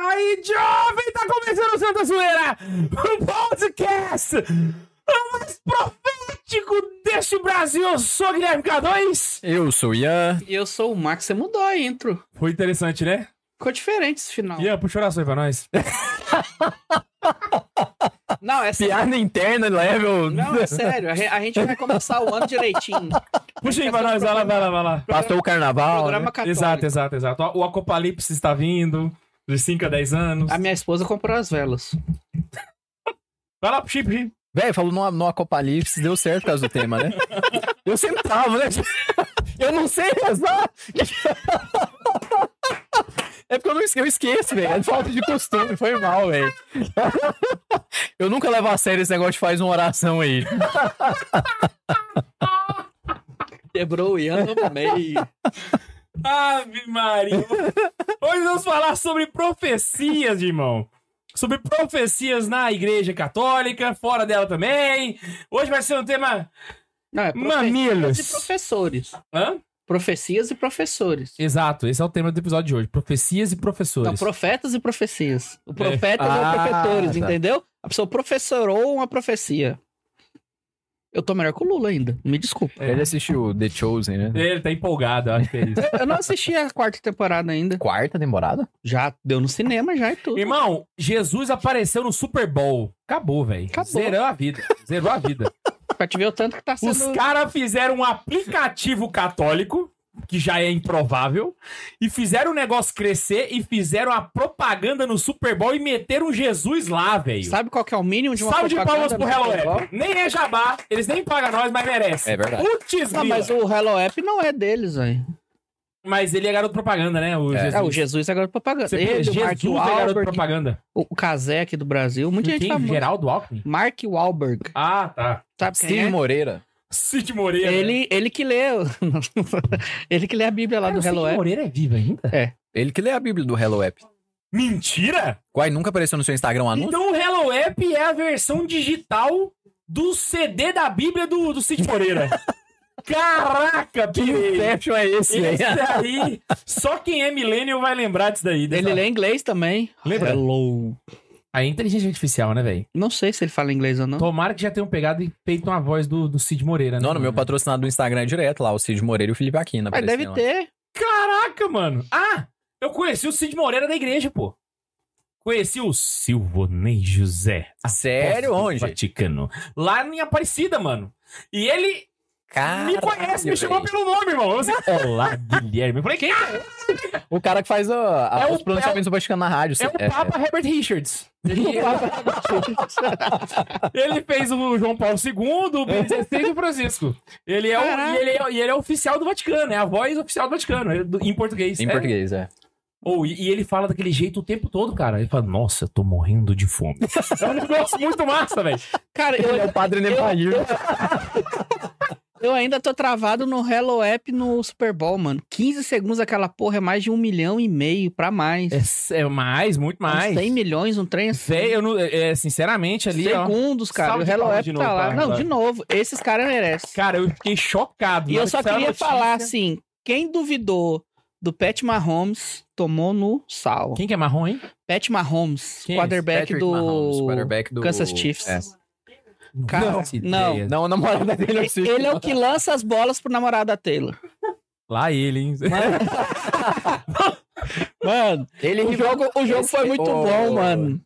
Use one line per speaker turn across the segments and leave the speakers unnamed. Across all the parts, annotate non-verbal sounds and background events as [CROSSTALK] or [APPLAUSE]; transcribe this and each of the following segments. Aí, jovem, tá começando o Santa Zoeira! Um podcast! O mais profético deste Brasil! Eu sou Guilherme K2!
Eu sou o Ian.
E eu sou o Max, você mudou a intro.
Foi interessante, né?
Ficou diferente esse final.
Ian, puxa orações pra nós.
Não, é sério.
Piada interna, Tá level.
Não, é sério. A re- a gente vai começar o ano direitinho.
[LAUGHS] Puxa aí pra nós, vai lá, vai lá, vai lá.
Passou o carnaval.
Programa
né?
católico.
Exato, exato, exato. Ó, O apocalipse está vindo, de 5 a 10 anos.
A minha esposa comprou as velas.
Vai lá pro chip,
Véi, falou no, no Acopalipse, deu certo por causa do tema, né? Eu sempre tava, né? [LAUGHS] Eu não sei rezar. É porque eu, não, esque- eu esqueço, velho. É falta de costume, foi mal, velho. [LAUGHS] Eu nunca levo a sério esse negócio de faz uma oração aí.
Quebrou o Ian no meio.
Ave Maria! Hoje vamos falar sobre profecias, irmão. Sobre profecias na Igreja Católica, fora dela também. Hoje vai ser um tema
Não, é profecias e
mamilos.
professores.
Hã?
Profecias e professores.
Exato, esse é o tema do episódio de hoje. Profecias e professores.
Não, profetas e profecias. O profeta é,
Ah,
o profetores,
tá.
entendeu? A pessoa professorou uma profecia. Eu tô melhor que o Lula ainda. Me desculpa.
né? Ele assistiu The Chosen, né?
Ele tá empolgado, eu acho que é
[LAUGHS]
isso.
Eu não assisti a quarta temporada ainda.
Quarta temporada?
Já deu no cinema, já e tudo.
Irmão, Jesus apareceu no Super Bowl. Acabou, velho.
Acabou.
Zerou a vida. Zerou a
[LAUGHS]
vida.
Pra te ver o tanto que tá sendo.
Os caras fizeram um aplicativo católico, que já é improvável, e fizeram o negócio crescer e fizeram a propaganda no Super Bowl e meteram Jesus lá, velho.
Sabe qual que é o mínimo de uma
Salve de palmas
propaganda
pro
no
Hello
futebol?
App. Nem é jabá, eles nem pagam nós, mas merece.
É verdade.
Putz,
Não,
mas,
Ah, mas o Hello App não é deles, velho.
mas ele é garoto propaganda, né? O
É,
Jesus.
É, o Jesus é garoto propaganda.
Você
Ele,
pensa,
o Mark
Jesus é garoto
Wahlberg,
propaganda.
o Kazé aqui do Brasil, muita gente
Quem?
famosa.
Geraldo Alckmin?
Mark Wahlberg,
Ah, tá.
sabe quem
Steve
é?
Moreira.
Cid Moreira.
Ele, ele que leu. [LAUGHS] ele que lê a Bíblia lá
Cara,
do
o Cid
Hello App.
Moreira é vivo ainda?
Ele que lê a Bíblia do Hello App.
Mentira?
Uai, nunca apareceu no seu Instagram um anúncio?
Então o Hello App é a versão digital do CD da Bíblia do, do Cid Moreira. [LAUGHS] Caraca, pirei.
inception é esse,
Esse aí, só quem é millennial vai lembrar disso daí. dessa-
Ele lê inglês também.
Lembra?
Hello.
A inteligência artificial, né, velho?
Não sei se ele fala inglês ou não.
Tomara que já tenham pegado e feito uma voz do, do Cid Moreira, né?
Não, no meu
mano?
patrocinado do Instagram é direto lá, o Cid Moreira e o Felipe Aquino.
Mas
aparecendo
deve
lá.
é
ter.
Caraca, mano. Ah, eu conheci o Cid Moreira da igreja, pô. Conheci o Silvonei José.
Sério?
apóstolo do
Onde?
Vaticano. Lá em Aparecida, mano. E ele
Caralho,
me conhece, me chamou
velho.
pelo nome, irmão. Eu falei, [LAUGHS] Olá, Guilherme. Eu falei, quem é?
O cara que faz ó, a-
É o-
os pronunciamentos do Vaticano na rádio.
É o
é,
Papa Herbert Richards.
O Papa-
[LAUGHS] Ele fez o João Paulo II, o Bento XVI e o Francisco. Ele é, o,
Caraca.
e ele, é, e ele é oficial do Vaticano, é a voz oficial do Vaticano, é do- em português.
Em
É.
português, é.
Ou, e, e ele fala daquele jeito o tempo todo, cara. Ele fala, nossa, tô morrendo de fome. [LAUGHS] é um negócio muito massa, velho.
Cara, eu,
É o padre Nebair.
Eu ainda tô travado no Hello App no Super Bowl, mano. 15 segundos aquela porra é mais de um milhão e meio pra mais.
É, s- é mais, muito
Uns
mais.
100 milhões, um trem assim.
Véi, eu não- é, é, sinceramente, ali, ó.
segundos, cara.
Salve
O
de
Hello
palmas
App
de
tá
novo
lá.
pra
Não,
lá.
de novo. Esses caras merecem.
Cara, eu fiquei chocado.
E
Na
eu
hora
só
que saiu a
queria
notícia-
falar assim: quem duvidou do Pat Mahomes tomou no sal.
Quem que é marrom, hein?
Pat Mahomes,
Quem é esse?
quarterback do.
quarterback do
Kansas Chiefs.
É.
Cara,
faço
não.
ideia.
Não, a namorada dele é o Cid.
Ele é o que lança as bolas pro namorado da
[LAUGHS]
Taylor.
Lá ele,
[LAUGHS]
hein?
Mano,
Ele
o
rival-
jogo, o jogo
Esse-
foi
é
muito
Ô,
bom, mano.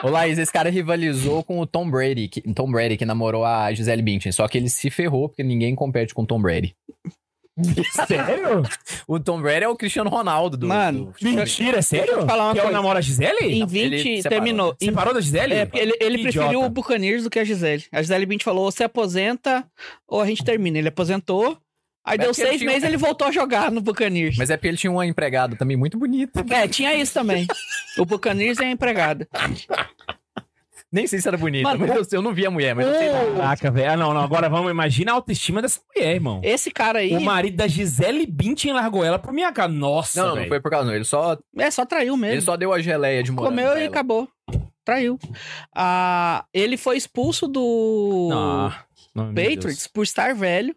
Ô, Laís, esse cara rivalizou com o Tom Brady, que, Tom Brady, que namorou a Gisele Bündchen. Só que ele se ferrou, porque ninguém compete com o Tom Brady.
Sério?
O Tom Brady é o Cristiano Ronaldo do...
Mano,
do-
Mentira, sério?
Deixa eu falar uma
que eu
coisa.
namoro a Gisele?
Em
Não, ele
20,
separou.
terminou. Em
Separou da Gisele?
É, porque ele, ele
Que
preferiu
idiota.
o Buccaneers do que a Gisele. A Gisele Bint falou: ou você aposenta ou a gente termina. Ele aposentou. Aí
Mas
deu
porque ele
seis
tinha- um
meses e ele voltou a jogar no Buccaneers.
Mas é porque ele tinha uma empregada também muito bonita.
É, tinha isso também. o Buccaneers é empregado.
Nem sei se era bonita,
Mano,
mas eu, sei- eu não vi a mulher,
é
mas eu sei.
Caraca, velho. Ah, não, não. Agora vamos. Imagina a autoestima dessa mulher, irmão.
Esse cara aí
O marido da Gisele Bündchen largou ela por minha cara. Nossa,
Não, não, não
velho.
foi por causa, não. Ele só,
é só traiu mesmo.
ele só tá deu a geleia de morango.
Comeu
pra
e
ela.
acabou. Traiu. Ah, ele foi expulso do
Ah, não, meu Deus.
Patriots por estar velho.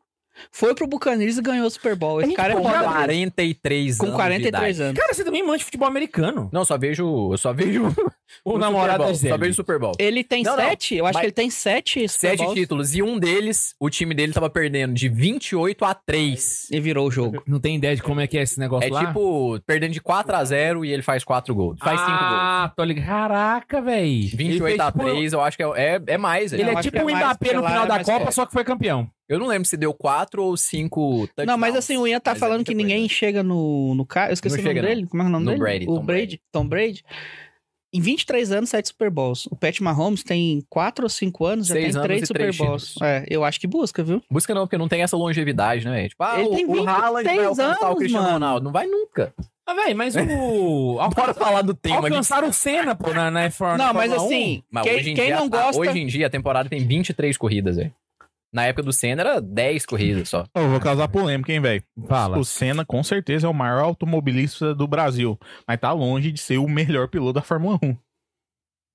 Foi pro Buccaneers e ganhou o Super Bowl. Esse
Gente,
cara é
com
foda.
43
com
anos.
43
de idade.
anos.
Cara, você também manja futebol americano.
Não, só vejo. Eu só vejo.
[LAUGHS] O
o
namorado
Super Bowl,
é da
Só
Gisele.
vejo o Super Bowl.
Ele tem
Não, não,
sete? Eu acho
mas-
que ele tem sete Super
Sete
Bowls
títulos. E um deles, o time dele tava perdendo de 28 a 3.
E virou o jogo.
Não tem ideia de como é que é esse negócio
É
lá?
tipo, perdendo de 4 a 0 e ele faz 4 gols. Faz 5 gols.
Ah, tô ligado. Caraca, velho.
28 a 3, eu acho que é, é, é mais.
tipo, Ele
Ele
Não,
é
acho
tipo
que é
um
mais,
Mbappé
porque
no
lá
final
é
da
mais
Copa,
perto.
só que foi campeão.
Eu não lembro se deu 4 ou 5 touchdowns.
Não, mas assim, o Ian tá
Mas é
falando
muita
que
coisa.
ninguém chega no, no cara. Eu esqueci
Não
o nome
chega, não.
dele. Como é o nome
No
dele?
Brady,
o
Tom
Brady. Tom Brady. Em 23 anos, 7 Super Bowls. O Pat Mahomes tem 4 ou 5 anos, já
Seis
tem
anos
3
e
Super
três
Bowls.
títulos.
É, eu acho que busca, viu?
Busca não, porque não tem essa longevidade, né? velho? Tipo, ah,
Ele
o,
tem
o Haaland vai
26
alcançar o
anos,
Cristiano
mano.
Ronaldo. Não vai nunca.
Ah,
[LAUGHS]
velho, mas o. Alca-
Bora falar do tema. de-
Alcançaram o Senna, pô, na, na F1.
não,
na
mas
Fórmula 1.
assim,
Mas hoje
quem,
em
quem
dia,
não
a-
gosta.
Hoje em dia, a temporada tem 23 corridas, velho. Na época do Senna era 10 corridas só.
Eu vou causar polêmica, hein, velho?
Fala.
O Senna, com certeza, é o maior automobilista do Brasil. Mas tá longe de ser o melhor piloto da Fórmula 1.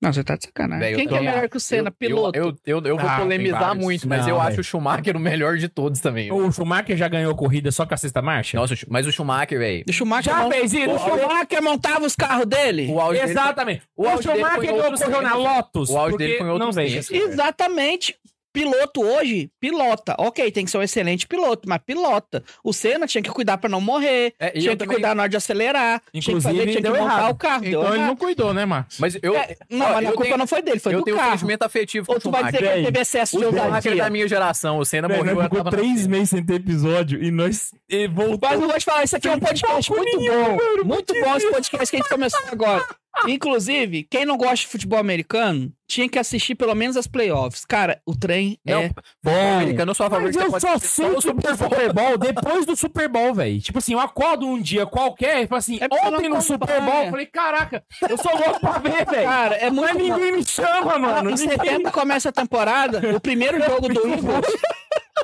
Não, você tá de sacanagem.
Velho,
quem
eu
que é
também
melhor que o Senna?
Eu- eu-
piloto?
Eu, eu, eu vou
Ah, tem
polemizar
vários.
muito, mas
Não,
eu acho
velho.
o Schumacher o melhor de todos também. velho.
O Schumacher já ganhou corrida só com a sexta marcha?
Nossa, o Schu- mas o Schumacher, velho.
O Schumacher,
Já
mon-
fez isso?
o Schumacher montava os carros dele?
O auge dele foi-
Exatamente.
o
O
auge dele foi
Schumacher
em
ganhou
outros
correu na
tempos.
Lotus.
O auge
porque-
dele foi em outros
Não, velho.
tempos.
Exatamente. Piloto hoje, pilota. Ok, tem que ser um excelente piloto, mas pilota. O Senna tinha que cuidar pra não morrer,
É, e eu
tinha que
também-
cuidar na hora de acelerar, tinha que
Inclusive,
fazer, tinha que
deu
montar
errado.
o carro. deu
Então ele
errado.
não cuidou, né, Max?
Mas eu.
É, não,
ó,
mas a
eu
culpa
tenho-
não foi dele, foi
eu
do
tenho um
carro.
sentimento afetivo
Ou
com o
tu vai dizer
Schumacher.
que ele
Véi,
teve excesso
O
de
Schumacher é da
ousadia.
minha geração, o Senna morreu.
Velho,
Tá eu
Né, ficou
tava
três
nascendo.
meses sem ter episódio e nós e
Mas
voltamos.
eu vou te falar, isso aqui é um podcast muito bom. Muito bom esse podcast que a gente começou agora. Inclusive, quem não gosta de futebol americano, tinha que assistir pelo menos as playoffs. Cara, o trem
Não,
é
Bom, americano, eu sou a favor
Mas
que você
eu
pode
só
assistir
sei
só
o
o
Super Super Bowl depois do Super Bowl, velho. Tipo assim, eu acordo um dia qualquer e falo assim,
É porque você
ontem
não né?
no Super
acompanha.
Bowl, eu falei, caraca, eu sou louco pra
[LAUGHS]
ver, velho.
Cara, é muito
Mas
bom.
ninguém me chama, mano.
em
é
Ninguém...
setembro começa a temporada, o primeiro jogo do Eagles,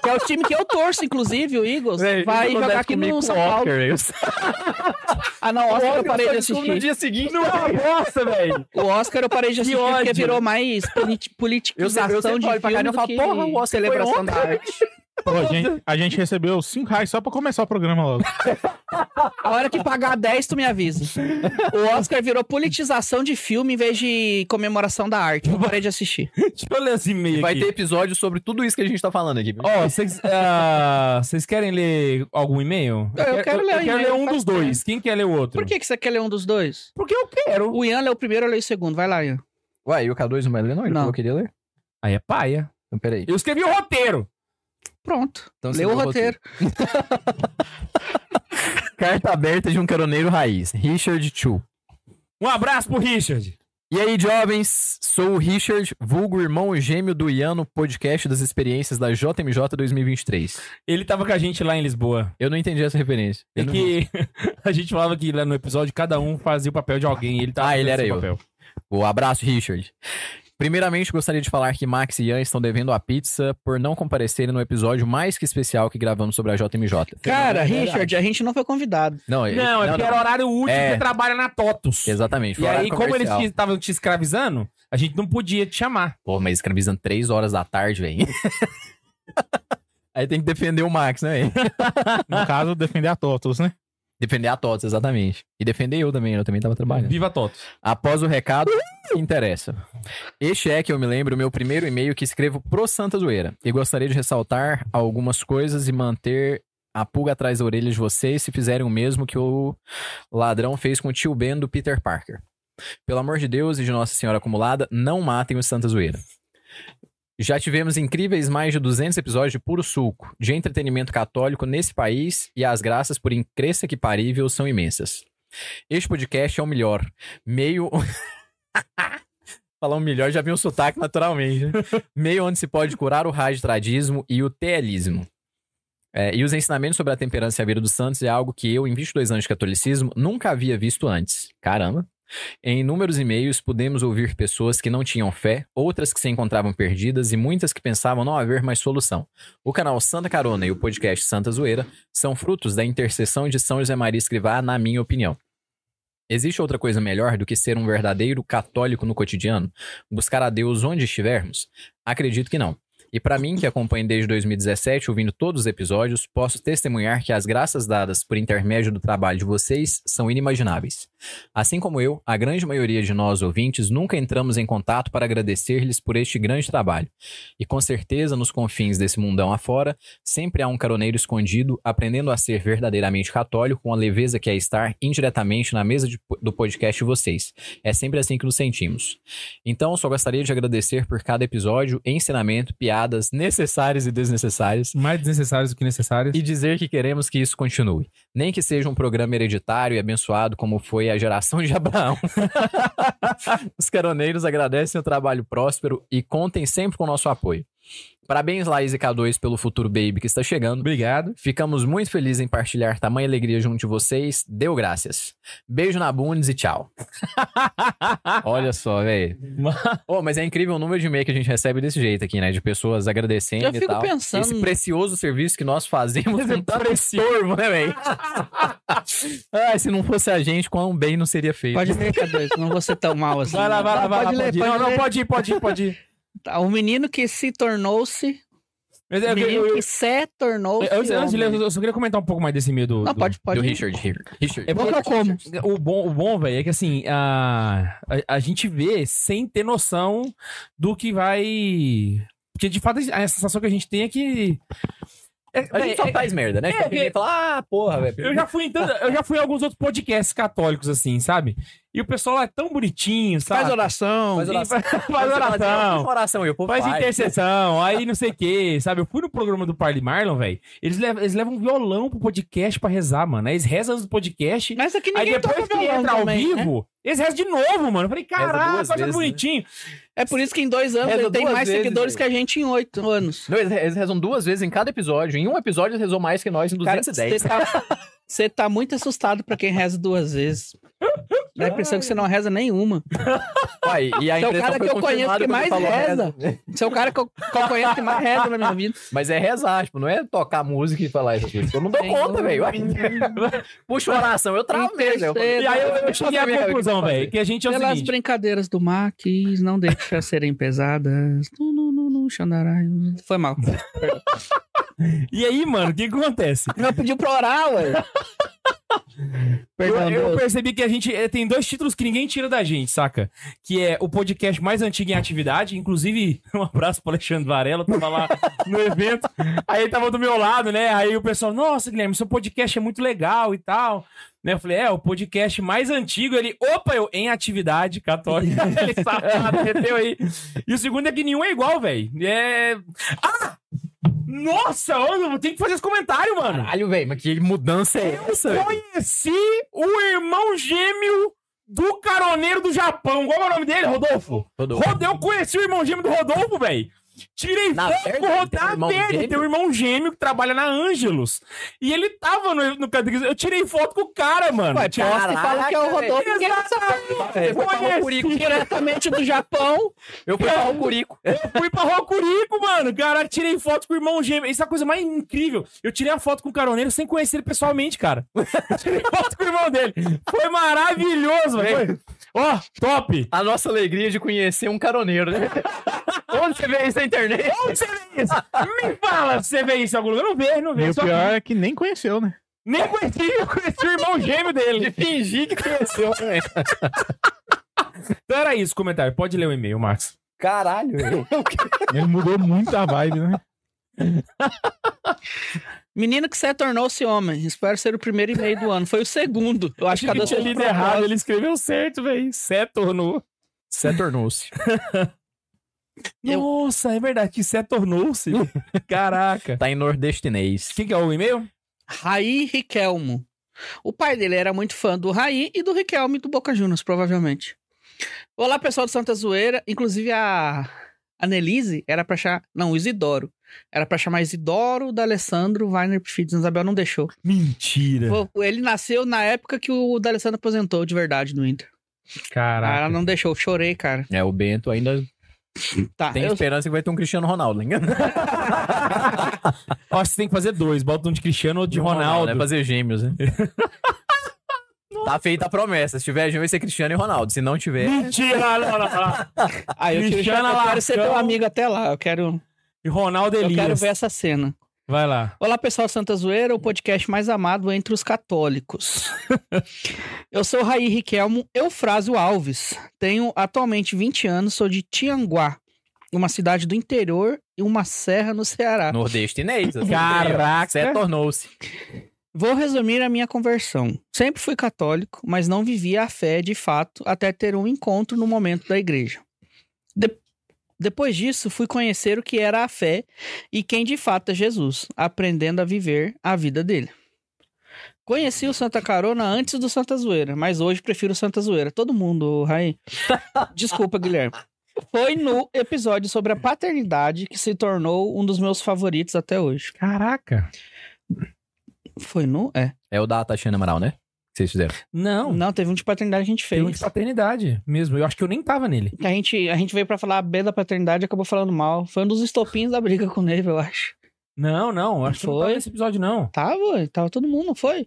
que é o time que eu torço, inclusive, o Eagles,
Véi, isso
vai
acontece
jogar aqui
comigo
no
com
São
o Oscar,
Paulo.
velho.
Ah, não, o Oscar eu
Eu
parei de
descubro No
assistir.
dia seguinte,
Não é uma bosta, velho.
O Oscar eu parei de assistir porque
ódio.
virou mais politi
Eu sempre, eu
politização
sempre
de
olho pra cara
filme
e falo,
do que
porra, o Oscar
celebração
foi
da
ontem.
arte.
Pô, a, gente, a gente recebeu 5 reais só pra começar o programa logo.
A hora que pagar 10, tu me avisa. O Oscar virou politização de filme em vez de comemoração da arte. Eu parei de assistir.
[LAUGHS] Deixa eu ler esse e-mail
Vai
aqui.
ter episódio sobre tudo isso que a gente tá falando aqui. viu?
Ó, vocês ah, vocês querem ler algum e-mail?
Eu quero ler
eu, quero
e-mail,
ler um
faz
dos dois. Quem quer ler o outro?
Por que, que você quer ler um dos dois?
Porque eu quero.
O Ian lê o primeiro, eu leio o segundo. Vai lá, Ian.
Ué, e o K2 não vai ler, não? Ele
Não.
falou que queria ler.
Aí é paia.
Então, peraí.
Eu escrevi o roteiro.
Pronto.
Então,
lê o roteiro.
[LAUGHS] Carta aberta de um caroneiro raiz. Richard Chu.
Um abraço pro Richard.
E aí, jovens, sou o Richard, vulgo irmão gêmeo do Ian no podcast das experiências da JMJ 2023.
Ele tava com a gente lá em Lisboa.
Eu não entendi essa referência.
É
Eu não-
que [LAUGHS] a gente falava que lá no episódio cada um fazia o papel de alguém. Ele tava
Ah, ele
fazendo
era
esse
eu.
papel.
O abraço, Richard. Primeiramente, gostaria de falar que Max e Ian estão devendo a pizza por não comparecerem no episódio mais que especial que gravamos sobre a JMJ.
Cara,
Verdade.
Richard, a gente não foi convidado.
Não, eu-
Não, é porque era horário útil
É.
que trabalha na TOTUS.
Exatamente.
E
foi horário
aí, como eles
comercial.
te- estavam te escravizando, a gente não podia te chamar.
Pô, mas escravizando três horas da tarde, velho. [LAUGHS] aí tem que defender o Max, né, velho?
[LAUGHS] No caso, defender a Totos, né?
Defender a Tots, exatamente. E defender eu também, eu também tava trabalhando.
Viva TOTUS.
Após o recado, que interessa. Este é, que eu me lembro, o meu primeiro e-mail que escrevo pro Santa Zoeira. E gostaria de ressaltar algumas coisas e manter a pulga atrás da orelha de vocês se fizerem o mesmo que o ladrão fez com o tio Ben do Peter Parker. Pelo amor de Deus e de Nossa Senhora acumulada, não matem o Santa Zoeira. Já tivemos incríveis mais de 200 episódios de puro suco, de entretenimento católico nesse país e as graças, por incresça que parível, são imensas. Este podcast é o melhor meio. [LAUGHS] Falar um melhor já vem um sotaque naturalmente. né? meio onde se pode curar o raditradismo e o teelismo. É, e os ensinamentos sobre a temperança e a vida dos santos é algo que eu, em 22 anos de catolicismo, nunca havia visto antes. Caramba. Em inúmeros e-mails, pudemos ouvir pessoas que não tinham fé, outras que se encontravam perdidas e muitas que pensavam não haver mais solução. O canal Santa Carona e o podcast Santa Zoeira são frutos da intercessão de São José Maria Escrivá, na minha opinião. Existe outra coisa melhor do que ser um verdadeiro católico no cotidiano? Buscar a Deus onde estivermos? Acredito que não. E para mim, que acompanho desde 2017, ouvindo todos os episódios, posso testemunhar que as graças dadas por intermédio do trabalho de vocês são inimagináveis. Assim como eu, a grande maioria de nós ouvintes nunca entramos em contato para agradecer-lhes por este grande trabalho. E com certeza, nos confins desse mundão afora, sempre há um caroneiro escondido aprendendo a ser verdadeiramente católico com a leveza que é estar indiretamente na mesa de- do podcast de vocês. É sempre assim que nos sentimos. Então, só gostaria de agradecer por cada episódio, ensinamento, piadas necessárias e desnecessárias.
Mais desnecessários do que necessários.
E dizer que queremos que isso continue. Nem que seja um programa hereditário e abençoado, como foi a geração de Abraão. Os caroneiros agradecem o trabalho próspero e contem sempre com o nosso apoio. Parabéns, Laís e K2, pelo futuro baby que está chegando.
Obrigado.
Ficamos muito felizes em partilhar tamanha alegria junto de vocês. Deu graças. Beijo na Bundes e tchau. [LAUGHS] Olha só, velho. Oh, mas é incrível o número de e-mail que a gente recebe desse jeito aqui, né? De pessoas agradecendo
Eu
e
fico
tal.
pensando-
Esse precioso serviço que nós fazemos é tão estorvo, né, velho? [LAUGHS] Ai, se não fosse a gente, quão bem não seria feito.
Pode ler, K2, não vou ser tão mal assim.
Vai lá, vai lá, vai lá.
Pode ler,
ir.
pode
não,
ler.
não, pode ir, pode ir, pode ir.
Tá, o menino que se tornou-se.
Mas
O
é, eu, eu,
menino
eu,
que se tornou-se.
antes, antes de ler,
homem.
eu só queria comentar um pouco mais desse e-mail do.
Não,
do-
pode, pode.
Do
ler.
Richard. Richard.
É
Bom que eu como.
O bom, o bom velho, é que assim, a, a, a gente vê sem ter noção do que vai. Porque de fato a sensação que a gente tem é que. É,
A
véi,
gente só
é-
faz merda, né?
é,
Fica
é-
e fala, ah, porra, velho.
eu já fui em tanta- eu já fui em alguns outros podcasts católicos, assim, sabe? E o pessoal lá é tão bonitinho, sabe?
Faz oração.
Faz oração.
E Faz,
Aí você
faz
fala assim, "Ah,
oração.
fiz oração. E o povo
Faz
faz.
intercessão, aí não sei o que, sabe? Eu fui no programa do Parley Marlon, velho. Eles, levam- eles levam um violão pro podcast pra rezar, mano. Aí eles rezam no podcast.
Mas aqui
Aí
ninguém toca
depois que
violão
entra ao
também, né?
vivo, eles rezam de novo, mano. Eu falei,
duas
caraca, olha que
vezes, né?"
bonitinho.
É por isso que em dois anos
Reza
ele tem
duas
mais
vezes,
seguidores
né?
velho.
que a gente em oito anos.
Não, eles, eles rezam duas vezes em cada episódio. Em um episódio, eles rezam mais que nós em
Cara,
210.
[LAUGHS] Você tá, você tá muito assustado pra quem reza duas vezes. Dá a impressão que você não reza nenhuma.
Pai, e a
Então, o
impressão
cara
foi
que eu conheço
confirmada
que
quando
mais
falou né?
reza. Você é o cara que eu, que eu conheço que mais reza
[LAUGHS]
na minha vida.
Mas é rezar, tipo, não é tocar música e falar essas coisas. Eu não dou
Tem
conta,
um-
velho.
[LAUGHS]
Ué, Puxa oração, eu travo mesmo. Eu falo,
E aí eu,
né?
eu cheguei à
Nossa, minha
conclusão,
cabeça.
velho, que a gente é o
Pelas
seguinte.
brincadeiras do Max, não deixa serem pesadas. Nu, nu, nu, nu, xandarai. Foi mal.
E aí, mano, o que que acontece?
assim,
Não pediu pra orar, ué.
Eu,
Perdão,
eu
Deus.
percebi que a gente eh, tem dois títulos que ninguém tira da gente, saca? Que é o podcast mais antigo em atividade. Inclusive, [LAUGHS] um abraço pro Alexandre Varela, tava lá no evento. Aí ele tava do meu lado, né? Aí o pessoal, nossa, Guilherme, seu podcast é muito legal e tal. Né? Eu falei, é, o podcast mais antigo. Ele, opa, eu, em atividade
[LAUGHS]
católica. ele safado, meteu aí. E o segundo é que nenhum é igual, velho. É. Ah! Nossa, eu tenho que fazer esse comentário, mano
Caralho, velho, mas que mudança é essa, velho?
conheci o irmão gêmeo do caroneiro do Japão. Qual é o nome dele, Rodolfo?
Rodolfo.
Rodolfo, eu conheci o irmão gêmeo do Rodolfo, velho. Tirei
Na
foto
verdade,
com o
tem um
Rodolfo
irmão
dele.
gêmeo?
Tem um irmão gêmeo que trabalha na Ângelos. E ele tava no, no catequismo. Eu tirei foto com o cara, mano.
Ué,
Tinha-
posta e fala que é o Rodolfo.
Exato.
ninguém vai saber.
Eu fui pra
conheci.
Rocurico.
Diretamente do Japão.
Eu fui pra Rocurico.
Eu fui pra Rocurico, mano. Cara, tirei foto com o irmão gêmeo. Isso é a coisa mais incrível. Eu tirei a foto com o caroneiro sem conhecer ele pessoalmente, cara. Eu tirei [LAUGHS] foto com o irmão dele. Foi maravilhoso, velho. Ó, top.
A nossa alegria de conhecer um caroneiro,
[LAUGHS]
né? Onde você vê isso na internet?
Onde você vê isso? Me fala se você vê isso em algum lugar. Eu não vejo, não
E
vejo.
o
Só
pior é que nem conheceu, né?
Nem conheci, eu conheci o irmão gêmeo dele.
fingir que conheceu, né? velho.
[LAUGHS] Então era isso o comentário. Pode ler o e-mail, Max.
Caralho, velho.
Ele mudou muito a vibe, né?
Menino que se tornou-se homem. Espero ser o primeiro e meio do ano. Foi o segundo. Eu acho que
Ele
cada
tinha lido errado, ele escreveu certo, velho. Sé tornou.
Você
[LAUGHS]
tornou-se.
Eu-
Nossa, é verdade que Sé tornou-se. [LAUGHS] Caraca.
Tá em nordestinês.
Quem que é o e-mail?
Raí Riquelmo. O pai dele era muito fã do Raí e do Riquelme do Boca Juniors, provavelmente. Olá, pessoal do Santa Zoeira. Inclusive, a Anelise era pra chamar... Não, o Isidoro. Era pra chamar Isidoro, da Alessandro, Weiner, Pfides. Isabel não deixou.
Mentira.
Pô, Ele nasceu na época que o D'Alessandro aposentou, de verdade, no Inter. Ah, ela
Caraca.
não deixou, eu chorei, cara.
É, o Bento ainda
Tá,
tem
eu,
esperança que vai ter um Cristiano Ronaldo, né? [LAUGHS]
Ó, você tem que fazer dois. Bota um de Cristiano ou de Ronaldo.
É fazer gêmeos, né? [LAUGHS] tá feita a promessa. Se tiver gêmeos, vai ser Cristiano e Ronaldo. Se não tiver.
[LAUGHS] Mentira! não, não, não.
ah, eu, eu,
Cristiano
eu quero ser
Alarcão.
teu amigo até lá. Eu quero,
E Ronaldo
eu quero
Elias.
ver essa cena.
Vai lá.
[LAUGHS] Olá, pessoal do Santa Zoeira, o podcast mais amado entre os católicos. [LAUGHS] eu sou Raí Riquelmo Eufrásio Alves. Tenho atualmente 20 anos, sou de Tianguá, uma cidade do interior e uma serra no Ceará.
Nordestinês. assim,
Caraca.
Você tornou-se.
Vou resumir a minha conversão. Sempre fui católico, mas não vivia a fé de fato até ter um encontro no momento da igreja. De- Depois disso, fui conhecer o que era a fé e quem de fato é Jesus, aprendendo a viver a vida dele. Conheci o Santa Carona antes do Santa Zoeira, mas hoje prefiro o Santa Zoeira. Todo mundo, Raí. Desculpa, Guilherme. Foi no episódio sobre a paternidade que se tornou um dos meus favoritos até hoje.
Caraca.
Foi no? É.
É o da Tatiana Amaral, né? Que vocês fizeram.
Não.
Não, teve um de paternidade que a gente
Tem um
fez.
de paternidade mesmo. Eu acho que eu nem tava nele.
A gente, a gente veio pra falar B da paternidade e acabou falando mal. Foi um dos estopinhos da briga [LAUGHS] com o Neve, eu acho.
Não, não. eu Acho que eu não
Foi?
tava nesse episódio, não.
Tava, tava todo mundo, não foi?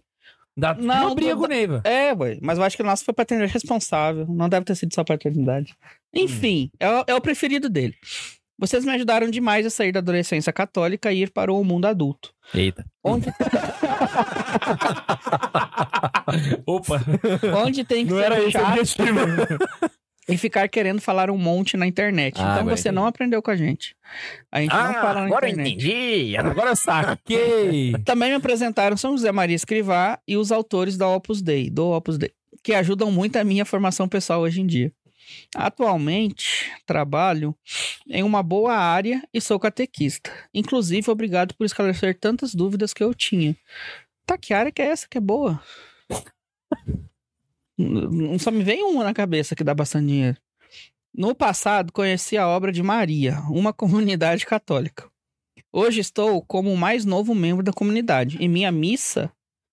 Da...
Não,
Não, briga
do-
com o Neiva.
É, ué. Mas eu acho que o nosso foi paternidade responsável. Não deve ter sido só paternidade. Enfim, é, o- é o preferido dele. Vocês me ajudaram demais a sair da adolescência católica e ir para o mundo adulto.
Eita.
Onde,
Opa.
onde tem
[LAUGHS]
que
Não era né?
ser
esse o
chato
objetivo.
e ficar querendo falar um monte na internet.
Ah,
então
agora
você
entendi.
não aprendeu com a gente. A gente
Ah,
não fala na internet.
Ah, entendi.
Agora eu saquei.
[LAUGHS] Também me apresentaram São José Maria Escrivá e os autores da Opus Dei, do Opus Dei, que ajudam muito a minha formação pessoal hoje em dia. Atualmente, trabalho em uma boa área e sou catequista. Inclusive, obrigado por esclarecer tantas dúvidas que eu tinha. Tá, que área que é essa que é boa? Não só me vem uma na cabeça que dá bastante dinheiro. No passado, conheci a obra de Maria, uma [LAUGHS] comunidade católica. Hoje estou como o mais novo membro da comunidade. E minha missa.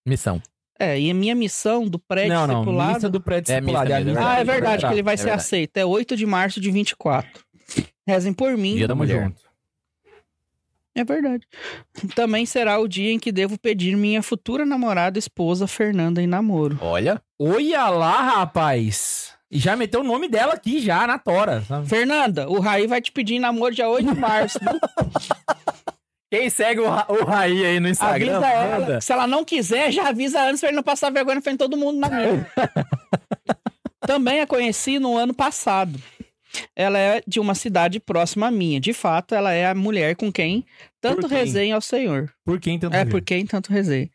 Missão.
É, e a minha missão do prédio
Não, não.
discipulado.
Missa do
É
pré-discipulado.
missa
a
mesmo,
missa-
Ah, é verdade, que ele vai
É
ser
verdade.
aceito. É 8 de março de 24. Rezem por mim.
Dia da
Tamo
mulher.
junto.
É verdade. Também será o dia em que devo pedir minha futura namorada, esposa Fernanda em namoro.
Olha.
Olha lá, rapaz. E já meteu o nome dela aqui, já, na tora. sabe?
Fernanda, o Raí vai te pedir em namoro dia 8 de março.
Quem segue o, Ra- o Raí aí no Instagram?
avisa
manda.
ela. Se ela não quiser, já avisa antes pra ele não passar vergonha na frente de todo mundo na mesa. Também a conheci no ano passado. Ela é de uma cidade próxima à minha. De fato, ela é a mulher com quem tanto
Por quem?
resenha ao Senhor.
Por quem tanto
É,
ver?
por quem tanto resenha.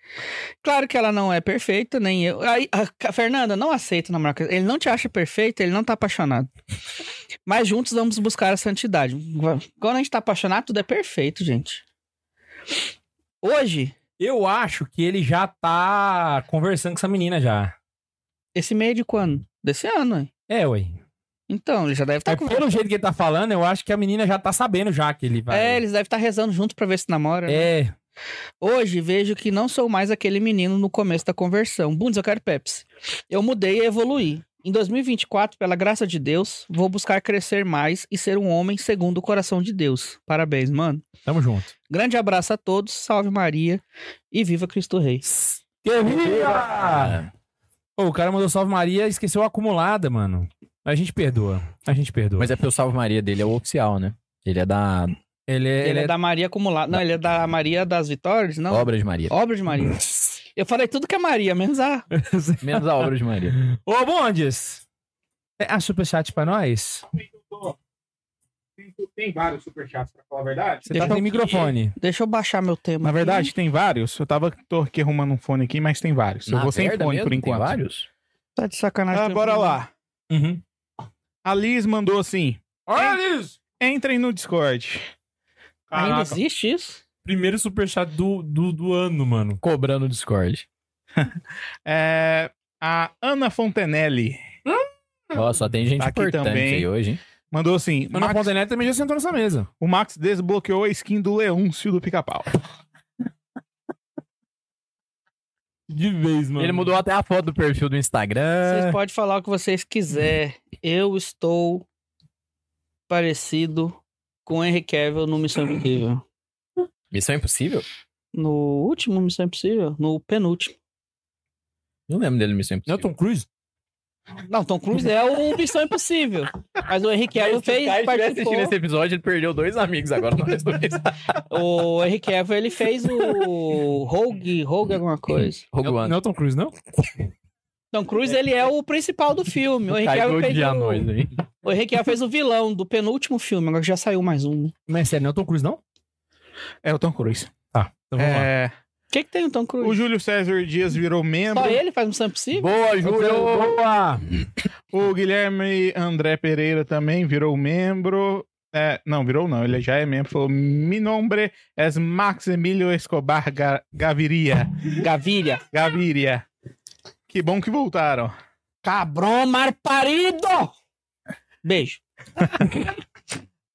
Claro que ela não é perfeita, nem eu. Aí, a- a Fernanda, não aceita namorar. com- Ele não te acha perfeita, ele não tá apaixonado. Mas juntos vamos buscar a santidade. Quando a gente tá apaixonado, tudo é perfeito, gente. Hoje,
Eu acho que ele já tá conversando com essa menina já.
Esse meio de quando? Desse ano, hein?
É, ué.
Então, ele já deve estar
Mas pelo jeito que ele tá falando, eu acho que a menina já tá sabendo já que ele vai.
É, eles devem estar rezando junto pra ver se namora. né?
É.
Hoje vejo que não sou mais aquele menino no começo da conversão. Bundes, eu quero Pepsi. Eu mudei e evoluí. Em 2024, pela graça de Deus, vou buscar crescer mais e ser um homem segundo o coração de Deus. Parabéns, mano.
Tamo junto.
Grande abraço a todos, salve Maria e viva Cristo Rei.
Que viva! Ô, o cara mandou salve Maria e esqueceu a acumulada, mano. A gente perdoa. A gente perdoa.
Mas é porque o Salve Maria dele é o oficial, né? Ele é da
ele é.
Ele,
Ele
é da Maria acumulada. Não, ele é da Maria das Vitórias? Não.
Obra de Maria.
Obra de Maria. Eu falei tudo que é Maria, menos a
Menos a Obra de Maria.
Ô, Bondes! É a superchat pra nós?
Tem vários superchats, pra falar a verdade.
Você
Deixa
tá
eu-
sem microfone.
Deixa eu baixar meu tema.
Na
aqui.
verdade, tem vários. Eu tava tô aqui arrumando um fone aqui, mas tem vários. Eu
Na
vou sem
merda
fone
mesmo?
por
Tem
enquanto.
vários?
Tá de sacanagem.
Ah, bora lá.
Uhum.
A Liz mandou assim:
Olha isso!
entrem no Discord.
Ainda
Caraca.
existe isso?
Primeiro superchat do, do, do ano, mano.
Cobrando o Discord.
É, a Ana Fontenelle
Ó, só tem gente
Tá aqui
importante
também.
aí hoje, hein?
mandou assim:
Ana
"Max,
Fontenelle também já sentou nessa mesa.
o Max desbloqueou a skin do Leôncio do Pica-Pau.
De vez, mano.
Ele mudou até a foto do perfil do Instagram.
Vocês podem falar o que vocês quiserem. Eu estou parecido com Henry Cavill no Missão Impossível.
Missão Impossível?
No último Missão Impossível? No penúltimo.
Não lembro dele no Missão
Não é
Impossível.
o Tom Cruise?
Não, Tom Cruise é o Missão Impossível. Mas o Henry
Se
Cavill
o Caio
fez,
estiver assistindo esse
participou.
episódio, ele perdeu dois amigos agora no resto do mês.
O Henry Cavill, ele fez o Rogue, Rogue alguma coisa.
[LAUGHS] Rogue
Não,
One.
não é o Tom Cruise, não?
Tom Cruise, ele é o principal do filme. O Henry
Caio
Cavill
vai
fez
odiar
o...
nós aí.
O Henry Cavill fez o vilão do penúltimo filme. Agora já saiu mais um. né?
Mas sério, não é o Tom Cruise, não?
É o Tom Cruise.
Tá, então vamos lá.
É,
O que que tem o Tom Cruise?
o Júlio César Dias virou membro.
Só ele faz Missão Impossível?
É. Boa, Júlio!
Boa!
O Guilherme André Pereira também virou membro. É, não, virou não, ele já é membro. Falou: Mi nombre es Maximilio Escobar Ga- Gaviria.
Gavilha.
Gaviria. Que bom que voltaram.
Cabrão mal parido! Beijo.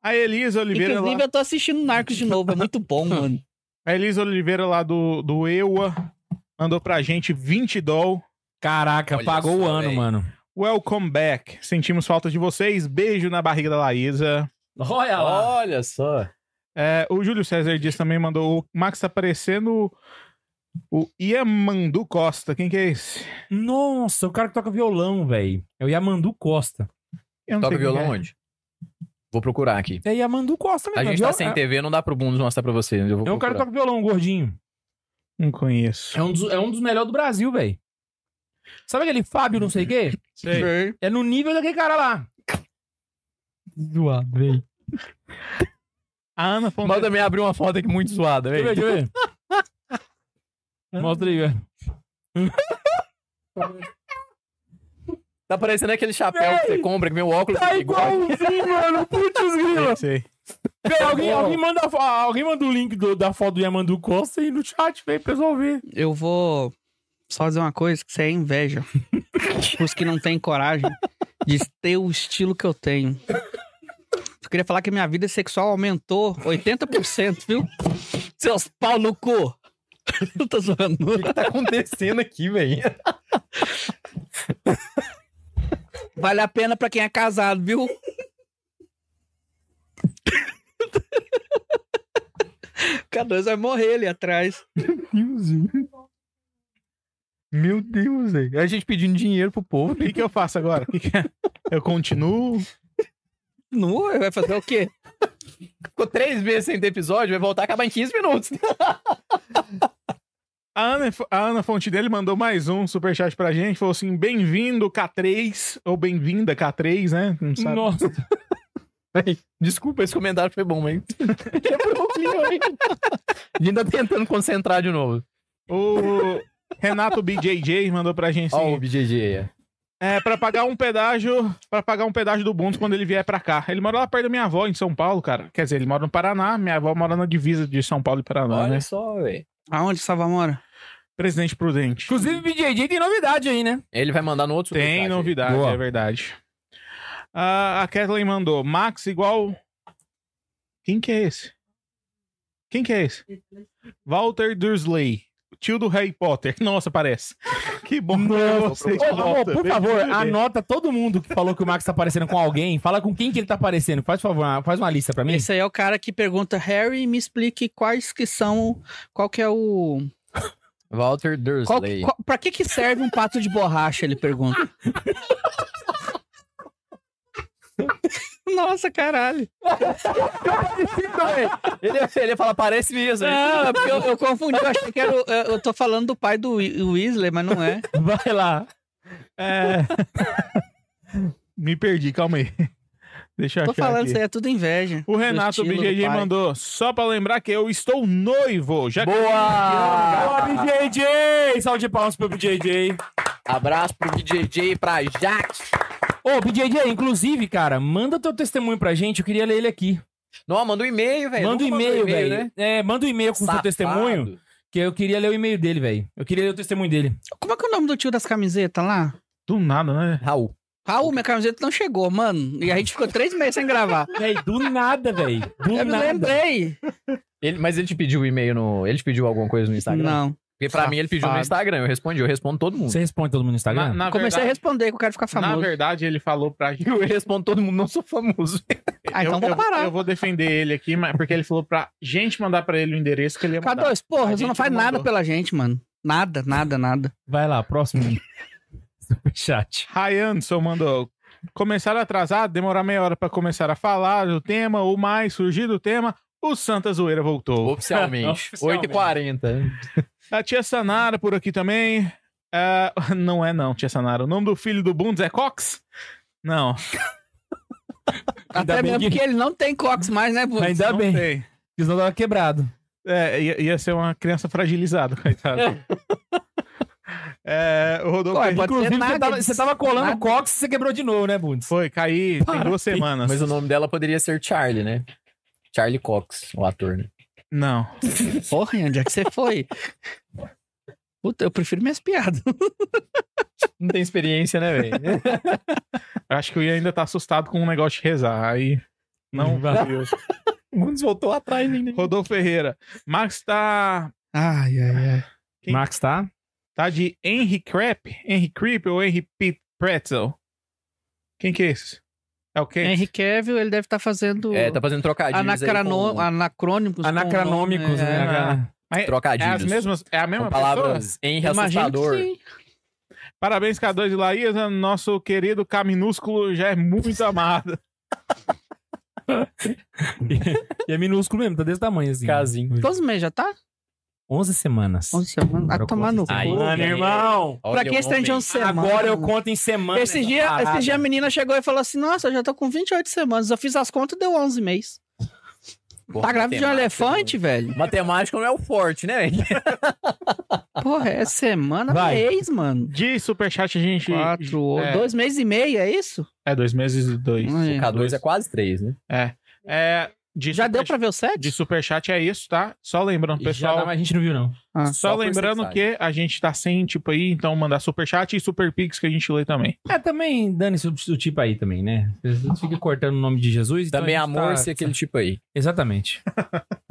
A Elisa Oliveira.
Inclusive,
lá-
eu tô assistindo Narcos de novo. É muito [LAUGHS] bom, mano.
a Elisa Oliveira lá do, do EUA mandou pra gente 20 doll.
Caraca,
Olha
pagou
só,
o ano,
véi.
mano.
Welcome back. Sentimos falta de vocês. Beijo na barriga da Laísa.
Olha lá.
Olha só.
É, o Júlio César Dias também mandou. O Max tá parecendo o Iamandu Costa. Quem que é esse?
Nossa, o cara que toca violão, velho. É o Yamandu Costa.
Eu não
Toca
sei quem
violão
é.
onde? Vou procurar aqui.
É Yamandu Costa mesmo.
A gente
é
tá
viol-
sem TV, não dá pro Bundes mostrar pra vocês. Eu vou
É um cara que
procurar.
toca violão, um gordinho.
Não conheço.
É um dos, é um dos melhores do Brasil, velho. Sabe aquele Fábio não sei o quê?
Ver.
É no nível daquele cara lá. Zoado, velho.
A Ana
Mas
Fonte...
também abriu uma foto aqui muito zoada,
Deixa eu ver,
velho.
deixa eu ver. [LAUGHS] Mostra aí, velho.
Tá parecendo aquele chapéu que você compra, que meu óculos
Tá
é igual.
igualzinho, mano. Putz, grila. Tá
Sei.
[LAUGHS] Véi, Alguém, alguém, manda, a fo- ah, alguém manda o link do- da foto do Yamandu Costa aí no chat, velho, pra pessoal ver.
Eu vou só dizer uma coisa que você é [LAUGHS] inveja. Os que não têm coragem de ter o estilo que eu tenho. Eu queria falar que a minha vida sexual aumentou 80%, viu? Seus pau no cu! [LAUGHS] Não tô zoando.
que tá acontecendo aqui, velho?
Vale a pena pra quem é casado, viu? Cada dois vai morrer ali atrás.
Meu Deus, velho. [LAUGHS] A gente pedindo dinheiro pro povo.
O que, que eu faço agora? O que que é? Eu continuo.
Nu, vai fazer o quê?
Ficou três meses sem ter episódio, vai voltar a acabar em 15 minutos.
A Ana, a Ana Fonte dele mandou mais um superchat pra gente. Falou assim: bem-vindo, K3. Ou bem-vinda, K3, né? Não sabe.
Nossa.
Desculpa, esse comentário foi bom, hein? [LAUGHS] Quebrou o clima, hein? A gente tá tentando concentrar de novo.
O Renato BJJ mandou pra gente
Ó,
assim,
o BJJ. aí.
É, pra pagar um pedágio, para pagar um pedágio do Bundes quando ele vier pra cá. Ele mora lá perto da minha avó, em São Paulo, cara. Quer dizer, ele mora no Paraná, minha avó mora na divisa de São Paulo e Paraná, né?
Olha só, velho.
Aonde Salva mora?
Presidente Prudente.
Inclusive, o BJJ tem novidade aí, né?
Ele vai mandar no outro
Tem
superchat
novidade,
Boa.
é verdade. Ah, a Kathleen mandou, Max igual... Quem que é esse? Quem que é esse? Walter Dursley, tio do Harry Potter. [LAUGHS] Nossa, parece. Que bom que vocês
Ô, amor,
voltam.
por favor,
Beijo, bebê.
anota todo mundo que falou que o Max tá aparecendo com alguém. Fala com quem que ele tá aparecendo. Faz favor, faz uma lista pra mim.
Esse aí é o cara que pergunta, Harry, me explique quais que são. Qual que é o.
aí. Walter
Qual,
Dursley.
qual, pra que, que serve um pato de borracha? Ele pergunta. Nossa, caralho.
é, Ele, ele ia falar, parece mesmo. hein?
Não, é porque eu, eu confundi. Eu achei que era. o- Eu, eu tô falando do pai do Whi- Weasley, mas não é.
Vai lá.
É. [LAUGHS] Me perdi, calma aí. Deixa eu
Tô
achar
falando,
aqui.
isso aí é tudo inveja.
O Renato
Do estilo do
BJJ
pai.
mandou, só pra lembrar que eu estou noivo. Já
É. Boa,
Boa!
BJJ! Salve de palmas pro BJJ.
Abraço pro BJJ e pra Jax.
Ô, BJJ, inclusive, cara, manda teu testemunho pra gente. Eu queria ler ele aqui.
Não, manda um e-mail, velho.
manda um
Nunca
e-mail, velho. É, manda um e-mail com o seu
Safado.
testemunho, que eu queria ler o e-mail dele, velho. Eu queria ler o testemunho dele.
Como é que é o nome do tio das camisetas lá?
Do nada, né?
Raul.
Raul, minha camiseta não chegou, mano. E a gente ficou três meses sem gravar.
Véi, do nada, velho. Do
eu me
nada.
lembrei.
Ele, mas ele te pediu o e-mail no. Ele te pediu alguma coisa no Instagram?
Não.
Porque pra mim ele pediu no
Safado.
Instagram, eu respondi, eu respondo todo mundo.
Você responde todo mundo no Instagram?
Na, na
Comecei a
verdade,
responder que eu quero ficar
na
famoso.
verdade, ele falou pra
[LAUGHS]
gente.
Eu respondo todo mundo, não sou famoso.
ah, então
eu,
vou
eu-
parar.
Eu vou defender ele aqui, mas porque ele falou pra gente mandar pra ele o endereço que ele ia mandar.
K2, porra,
A
você não
gente
faz
não
nada
mandou.
pela gente, mano. Nada, nada, nada.
Vai lá, próximo. Superchat.
Ryanson mandou. Começar atrasado, demorar meia hora pra começar a falar do tema, ou mais, surgir do tema, o Santa Zoeira voltou.
[LAUGHS] Oficialmente.
Oficialmente.
8h40.
A Ah, tia Sanara por aqui também. Ah, [LAUGHS] não é não, tia Sanara. O nome do filho do Bundes é Cox? Não.
Ainda
Até
bem
mesmo
que-
porque ele não tem cox mais, né, Bundes?
Ainda
não
bem, porque
Sei.
senão tava quebrado.
É, ia, ia ser uma criança fragilizada, coitado. [LAUGHS] é, o Rodolfo...
Ué, pode-
Inclusive, você
ser nuggets.
tava, você tava colando
Nuggets.
o cox e você quebrou de novo, né,
[LAUGHS]
Bundes?
Foi, caí tem duas semanas.
Mas o nome dela poderia ser Charlie, né? Charlie Cox, o ator, né?
Não.
Porra, onde é que você foi? Puta, eu prefiro minhas piadas.
Não tem experiência, né, velho?
Eu Acho que eu ia ainda tá assustado com um negócio de rezar. Aí. Não valeu.
o Bundes voltou atrás ainda.
Rodolfo Ferreira. Max tá.
Ai, ai, ai.
Quem-
Max tá?
Tá de Henry Crap? Henry Creep ou Henry Pit Pretzel? Quem que é esse? É o quê?
Henry Cavill, ele deve estar
[LAUGHS]
fazendo
É, tá fazendo trocadilhos
anacrano-
aí com-
anacrônicos. com o um nome,
Anacronômicos,
é.
né? cara? [LAUGHS]
É,
Trocadilhos.
as mesmas, é a
com
mesma pessoa?
palavras em
Imagino que
assustador.
sim.
Parabéns, K2 de Laís. né? Nosso querido K minúsculo já é muito [LAUGHS] amado.
E é minúsculo mesmo, tá desse tamanho assim.
Casinho.
12 meses já tá?
11 semanas.
11 semanas. Ah, tomar no cu.
Ai,
Mano, irmão!
Pra que esse trem de 11 semanas?
Agora eu conto em semanas.
Esse dia,
essa parada.
esse dia a menina chegou e falou assim: Nossa, eu já tô com 28 semanas. Eu fiz as contas deu 11 meses.
Porra,
Tá grávida de um
matemática,
elefante, velho?
né? Matemática não é o forte, né? velho?
Porra, é semana,
Vai.
mês, mano.
De superchat a gente.
Quatro,
é,
dois meses e meio, é isso?
É, dois meses e dois.
Ai,
O K2 é quase 3, né?
É, de
Já deu
superchat-
pra ver o 7?
De superchat é isso, tá? Só lembrando,
Pessoal,
pessoal.
a gente não viu, não.
Ah.
Só,
Só por
lembrando
mensagem.
que a gente tá sem, tipo, aí, então mandar superchat e superpix que a gente lê também.
É, também, dane-se o o tipo aí também, né? Vocês ficam cortando o nome de Jesus. então
Também
a gente
amor
tá-
ser aquele tipo aí.
[LAUGHS] Exatamente.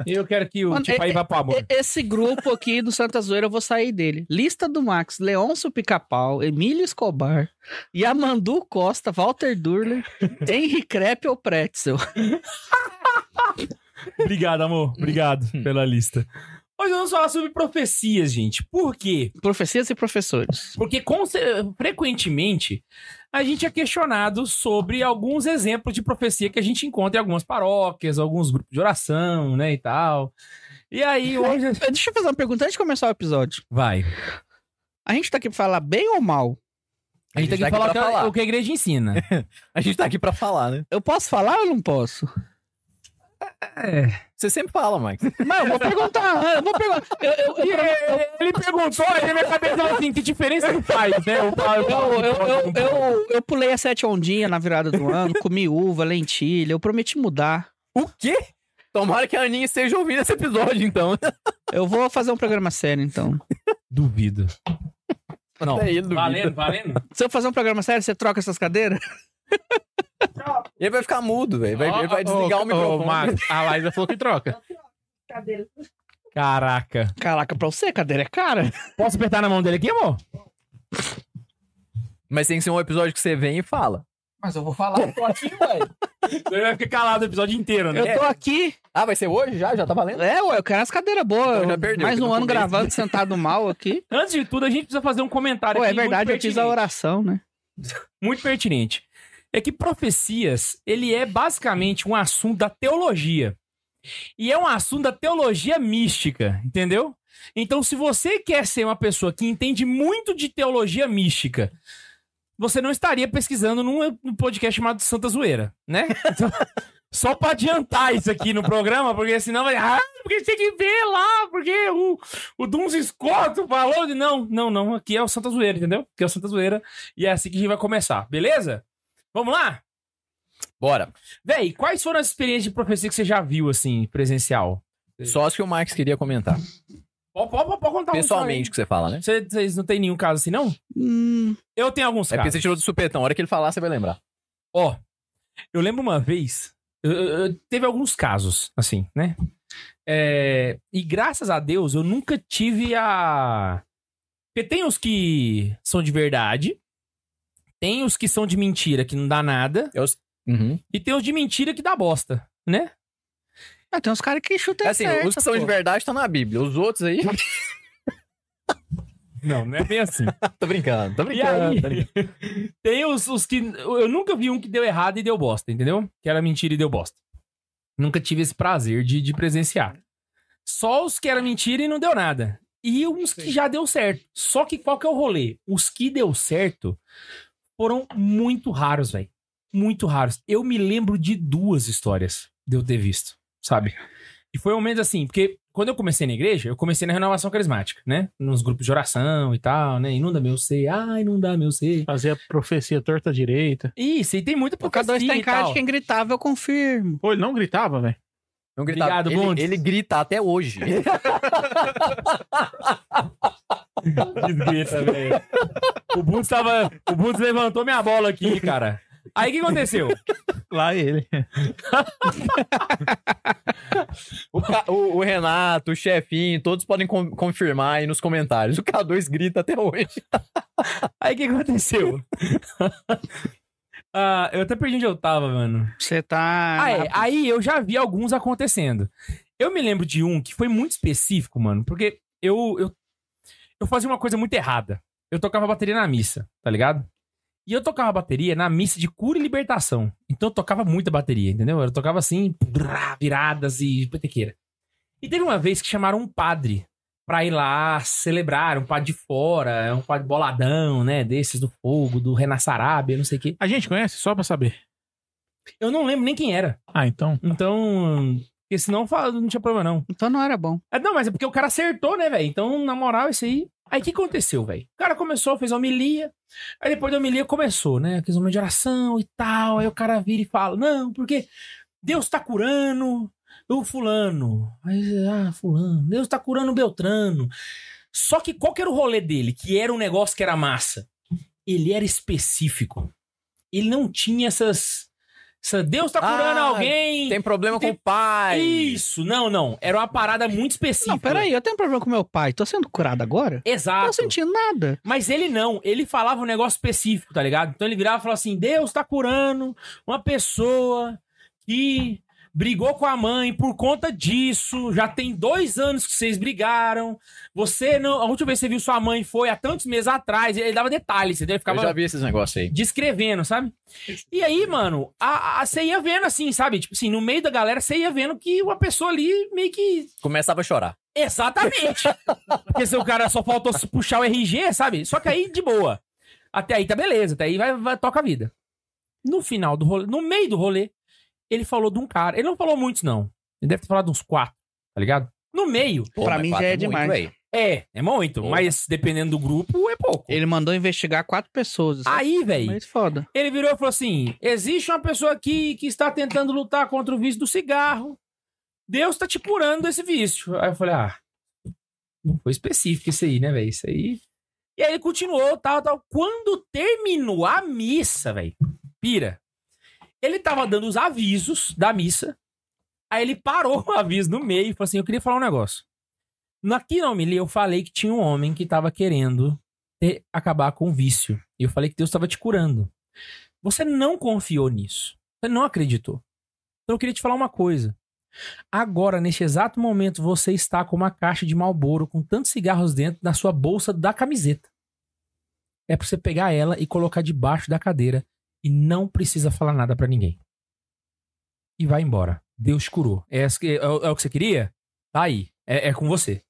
eu quero que o
Mano,
tipo
é-
aí vá pro amor.
E- Esse grupo aqui do Santa Zoeira, eu vou sair dele. Lista do Max, Leôncio Pica-Pau, Emílio Escobar, Yamandu Costa, Walter Durler, Henry Crepe ou Pretzel.
[LAUGHS] Obrigado, amor. Obrigado pela lista. Hoje Hum. vamos falar sobre profecias, gente. Por quê?
Profecias e professores.
Porque com cer- frequentemente a gente é questionado sobre alguns exemplos de profecia que a gente encontra em algumas paróquias, alguns grupos de oração, né, e tal. E
[LAUGHS]
aí hoje...
Deixa eu fazer uma pergunta antes de começar o episódio.
Vai.
A gente tá aqui pra falar bem ou mal?
A gente tem que
tá aqui
falar, o
pra
que a-
falar.
o que a
[LAUGHS]
igreja ensina.
A gente tá aqui pra falar, né?
Eu posso falar ou não posso?
Você sempre fala, Max.
Mas eu vou perguntar. [LAUGHS] Eu vou perguntar. Eu, eu- eu-
é, Ele perguntou, aí na minha cabeça eu falei assim, que diferença que faz, né? Eu, falo- eu falo
eu-
que pode,
eu-
não pode.
eu- eu pulei a sete ondinhas na virada do ano, comi uva, lentilha. Eu prometi mudar.
O quê? Tomara que a Aninha esteja ouvindo esse episódio, então.
Eu vou fazer um programa sério, então.
Duvido.
[LAUGHS] Não,
Valendo, valendo.
Se eu fazer um programa sério, você troca essas cadeiras?
Ele vai ficar mudo, velho. Vai- ele vai
Ó,
desligar
ó,
o microfone.
ó, Max, a Laísa falou que troca.
Caraca.
Caraca, pra você, cadeira é cara.
Posso apertar na mão dele aqui, amor?
Mas tem que ser um episódio que você vem e fala.
Mas eu vou falar, tô aqui, velho.
Ele vai ficar calado o episódio inteiro, né?
Eu tô aqui.
Ah, vai ser hoje já? Já tá valendo?
É, ué, eu quero as cadeiras boas.
Então já perdeu,
Mais
que
um
no
ano
começo.
gravando, sentado mal aqui.
Antes de tudo, a gente precisa fazer um comentário
Pô, é
aqui muito
verdade, eu fiz a
pertinente.
oração, né?
Muito pertinente. É que profecias, ele é basicamente um assunto da teologia. E é um assunto da teologia mística, entendeu? Então, se você quer ser uma pessoa que entende muito de teologia mística, você não estaria pesquisando num, num podcast chamado Santa Zoeira, né? [LAUGHS] Então, só pra adiantar isso aqui no programa, porque senão vai. Ah, porque tem que ver lá, porque o, o Duns Scott falou. de-" Não, não, não. Aqui é o Santa Zoeira, entendeu? Aqui é o Santa Zoeira. E é assim que a gente vai começar, beleza? Vamos lá?
Bora.
Véi, quais foram as experiências de profecia que você já viu, assim, presencial?
Só as que o Max queria comentar.
Pode, pode, pode
Tá,
contar um
Pessoalmente que você fala, né?
só aí. Você- Vocês não tem nenhum caso assim, não?
Hum,
Eu tenho alguns
É porque
casos.
você tirou do supetão. A hora que ele falar, você vai lembrar.
Ó, eu lembro uma vez. eu- eu- eu- teve alguns casos, assim, né? É, e graças a Deus eu nunca tive a. Porque tem os que são de verdade, tem os que são de mentira, que não dá nada,
Uhum.
e tem os de mentira que dá bosta, né?
Ah, tem uns caras que chutam
Assim,
certo,
os que são
pô.
de verdade estão na Bíblia. Os outros aí. [LAUGHS]
Não, não é bem assim.
tô brincando, tô
aí?
brincando. tô brincando.
Tem os, os que. Eu nunca vi um que deu errado e deu bosta, entendeu? Que era mentira e deu bosta. Nunca tive esse prazer de, de presenciar. Só os que era mentira e não deu nada. E uns que já deu certo. Só que qual que é o rolê? Os que deu certo foram muito raros, velho. Muito raros. Eu me lembro de duas histórias de eu ter visto, sabe? E foi um momento assim, porque quando eu comecei na igreja, eu comecei na renovação carismática, né? Nos grupos de oração e tal, né? Inunda meu ser, ai, inunda meu ser.
Fazia profecia torta à direita.
Isso, e tem muita
O K2
profecia
tá em
e
cara de
tal.
quem gritava, eu confirmo.
Pô, ele não gritava, velho?
Não gritava.
Obrigado,
ele,
Bundes.
ele grita até hoje.
[LAUGHS]
Desgrita, velho. O Bundes tava... O Bundes levantou minha bola aqui, cara. Aí o que aconteceu?
Lá ele.
O, Ca- o- o Renato, o chefinho, todos podem com- confirmar aí nos comentários. O K2 grita até hoje.
Aí o que aconteceu? [LAUGHS] Ah, eu até perdi onde eu tava, mano.
Você tá.
Ah, é. Aí eu já vi alguns acontecendo. Eu me lembro de um que foi muito específico, mano, porque eu, eu, eu fazia uma coisa muito errada. Eu tocava bateria na missa, tá ligado? E eu tocava bateria na missa de cura e libertação. Então eu tocava muita bateria, entendeu? Eu tocava assim, brá, viradas e petequeira. E teve uma vez que chamaram um padre pra ir lá celebrar, um padre de fora, um padre boladão, né? Desses do fogo, do Renassarábia, não sei o quê.
A gente conhece só pra saber.
Eu não lembro nem quem era.
Ah, então.
Então, porque senão fala- não tinha problema, não.
Então não era bom.
É, Não, mas é porque o cara acertou, né, velho? Então, na moral, isso aí. Aí o que aconteceu, velho? O cara começou, fez a homilia. Aí depois da homilia começou, né? Fez uma de oração e tal. Aí o cara vira e fala: Não, porque Deus tá curando o Fulano. Aí, ah, Fulano. Deus tá curando o Beltrano. Só que qual que era o rolê dele? Que era um negócio que era massa. Ele era específico. Ele não tinha essas. essa, Deus tá curando
Ah,
alguém.
Tem problema
Tem-
com o pai.
Isso, não, não. Era uma parada muito específica.
não, peraí, eu tenho um problema com meu pai. Tô sendo curado agora? Não
Exato.
tô sentindo nada.
Mas ele não, ele falava um negócio específico, tá ligado? Então ele virava e falava assim: Deus tá curando uma pessoa que brigou com a mãe por conta disso. Já tem dois anos que vocês brigaram. Você não. A última vez que você viu sua mãe foi há tantos meses atrás. Ele dava detalhes, entendeu? Ele
Eu
ficava
já vi esses negócios aí.
descrevendo, sabe? E aí, mano, a, a- você ia vendo assim, sabe? Tipo assim, no meio da galera, você ia vendo que uma pessoa ali meio que
Começava a chorar.
Exatamente. Porque se o cara só faltou se puxar o RG, sabe? Só que aí, de boa. Até aí tá beleza, até aí vai, vai- toca a vida. No final do rolê, no meio do rolê, ele falou de um cara. Ele não falou muitos, não. Ele deve ter falado uns quatro, tá ligado? No meio.
Pô,
Pra
mas
mim já
quatro
é
muito,
demais.
véi.
É, é muito.
Pô.
Mas dependendo do grupo, é pouco.
Ele mandou investigar quatro pessoas. assim.
Aí, velho,
Mas foda.
ele virou e falou assim: existe uma pessoa aqui que está tentando lutar contra o vício do cigarro. Deus tá te curando desse vício. Aí eu falei, ah, não foi específico isso aí, né, velho? Isso aí. E aí ele continuou, tal, tal. Quando terminou a missa, velho, pira, ele tava dando os avisos da missa. Aí ele parou o aviso no meio e falou assim: eu queria falar um negócio. Aqui na homilia eu falei que tinha um homem que tava querendo ter- acabar com o vício. E eu falei que Deus tava te curando. Você não confiou nisso. Você não acreditou. Então eu queria te falar uma coisa. Agora, neste exato momento, você está com uma caixa de Malboro com tantos cigarros dentro na sua bolsa da camiseta. É pra você pegar ela e colocar debaixo da cadeira e não precisa falar nada pra ninguém. E vai embora. Deus te curou. É, essa que- é o é o que você queria? Tá aí. É, é com você.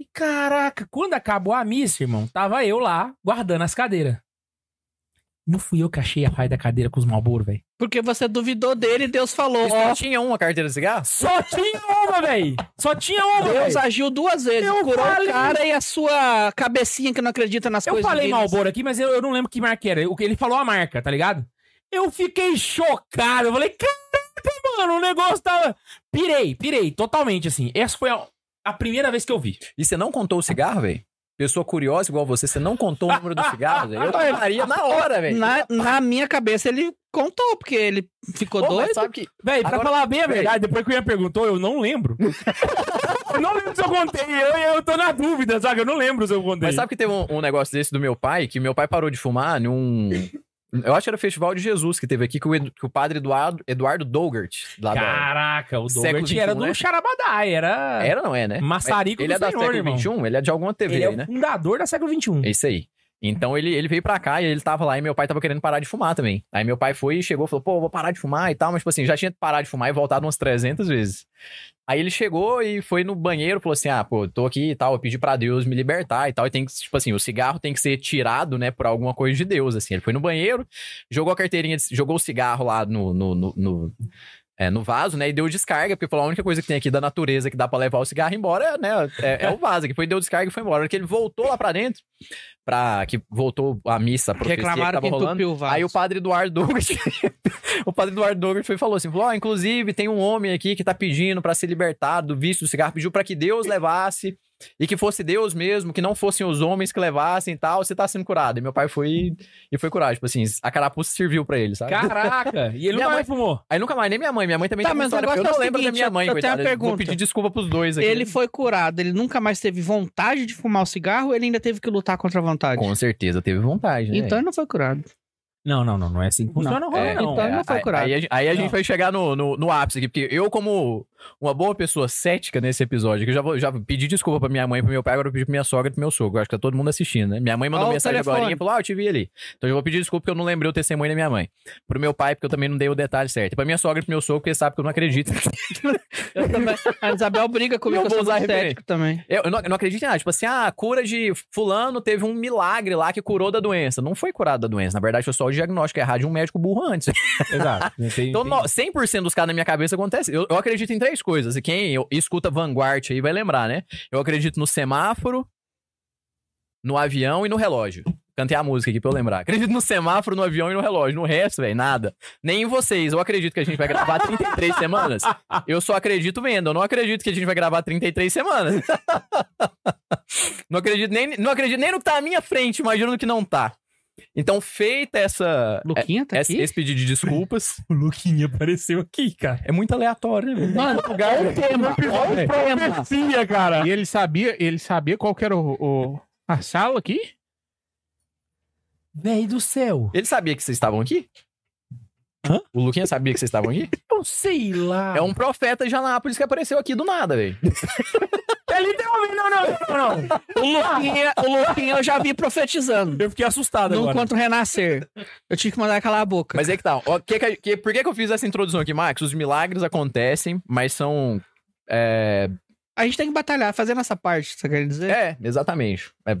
E caraca, quando acabou a missa, irmão, tava eu lá guardando as cadeiras. Não fui eu que achei a raia da cadeira com os Malboro, velho.
Porque você duvidou dele e Deus falou.
Isso
Ó,
não tinha uma carteira de cigarro?
Só tinha uma, véi! Só tinha uma,
Deus
véi!
agiu duas vezes.
Eu
curou
falei-
o cara e a sua cabecinha que não acredita nas
Eu
coisas.
falei
divinas.
Malboro aqui, mas eu, eu não lembro que marca era. O que ele falou a marca, tá ligado? Eu fiquei chocado. Eu falei, caraca, mano, o negócio tá tava. Pirei, pirei, totalmente assim. Essa foi a, a primeira vez que eu vi.
E você não contou o cigarro, velho? Pessoa curiosa igual você, você não contou o número dos cigarros,
[LAUGHS]
velho. eu faria na hora, velho.
Na, na minha cabeça ele contou, porque ele ficou
Pô, mas
doido.
sabe que
Véi, pra
Agora-
falar bem a
Véi.
verdade, depois que o Ian perguntou, eu não
[LAUGHS]
lembro. eu não lembro se eu contei. Eu, eu tô na dúvida, sabe? Eu não lembro se eu contei.
Mas sabe que teve um, um negócio desse do meu pai, que meu pai parou de fumar num. Eu acho que era o Festival de Jesus que teve aqui, que o, Edu- que o padre Eduardo, Eduardo Dougert, lá da.
Caraca, o
Século
Dougert
XXI,
era do
né?
Charabadá, era...
Era, não é, né?
Maçarico
Ele
do
é da
Senhor, irmão.
século XXI, ele é de alguma TV,
Ele é
aí, né?
o fundador da século um. XXI.
É isso aí. Então ele, ele veio pra cá e ele tava lá e meu pai tava querendo parar de fumar também. Aí meu pai foi e chegou e falou, pô, vou parar de fumar e tal, mas tipo assim, já tinha parado de fumar e voltado umas 300 vezes. Aí ele chegou e foi no banheiro, falou assim, ah, pô, tô aqui e tal, eu pedi pra Deus me libertar e tal, e tem que, tipo assim, o cigarro tem que ser tirado, né, por alguma coisa de Deus, assim. Ele foi no banheiro, jogou a carteirinha, de- jogou o cigarro lá no... no, no- no- é, no vaso, né? E deu descarga, porque falou a única coisa que tem aqui da natureza que dá pra levar o cigarro embora, né? É, é o vaso, que foi deu descarga e foi embora. A hora que ele voltou lá pra dentro, pra, que voltou a missa, a profecia que
Reclamaram
tava
é que
rolando.
entupiu o vaso.
Aí o padre Eduardo Douglas, [LAUGHS] o padre Eduardo Douglas foi, e falou assim, falou, "Ó, inclusive tem um homem aqui que tá pedindo pra se libertar do vício do cigarro, pediu pra que Deus levasse e que fosse Deus mesmo, que não fossem os homens que levassem e tal, você tá sendo curado. E meu pai foi e- e foi curado, tipo assim, a carapuça serviu pra ele, sabe?
Caraca, e
Minha
ele nunca
mãe-
mais fumou.
Aí nunca mais, nem minha mãe, minha mãe também
Tá,
tem uma
mas o
história, eu
negócio
não
é o
lembro da
seguinte,
minha
eu-
mãe,
eu tenho uma
coitada, eu vou
pergunta.
pedir desculpa pros dois aqui.
Ele foi curado, ele nunca mais teve vontade de fumar o cigarro, ele ainda teve que lutar contra a vontade.
Com certeza teve vontade, né?
Então ele não foi curado.
Não, não, não, não é assim que funciona o rolê,
É,
não.
então ele não foi
aí-
curado.
Aí, a gen- aí a gente
Não.
vai chegar no, no, no ápice aqui, porque eu, como uma boa pessoa cética nesse episódio, que eu já, vou, já pedi desculpa pra minha mãe, pro meu pai, agora eu pedi pra minha sogra e pro meu sogro. Eu acho que tá todo mundo assistindo, né? Minha mãe mandou
Ó, o
mensagem
telefone.
agora e falou: Ah, eu te vi ali. Então eu vou pedir desculpa porque eu não lembrei o testemunho da minha mãe. Pro meu pai, porque eu também não dei o detalhe certo. E pra minha sogra e pro meu sogro, porque ele sabe que eu não acredito.
[LAUGHS] Eu também. A Isabel briga comigo,
Eu
eu,
vou
sou
usar
muito
referência.
cético também.
Eu, eu não, eu não acredito em nada. Tipo assim, ah, a cura de fulano teve um milagre lá que curou da doença. Não foi curado da doença. Na verdade, foi só o diagnóstico errado de um médico burro antes.
Exato. Tem-
Então,
tem-
no- 100% dos caras na minha cabeça acontece. Eu, eu acredito em três coisas. E quem eu- escuta Vanguard aí vai lembrar, né? Eu acredito no semáforo, no avião e no relógio. Cantei a música aqui pra eu lembrar. Acredito no semáforo, no avião e no relógio. No resto, velho, nada. Nem em vocês. Eu acredito que a gente vai gravar
[LAUGHS]
33 semanas. Eu só acredito vendo. Eu não acredito que a gente vai gravar 33 semanas. [LAUGHS] não, acredito nem, não acredito nem no que tá à minha frente. Imagino no que não tá. Então, feita essa...
Luquinha tá
essa-
aqui?
É, esse pedido de desculpas.
[LAUGHS] O Luquinha apareceu aqui, cara.
É muito aleatório, né, velho?
Mano, olha o tema, olha o tema.
Profecia, cara.
É. E ele sabia, ele sabia qual que era o, o- a sala aqui?
Véi do céu.
Ele sabia que vocês estavam aqui?
Hã?
O Luquinha sabia que vocês estavam aqui?
Eu sei lá.
É um profeta de Anápolis que apareceu aqui do nada, velho.
É literalmente. Não, não, não, não.
O Luquinha, o Luquinha eu já vi profetizando.
Eu fiquei assustado
No
agora.
Encontro Renascer. Eu tive que mandar calar a boca.
Mas é que tá. ó, que que- que- por que, que eu fiz essa introdução aqui, Max? Os milagres acontecem, mas são. É,
A gente tem que batalhar, fazer nossa parte, você quer dizer?
é, exatamente. É,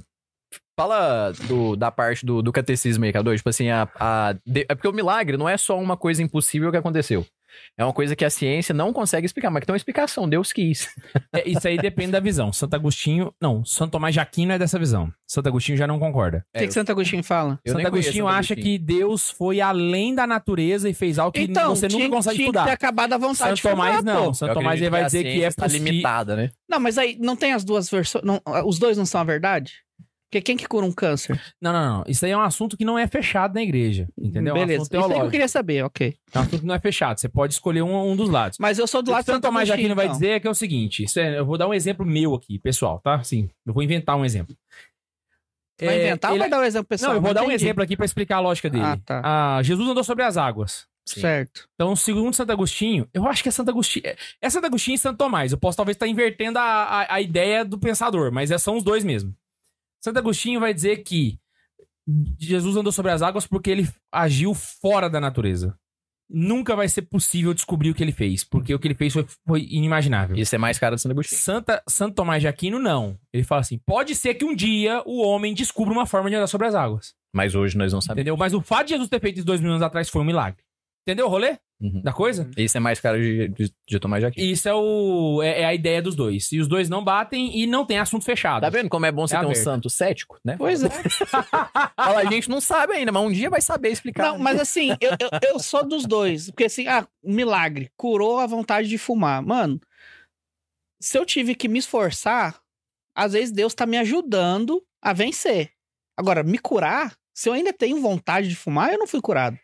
fala do- da parte do, do catecismo aí, K2. Tipo assim, a, a- de- é porque o milagre não é só uma coisa impossível que aconteceu. É uma coisa que a ciência não consegue explicar, mas que tem uma explicação. Deus quis.
É, isso aí depende da visão. Santo Agostinho. Não, Santo Tomás de Aquino é dessa visão. Santo Agostinho já não concorda.
O que, que Santo Agostinho fala?
Eu
Santo
nem conheço
Agostinho
Santo
acha
Agostinho.
que Deus foi além da natureza e fez algo que
Então,
você
tinha,
nunca consegue
tinha
estudar.
que ter acabado a vontade
Santo
de fumar,
Tomás não.
pô.
Santo
Eu
Tomás ele
acredito
vai
a
dizer que
ciência
é
tá
está
possível.
limitada, né?
Não, mas aí não tem as duas versões. não, os dois não são a verdade? Porque quem que cura um câncer?
Não, não, não. Isso aí é um assunto que não é fechado na igreja. Entendeu? É Um
Beleza.
assunto
Isso aí que eu
teológico.
queria saber, ok.
É um assunto que não é fechado. Você pode escolher um, um dos lados.
Mas eu sou do lado
o que Santo Tomás de
Agostinho,
Aquino vai
então.
dizer é que é o seguinte. isso é- eu vou dar um exemplo meu aqui, pessoal, tá? Sim. Eu vou inventar um exemplo.
Vai
É,
inventar ou
ele-
vai dar um exemplo pessoal?
Não, eu vou dar um
entendi.
exemplo aqui pra explicar a lógica dele.
Ah, tá.
Ah, Jesus andou sobre as águas.
Sim.
Certo.
Então, segundo Santo Agostinho, eu acho que é Santo Agostinho. é- É Santo Agostinho e Santo Tomás. Eu posso talvez estar invertendo a, a, a ideia do pensador, mas é- são os dois mesmo. Santo Agostinho vai dizer que Jesus andou sobre as águas porque ele agiu fora da natureza. Nunca vai ser possível descobrir o que ele fez, porque o que ele fez foi, foi inimaginável.
Isso é mais caro do Santo Agostinho.
Santa, Santo Tomás de Aquino, não. Ele fala assim: pode ser que um dia o homem descubra uma forma de andar sobre as águas.
Mas hoje nós não sabemos.
Entendeu? Mas o fato de Jesus ter feito isso dois mil anos atrás foi um milagre. Entendeu o rolê
Uhum.
da coisa?
Isso é mais caro de, de, de Tomás de Aquino.
Isso é, o, é, é a ideia dos dois. E os dois não batem e não tem assunto fechado.
Tá vendo como é bom você
É
ter um
aberto.
santo cético, né?
Pois é.
Fala, a gente não sabe ainda, mas um dia vai saber explicar.
Não, mas assim, eu, eu, eu sou dos dois. Porque assim, ah, milagre, curou a vontade de fumar. Mano, se eu tive que me esforçar, às vezes Deus tá me ajudando a vencer. Agora, me curar, se eu ainda tenho vontade de fumar, eu não fui curado.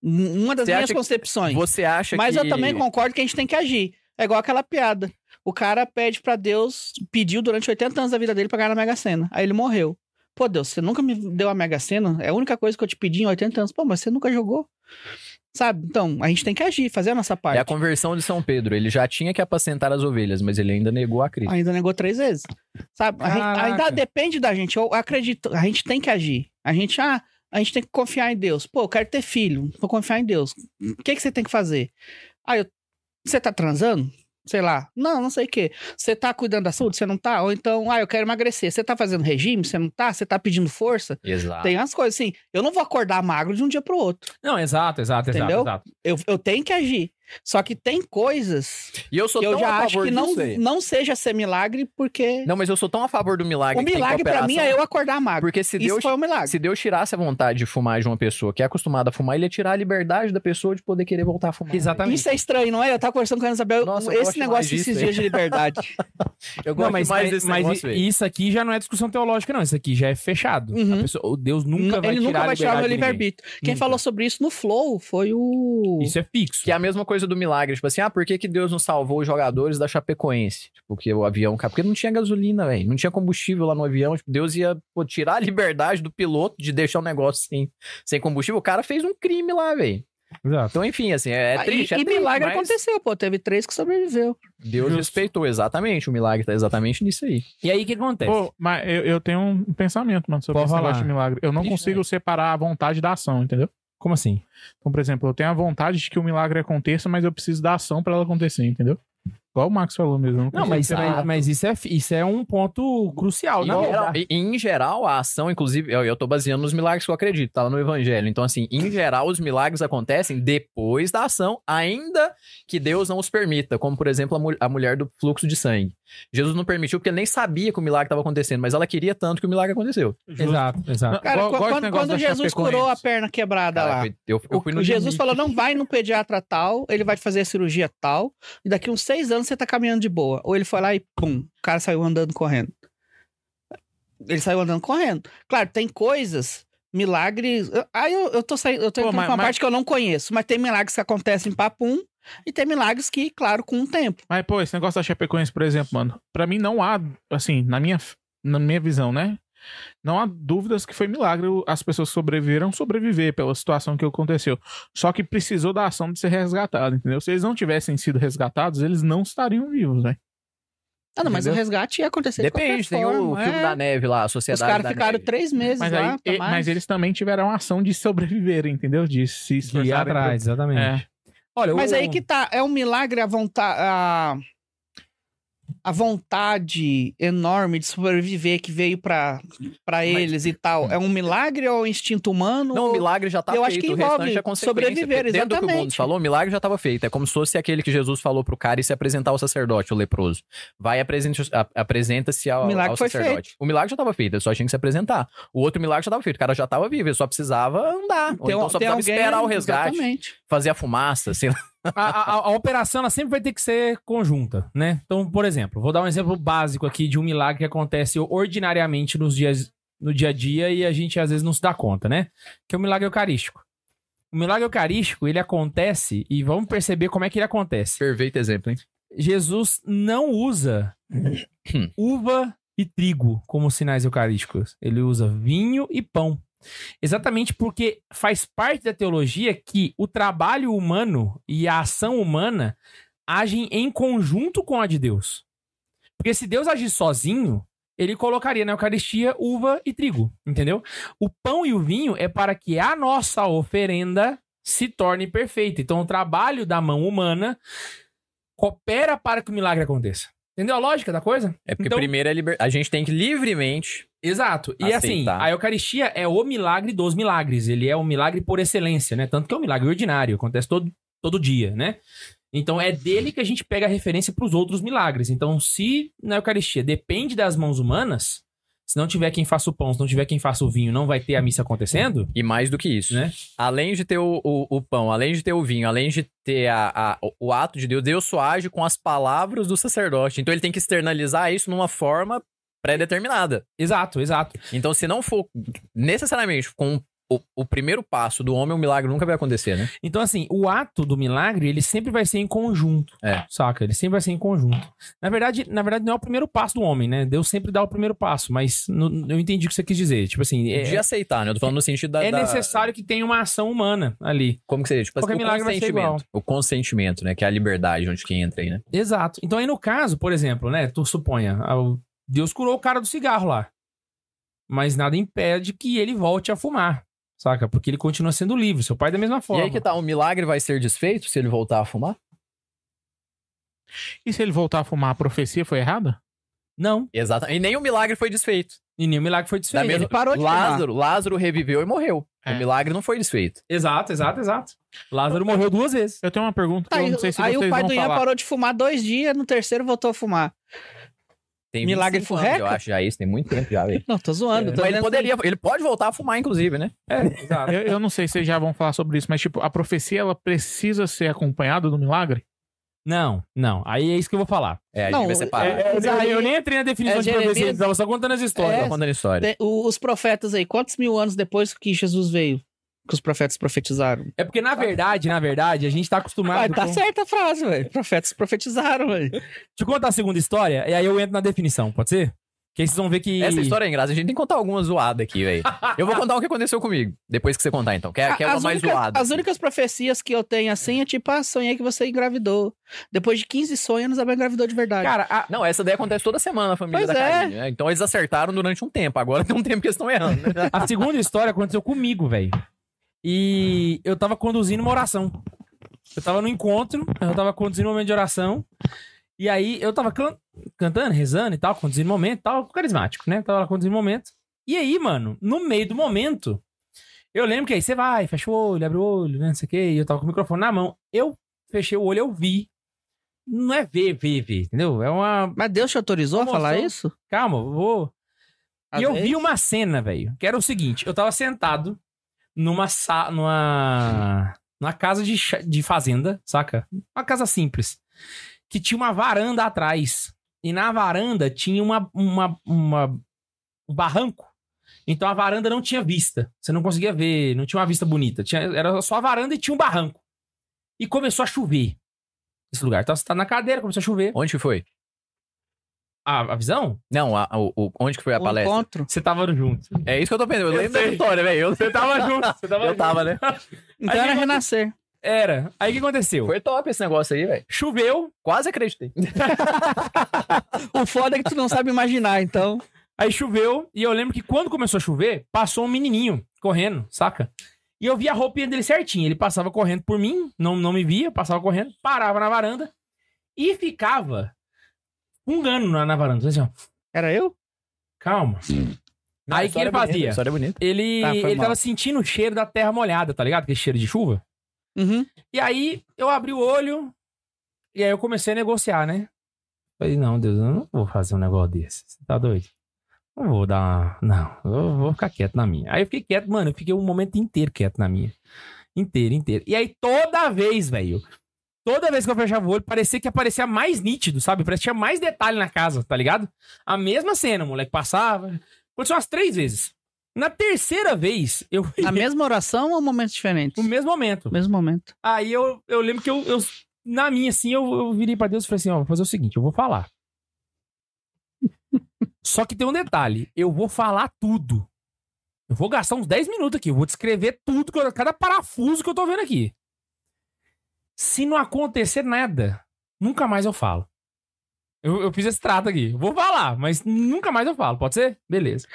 N- Uma das
Você
minhas
acha que
concepções.
Você acha
Mas
que...
eu também concordo que a gente tem que agir. É igual aquela piada. O cara pede pra Deus, pediu durante 80 anos da vida dele pra ganhar na Mega Sena. Aí ele morreu. Pô, Deus, você nunca me deu a Mega Sena? É a única coisa que eu te pedi em 80 anos. Pô, mas você nunca jogou. Sabe? Então, a gente tem que agir, fazer a nossa parte.
É a conversão de São Pedro. Ele já tinha que apacentar as ovelhas, mas ele ainda negou a Cristo.
Ainda negou três vezes. Sabe? A gente-
Caraca.
ainda depende da gente. Eu acredito, a gente tem que agir. A gente, ah, a gente tem que confiar em Deus. Pô, eu quero ter filho, vou confiar em Deus. O que, que você tem que fazer? Ah, eu, você tá transando? Sei lá. Não, não sei o quê. Você tá cuidando da saúde? Você não tá? Ou então, ah, eu quero emagrecer. Você tá fazendo regime? Você não tá? Você tá pedindo força?
Exato.
Tem umas coisas assim. Eu não vou acordar magro de um dia pro outro.
Não, exato, exato, exato,
Entendeu?
exato.
Eu, eu tenho que agir. Só que tem coisas
E eu sou
que eu
tão
já
a
acho
favor
que não,
disso aí.
não seja ser milagre, porque.
Não, mas eu sou tão a favor do milagre.
O
que tem
milagre pra mim é
cooperação,
eu acordar magro.
Porque se
Isso
Deus,
foi um milagre.
se Deus tirasse a vontade de fumar de uma pessoa que é acostumada a fumar, ele ia tirar a liberdade da pessoa de poder querer voltar a fumar.
Exatamente.
Isso é estranho, não é? Eu tava conversando com a Ana Isabel
Nossa, eu gosto
esse negócio
demais
desses
disso,
dias de liberdade.
é Eu
Não,
gosto
mas,
mais
mas-
desse
mas
negócio aí.
isso aqui já não é discussão teológica, não. Isso aqui já é fechado.
[LAUGHS] Uhum.
A pessoa- o Deus nunca vai
Ele
tirar
nunca vai tirar o
a
meu
liberdade de ninguém.
livre-arbítrio. Quem
Nunca.
falou sobre isso no Flow foi o.
Isso é fixo.
Que é a mesma coisa do milagre. Tipo assim, ah, por que, que Deus não salvou os jogadores da Chapecoense? Tipo, porque o avião caiu. Porque não tinha gasolina, velho. Não tinha combustível lá no avião. Tipo, Deus ia pô, tirar a [LAUGHS] liberdade do piloto de deixar o negócio sem, sem combustível. O cara fez um crime lá, velho.
Exato.
Então, enfim, assim, é,
Ah,
triste.
e,
é
e
triste,
milagre
mas
aconteceu, pô. Teve três que sobreviveu.
Deus
Justo.
respeitou, exatamente. O milagre tá exatamente nisso aí.
E aí o que acontece?
Pô, mas eu, eu tenho um pensamento, mano, sobre
Pode
esse
falar.
negócio de milagre. Eu não
Ixi,
consigo separar a vontade da ação, entendeu?
Como assim?
Então, por exemplo, eu tenho a vontade de que o milagre aconteça, mas eu preciso da ação pra ela acontecer, entendeu? Igual o Max falou mesmo. eu
Não,
consigo
mas,
separar.
ah, mas isso, é, fi- isso é um ponto crucial,
Em
na
geral,
verdade.
e- é em geral, a ação, inclusive, eu, eu tô baseando nos milagres que eu acredito, tá lá no Evangelho. Então, assim, em geral, os milagres acontecem depois da ação, ainda que Deus não os permita. Como, por exemplo, a, mu- a mulher do fluxo de sangue. Jesus não permitiu porque ele nem sabia que o milagre estava acontecendo, mas ela queria tanto que o milagre aconteceu.
Exato, exato.
Cara,
Igual-
qu-
igual é esse
quando,
negócio
quando
da
Jesus
Chapecoense.
curou a perna quebrada lá.
Caraca, eu, eu fui no
o Jesus
limite.
falou: não vai no pediatra tal, ele vai te fazer a cirurgia tal, e daqui uns seis anos você tá caminhando de boa. Ou ele foi lá e pum, o cara saiu andando correndo. Ele saiu andando correndo. Claro, tem coisas, milagres. Aí eu, eu tô saindo, eu tô
Pô,
entrando
mas-
com uma
mas-
parte que eu não conheço, mas tem milagres que acontecem papum, e tem milagres que, claro, com o tempo.
Mas, pô, esse negócio da Chapecoense, por exemplo, mano, pra mim não há, assim, na minha, na minha visão, né? Não há dúvidas que foi milagre as pessoas que sobreviveram sobreviver pela situação que aconteceu. Só que precisou da ação de ser resgatado, entendeu? Se eles não tivessem sido resgatados, eles não estariam vivos, né?
Ah, não, mas o
Entendeu?
resgate ia acontecer
Depende,
de
tem
qualquer
o
forma.
filme
é.
da neve lá, a
Os
Sociedade
caras
da
ficaram
Neve.
três meses
Mas,
lá,
aí,
pra
e-
mais.
mas eles também tiveram a ação de sobreviver, entendeu? De se
Que ia
esforçar
atrás, exatamente.
É.
Olha,
Mas
o-
aí que tá, é um milagre a vontade. A, a vontade enorme de sobreviver que veio pra, pra eles e tal. É um milagre ou é um instinto humano?
Não, o
ou...
milagre já tá
Eu
feito,
acho que
o
envolve
restante é consequência.
sobreviver,
Porque Dentro do que o mundo
exatamente.
falou, o milagre já estava feito. É como se fosse aquele que Jesus falou pro cara e se apresentar ao sacerdote, o leproso. Vai e apresenta- a- apresenta-se ao,
O milagre
ao
foi
sacerdote. O milagre já estava feito, ele só tinha que se apresentar. O outro milagre já estava feito, o cara já estava vivo, ele só precisava andar. ou então só precisava esperar o resgate,
Exatamente.
fazer a fumaça, [LAUGHS] sei lá.
a, a- a operação ela sempre vai ter que ser conjunta, né? Então, por exemplo, vou dar um exemplo básico aqui de um milagre que acontece ordinariamente nos dias, no dia a dia e a gente às vezes não se dá conta, né? Que é o milagre eucarístico. O milagre eucarístico, ele acontece e vamos perceber como é que ele acontece.
Perfeito exemplo, hein?
Jesus não usa uva e trigo como sinais eucarísticos. Ele usa vinho e pão. Exatamente porque faz parte da teologia que o trabalho humano e a ação humana agem em conjunto com a de Deus. Porque se Deus agir sozinho, ele colocaria na Eucaristia uva e trigo, entendeu? O pão e o vinho é para que a nossa oferenda se torne perfeita. Então, o trabalho da mão humana coopera para que o milagre aconteça. Entendeu a lógica da coisa?
É porque
Então-
primeiro é liber... a gente tem que livremente...
Exato. E
Aceitar.
assim, a Eucaristia é o milagre dos milagres. Ele é o milagre por excelência, né? Tanto que é um milagre ordinário, acontece todo, todo dia, né? Então é dele que a gente pega a referência para os outros milagres. Então, se na Eucaristia depende das mãos humanas, Se não tiver quem faça o pão, se não tiver quem faça o vinho, não vai ter a missa acontecendo?
E mais do que isso,
Né?
Além de ter o, o- o pão, além de ter o vinho, além de ter a- a- o- o ato de Deus, Deus só age com as palavras do sacerdote. Então ele tem que externalizar isso numa forma pré-determinada.
Exato, exato.
Então, se não for necessariamente com o, o primeiro passo do homem, o milagre nunca vai acontecer, né?
Então, assim, o ato do milagre, ele sempre vai ser em conjunto.
É.
Saca? Ele sempre vai ser em conjunto. Na verdade, na verdade, não é o primeiro passo do homem, né? Deus sempre dá o primeiro passo, mas no- eu entendi o que você quis dizer. Tipo assim, é,
de aceitar, né? Eu tô falando no sentido da.
é
da-
necessário que tenha uma ação humana ali.
Como que seria? Tipo,
Qualquer
assim, o
milagre vai ser
consentimento. O consentimento, né? Que é a liberdade onde quem entra aí, né?
Exato. Então aí no caso, por exemplo, né, tu suponha, ah, o- Deus curou o cara do cigarro lá. Mas nada impede que ele volte a fumar, saca? Porque ele continua sendo livre, seu pai é da mesma forma.
E aí que tá, o milagre vai ser desfeito se ele voltar a fumar?
E se ele voltar a fumar, a profecia foi errada?
Não,
Exatamente. E nem o milagre foi desfeito.
e nenhum milagre foi desfeito.
Da mesma-
Ele parou de fumar.
Lázaro, Lázaro reviveu e morreu.
É.
O milagre não foi desfeito.
Exato, exato, exato. Lázaro morreu duas vezes.
Eu tenho uma pergunta que
Tá,
eu
aí
não sei se
aí
vocês
o pai
vão
do Ian
falar.
parou de fumar dois dias, no terceiro voltou a fumar.
Tem
Milagre
25 anos,
furreca?
Eu acho já isso, tem muito tempo já,
[LAUGHS]
velho.
Não, tô zoando. tô
É, Mas ele
olhando-
poderia, ele pode voltar a fumar, inclusive, né?
É, exato.
Eu, eu não sei se vocês já vão falar sobre isso, mas tipo, a profecia ela precisa ser acompanhada do milagre?
Não, não. Aí é isso que eu vou falar.
É, a gente
Não,
vai separar.
é- é-
eu,
Mas aí-
eu nem entrei na definição
é
de profecia,
Jeremias- É.
eu tava só contando as histórias.
Tô contando história.
Tem- o- Os profetas aí, quantos mil anos depois que Jesus veio? Que os profetas profetizaram?
É porque, na verdade, na verdade, a gente tá acostumado.
Mas Ah. tá
com-
certa a frase, velho. Profetas profetizaram, velho.
Deixa eu contar a segunda história, e aí eu entro na definição, pode ser? Que aí vocês vão ver que.
Essa história é engraçada. A gente tem que contar alguma zoada aqui, velho. Eu vou contar o que aconteceu comigo. Depois que você contar, então.
É,
Quer, quer uma
as,
mais
únicas-
zoada? assim.
assim.
as únicas profecias que eu tenho assim é tipo, ah, sonhei que você engravidou. Depois de 15 sonhos, ela engravidou de verdade.
Cara, a,
Não, essa daí acontece toda semana na família
Pois
da
é.
Karine, né? Então eles acertaram durante um tempo. Agora [LAUGHS] tem um tempo que eles estão errando. né?
A segunda história aconteceu comigo, velho. E eu tava conduzindo uma oração. Eu tava no encontro, eu tava conduzindo um momento de oração. E aí eu tava can- cantando, rezando e tal, conduzindo um momento e tal, carismático, né? Tava lá conduzindo um momento. E aí, mano, no meio do momento, eu lembro que aí você vai, fecha o olho, abre o olho, né? Não sei o quê. E eu tava com o microfone na mão. Eu fechei o olho, eu vi. Não é ver, ver, ver, entendeu? É uma.
Mas Deus te autorizou a
Emoção.
falar isso?
Calma, eu vou.
Às
E eu
vezes?
vi uma cena, velho, que era o seguinte: eu tava sentado numa sa numa, numa casa de, cha- de fazenda, saca? Uma casa simples. Que tinha uma varanda atrás. E na varanda tinha uma, uma, uma- um barranco. Então a varanda não tinha vista. Você não conseguia ver, não tinha uma vista bonita. Tinha, era só a varanda e tinha um barranco. E começou a chover. Esse lugar. Então você tá na cadeira, começou a chover.
Onde que foi?
A, a visão?
Não, a- o- o- onde que foi a
Um
palestra?
encontro.
Você tava junto.
É isso que eu tô pensando. Eu,
Eu
lembro da
sei.
história, velho.
Você tava junto. Você tava
Eu tava, né?
Então
Aí
era
eu-
renascer.
Era. Aí o que aconteceu?
Foi top esse negócio aí, velho.
Choveu,
Quase acreditei.
O foda é que tu não sabe imaginar, então.
aí choveu, e eu lembro que quando começou a chover, passou um menininho correndo, saca? E eu vi a roupinha dele certinho. Ele passava correndo por mim, não, não me via, passava correndo, parava na varanda e ficava fungando na, na varanda. Assim, ó,
Era eu?
calma. Aí o que ele fazia?
história é bonita.
Ele,
Tá, foi
ele
mal.
tava sentindo o cheiro da terra molhada, tá ligado? Aquele cheiro de chuva.
Uhum.
E aí eu abri o olho e aí eu comecei a negociar, né? Falei, não, Deus, eu não vou fazer um negócio desse. Você tá doido? Não vou dar. uma- Não, eu vou ficar quieto na minha. Aí eu fiquei quieto, mano. Eu fiquei um momento inteiro quieto na minha. Inteiro, inteiro. E aí toda vez, velho. Toda vez que eu fechava o olho, parecia que aparecia mais nítido, sabe? Parecia que tinha mais detalhe na casa, tá ligado? A mesma cena, o moleque passava. Aconteceu umas três vezes. Na terceira vez, eu.
A mesma oração ou momentos diferentes?
No mesmo momento.
O mesmo momento.
Aí eu, eu lembro que eu, eu- na minha, assim, eu, eu virei pra Deus e falei assim, ó, vou fazer o seguinte, eu vou falar. Só que tem um detalhe, eu vou falar tudo. Eu vou gastar uns 10 minutos aqui, eu vou descrever tudo, que eu- cada parafuso que eu tô vendo aqui. Se não acontecer nada, nunca mais eu falo. Eu, eu fiz esse trato aqui. Vou falar, mas nunca mais eu falo. Pode ser? Beleza.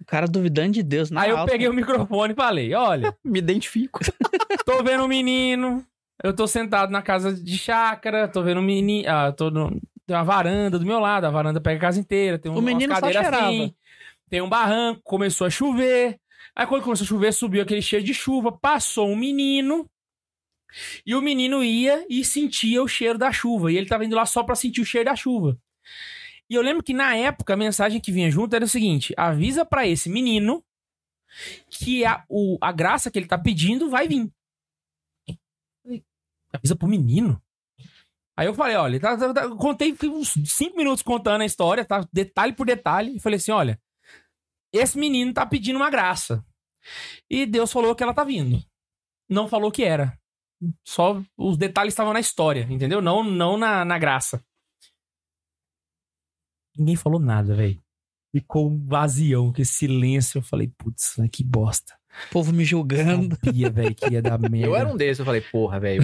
O cara duvidando de Deus, na
Aí eu
alta.
peguei o microfone e falei: Olha,
Me identifico.
tô vendo um menino. Eu tô sentado na casa de chácara, tô vendo um menino. Ah, tô no, tem uma varanda do meu lado, a varanda pega a casa inteira, tem um,
O menino
umas
só
cadeiras
cheirava.
assim, tem um barranco, começou a chover. Aí quando começou a chover, subiu aquele cheiro de chuva, passou um menino. E o menino ia e sentia o cheiro da chuva. E ele tava indo lá só pra sentir o cheiro da chuva. E eu lembro que na época a mensagem que vinha junto era o seguinte: avisa pra esse menino que a, o, a graça que ele tá pedindo vai vir. Falei, Avisa pro menino? Aí eu falei, olha, tá- tá- tá- contei fiquei uns cinco minutos contando a história, tá? Detalhe por detalhe, e falei assim: olha, esse menino tá pedindo uma graça. E Deus falou que ela tá vindo. Não falou o que era. Só os detalhes estavam na história, entendeu? Não, não na, na graça. Ninguém falou nada, velho. Ficou um vazião, que silêncio. Eu falei, putz, né, que bosta.
O povo me julgando.
Sabia, velho, que ia dar
[LAUGHS] [LAUGHS]
merda.
Eu era um desses, eu falei, porra, velho.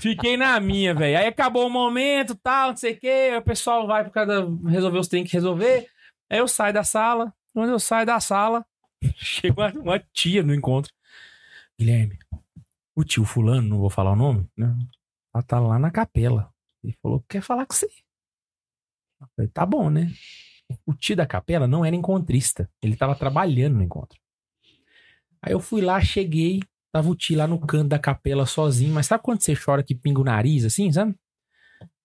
Fiquei na minha, velho. Aí acabou o momento, tal, não sei o quê. Aí o pessoal vai por causa da- resolver os tem que resolver. Aí eu saio da sala. Quando eu saio da sala, [LAUGHS] chega uma, uma tia no encontro. Guilherme, o tio fulano, não vou falar o nome, né? Ela tá lá na capela. Ele falou, quer falar com você. Eu falei, tá bom, né? O tio da capela não era encontrista. Ele tava trabalhando no encontro. Aí eu fui lá, cheguei, Tava o Ti lá no canto da capela sozinho, mas sabe quando você chora que pinga o nariz, assim, sabe?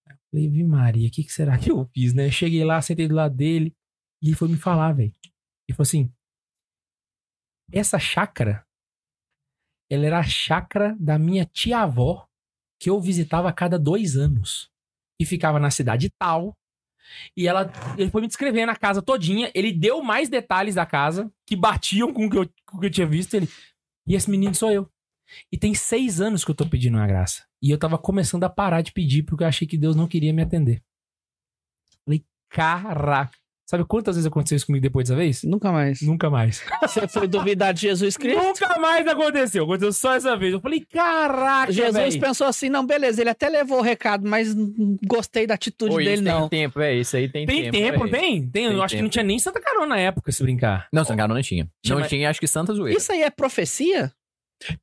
Aí eu Falei, vi Maria, o que, que será que eu fiz, né? Cheguei lá, sentei do lado dele e ele foi me falar, velho. Ele falou assim: essa chácara, ela era a chácara da minha tia-avó que eu visitava a cada dois anos e ficava na cidade tal. E ela, ele foi me descrevendo a casa todinha. Ele deu mais detalhes da casa que batiam com o que eu, com o que eu tinha visto. Ele, e esse menino sou eu. E tem seis anos que eu tô pedindo uma graça. E eu tava começando a parar de pedir porque eu achei que Deus não queria me atender. Falei, caraca. Sabe quantas vezes aconteceu isso comigo depois dessa vez?
Nunca mais.
Nunca mais.
Você foi duvidar de Jesus Cristo?
Nunca mais aconteceu. Aconteceu só essa vez. Eu falei, caraca,
Jesus
véi.
pensou assim, não, beleza, ele até levou o recado, mas não gostei da atitude
Pô,
dele,
isso
né?
não.
tem tempo, velho. Isso aí tem,
Tem tempo, não
véi.
tem? Tem, eu
Tem
acho que não
tempo.
tinha nem Santa Carona na época, se brincar.
Não, Sangaro não tinha.
Tinha,
não
mas-
tinha, acho que Santa Zoeira.
Isso aí é profecia?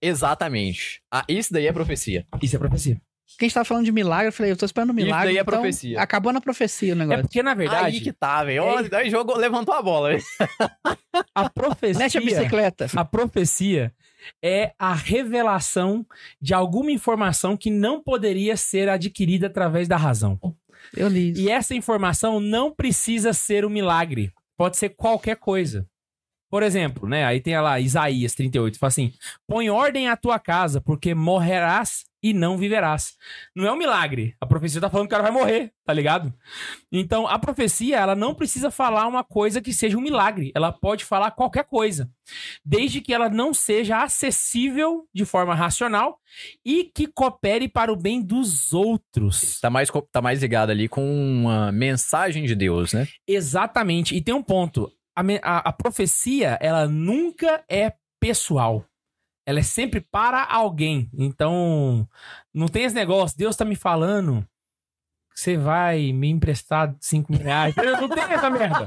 Exatamente. Ah, isso daí é profecia.
Isso é profecia.
Quem estava falando de milagre, eu falei, eu tô esperando um
Isso
milagre.
daí é
então,
profecia.
Acabou na profecia o
É
negócio.
porque, na
Aí
verdade,
que tá, velho. Ó, Aí jogou, levantou a bola, velho.
a É profecia...
Mete a bicicleta.
A profecia é a revelação de alguma informação que não poderia ser adquirida através da razão.
Eu li isso.
E essa informação não precisa ser um milagre. Pode ser qualquer coisa. Por exemplo, né? Aí tem lá Isaías 38, fala assim: põe ordem à tua casa, porque morrerás e não viverás. Não é um milagre. A profecia tá falando que o cara vai morrer, tá ligado? Então, a profecia, ela não precisa falar uma coisa que seja um milagre. Ela pode falar qualquer coisa. Desde que ela não seja acessível de forma racional e que coopere para o bem dos outros.
Tá mais, co- tá mais ligado ali com uma mensagem de Deus, né?
Exatamente. E tem um ponto. A, me- a- a profecia, ela nunca é pessoal. Ela é sempre para alguém. Então, não tem esse negócio. Deus tá me falando. que Você vai me emprestar 5 mil reais. Entendeu? Não tem essa merda.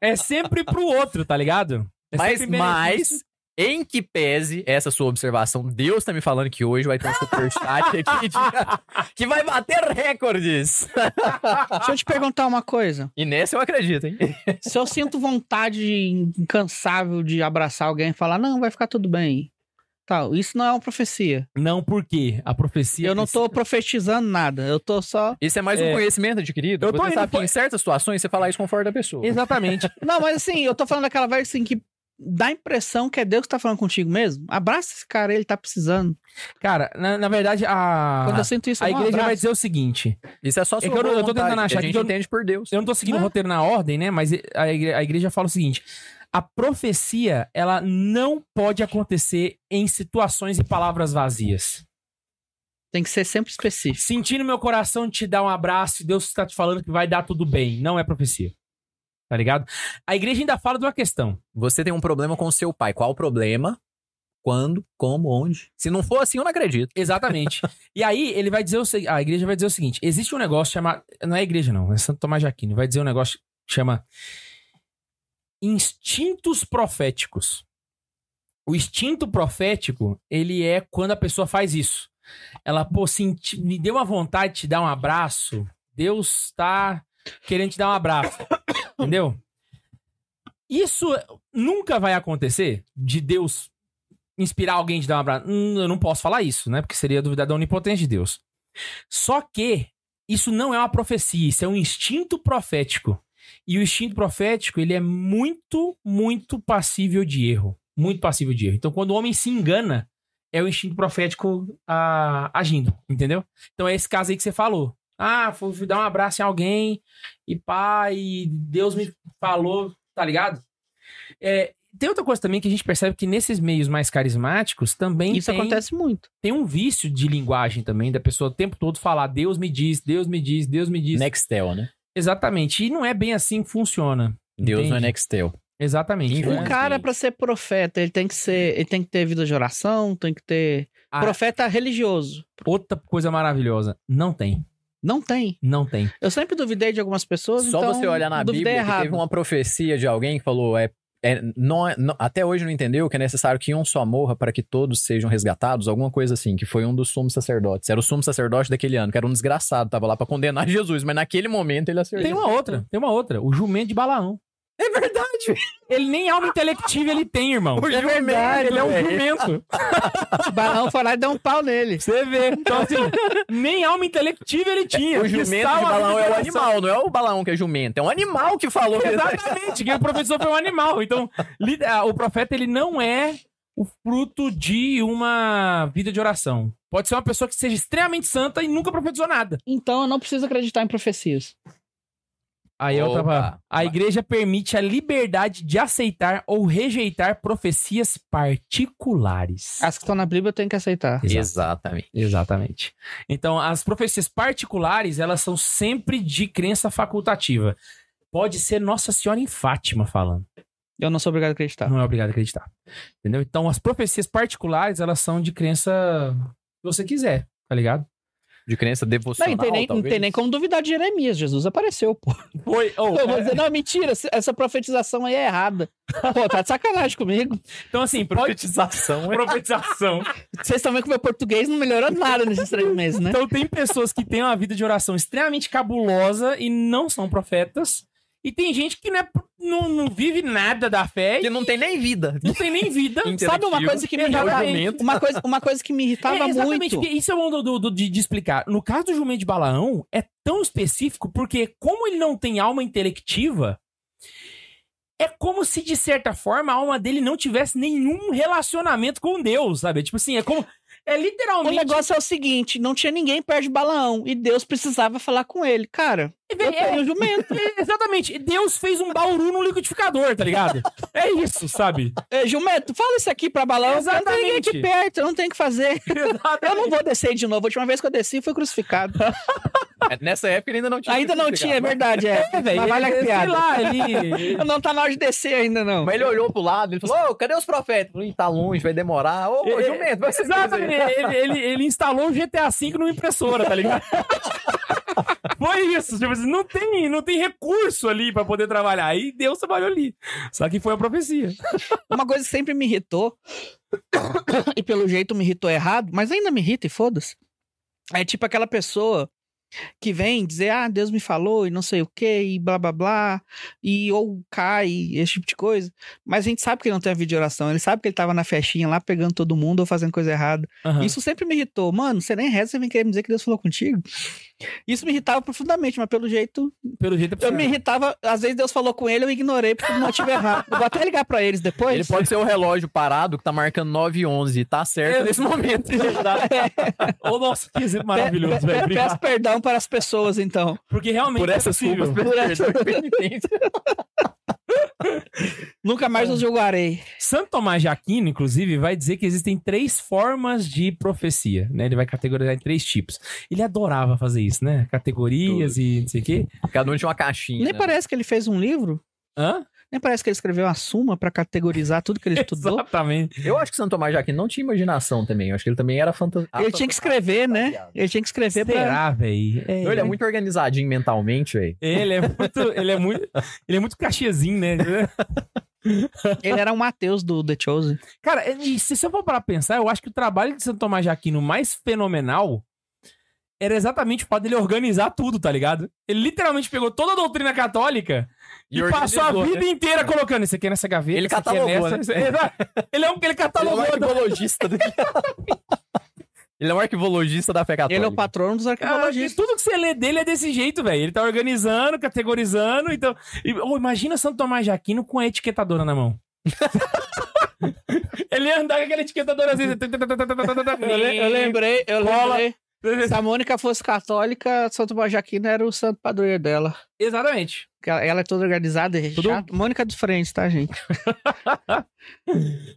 É sempre pro outro, tá ligado? É
mas,
sempre
mas, em que pese essa sua observação, Deus tá me falando que hoje vai ter um superchat aqui de- que vai bater recordes.
Deixa eu te perguntar uma coisa.
E nessa eu acredito, hein?
Se eu sinto vontade incansável de abraçar alguém e falar, não, vai ficar tudo bem. Tal, isso não é uma profecia.
Não, porque a é profecia.
Eu não tô profetizando nada. Eu tô só.
Isso é mais um
É.
conhecimento adquirido.
Eu tô
Você
indo
sabe que
pra-
em certas situações você falar isso conforme da pessoa.
Exatamente.
[LAUGHS] Não, mas assim, eu tô falando daquela velha assim que dá a impressão que é Deus que tá falando contigo mesmo. Abraça esse cara, ele tá precisando.
Cara, na, na verdade,
Quando
a,
eu sinto isso,
Ah, a
eu não
igreja vai
abraço.
dizer o seguinte.
Isso é só sua
que eu não-
boa
eu tô tentando
vontade, a
achar aqui
gente
que eu-
entende por Deus.
Eu não tô seguindo o roteiro na ordem, né? Mas a igre- a igreja fala o seguinte: a profecia, ela não pode acontecer em situações e palavras vazias.
Tem que ser sempre específico.
Sentindo meu coração te dar um abraço e Deus está te falando que vai dar tudo bem. Não é profecia. Tá ligado? A igreja ainda fala de uma questão.
Você tem um problema com seu pai. Qual o problema? Quando? Como? Onde? Se não for assim, eu não acredito.
Exatamente. e aí ele vai dizer o seguinte, a igreja vai dizer o seguinte, existe um negócio chamado, não é igreja não, é Santo Tomás de Aquino, vai dizer um negócio que chama instintos proféticos. O instinto profético, ele é quando a pessoa faz isso. Ela, pô, senti, me deu uma vontade de te dar um abraço. Deus tá querendo te dar um abraço. [COUGHS] Entendeu? Isso nunca vai acontecer de Deus inspirar alguém de dar um abraço. Hum, eu não posso falar isso, né? Porque seria duvidar da onipotência de Deus. Só que isso não é uma profecia, isso é um instinto profético. E o instinto profético, ele é muito, muito passível de erro. Muito passível de erro. Então, quando o homem se engana, é o instinto profético ah, agindo, entendeu? Então, é esse caso aí que você falou. Ah, fui dar um abraço em alguém e pá, e Deus me falou, tá ligado? É, tem outra coisa também que a gente percebe que nesses meios mais carismáticos também
Isso
tem
acontece muito.
tem um vício de linguagem também da pessoa o tempo todo falar Deus me diz, Deus me diz, Deus me diz.
Nextel, né?
Exatamente. E não é bem assim que funciona.
Deus não é
Entende?
Nextel.
Exatamente. É
Quem vai-
O
O
ca-
um cara,
Né? sim.
pra ser profeta, ele tem que ser. Ele tem que ter vida de oração, tem que ter.
Ah.
Profeta religioso.
Outra coisa maravilhosa. Não tem.
Não tem.
Não tem.
Eu sempre duvidei de algumas pessoas.
Só
então,
você olhar na
duvidei
Bíblia que
errado.
teve uma profecia de alguém que falou é, é, não, é- não- até hoje não entendeu que é necessário que um só morra para que todos sejam resgatados, alguma coisa assim, que foi um dos sumos sacerdotes. Era o sumo sacerdote daquele ano, que era um desgraçado, tava lá para condenar [LAUGHS] Jesus, mas naquele momento ele acertou.
Tem uma outra. Tem uma outra. O jumento de Balaão.
É [LAUGHS] verdade.
Ele nem alma intelectiva ele tem,
[LAUGHS]
irmão.
O jumento,
Ele é um
velho.
jumento.
[LAUGHS] Balão foi lá e deu um pau nele.
Você vê. Então, assim, nem alma intelectiva ele tinha.
O jumento de
Cristal,
Balaão é o
habilitação.
animal, não é o Balaão que é jumento, é um animal que falou.
Exatamente, que o professor foi um animal. Então, li- ah, o profeta ele não é o fruto de uma vida de oração. Pode ser uma pessoa que seja extremamente santa e nunca profetizou nada.
Então eu não preciso acreditar em profecias.
Aí eu
Opa.
tava. A igreja permite a liberdade de aceitar ou rejeitar profecias particulares.
As que estão na Bíblia eu tenho que aceitar.
Exatamente.
Exatamente. Então, as profecias particulares, elas são sempre de crença facultativa. Pode ser Nossa Senhora em Fátima falando.
Eu não sou obrigado a acreditar.
não é obrigado a acreditar. Entendeu? Então, as profecias particulares, elas são de crença que você quiser, tá ligado?
De crença
Não,
devocional,
e tem nem, não
talvez.
tem nem como duvidar de Jeremias. Jesus apareceu, pô.
Foi, oh,
Eu vou
é.
dizer, não, mentira, essa profetização aí é errada. Pô, tá de sacanagem comigo.
Então, assim, [LAUGHS] pode...
Profetização é
Profetização.
Vocês estão vendo que o meu português não melhorou nada nesses três meses, né?
Então, tem pessoas que têm uma vida de oração extremamente cabulosa e não são profetas. E tem gente que não, é- não, não vive nada da fé
que
e
não tem nem vida.
não tem nem vida.
Sabe uma coisa que me irritava?
Exatamente.
Uma coisa, uma coisa que me
[LAUGHS]
irritava
É, exatamente,
muito.
porque isso é um do, do- do- de, de explicar. No caso do jumento de Balaão, é tão específico porque, como ele não tem alma intelectiva, é como se, de certa forma, a alma dele não tivesse nenhum relacionamento com Deus, sabe? Tipo assim, é como. É
O
literalmente.
negócio é o seguinte: não tinha ninguém perto de Balaão. E Deus precisava falar com ele. Cara, eu
É,
tenho jumento.
é, exatamente. Deus fez um bauru no liquidificador, tá ligado? É isso, sabe?
É, Jumento, fala isso aqui pra Balaão. porque Não tem ninguém aqui
Exatamente.
perto, eu não tenho o que fazer. Eu não vou descer de novo. A última vez que eu desci, fui crucificado.
É, Nessa época ele ainda não tinha.
Ainda não
crucificado,
tinha, é
mas-
verdade, é.
É, velho.
Mas vale a
é, sei
piada.
lá, ele.
Não tá na hora de descer ainda, não.
Mas ele olhou pro lado, ele falou: Ô, cadê os profetas? Falou, Ih, tá longe, vai demorar. Ô,
É,
jumento, vai ser
Exatamente. Ele, ele, ele instalou o GTA V numa impressora,
[LAUGHS]
tá ligado? Foi isso. Tipo assim, não tem, não tem recurso ali pra poder trabalhar. Aí Deus trabalhou ali. Só que foi a profecia.
Uma coisa que sempre me irritou, e pelo jeito me irritou errado, mas ainda me irrita e foda-se. É tipo aquela pessoa que vem dizer, ah, Deus me falou e não sei o que, e blá blá blá, e ou cai, esse tipo de coisa. Mas a gente sabe que ele não tem a vida de oração, ele sabe que ele tava na festinha lá pegando todo mundo ou fazendo coisa errada.
Isso
Isso sempre me irritou. Mano, você nem reza, você vem querer me dizer que Deus falou contigo. Isso me irritava profundamente, mas pelo jeito
pelo jeito é
eu
possível.
me irritava. Às vezes Deus falou com ele, eu ignorei por motivo errado. Eu Vou até ligar pra eles depois.
Ele pode ser o relógio parado que tá marcando 9 e 11 e tá certo
É.
nesse momento.
Ô, nossa, que exemplo
Pe-
maravilhoso,
pe-
velho.
pe-
Obrigado.
Peço perdão para as pessoas, então.
Porque realmente
Por
é
essas
possível.
culpas, pelo perdão e penitência.
Nunca mais os julgarei.
Santo Tomás de Aquino, inclusive, vai dizer que existem três formas de profecia, né? Ele vai categorizar em três tipos. Ele adorava fazer isso, né? Categorias e não sei o quê.
Cada um tinha uma caixinha.
Nem
né?
parece que ele fez um livro.
Hã?
Nem parece que ele escreveu uma suma para categorizar tudo que ele estudou.
Exatamente.
Eu acho que Santo Tomás de Aquino não tinha imaginação também. Eu acho que ele também era ah, fantasia.
Ele tinha que escrever, né?
fantasiado.
Ele tinha que escrever pra...
Será, velho?
Ele é muito organizadinho mentalmente, velho.
Ele é muito, ele é muito, ele é muito caxiazinho, né?
Ele era um Mateus do The Chosen.
Cara, e se você for parar pra pensar, eu acho que o trabalho de Santo Tomás de Aquino mais fenomenal era exatamente o fato dele organizar tudo, tá ligado? Ele literalmente pegou toda a doutrina católica e, passou a
organizou,
vida
né?
inteira colocando isso aqui é nessa gaveta.
Ele
isso aqui [LAUGHS]
catalogou, né?
é
é tá
nessa, isso- Exato. Ele é
Ele é
um ele
um [LAUGHS]
catalogou.
arqueologista. né? Ele é um arquivologista da fé católica.
Ele é o patrono dos
Cara,
arqueologistas.
tudo que você lê dele é desse jeito, velho. Ele tá organizando, categorizando, então... E, ô, imagina Santo Tomás de Aquino com a etiquetadora na mão. [LAUGHS] ele ia andar com aquela etiquetadora assim...
Eu, le- eu lembrei, eu
Cola.
lembrei. Se a Mônica fosse católica, Santo Bajaquino era o santo padroeiro dela.
[LAUGHS] Exatamente.
Que Ela ela é toda organizada, é
Tudo-
chata. Mônica de frente, tá, gente?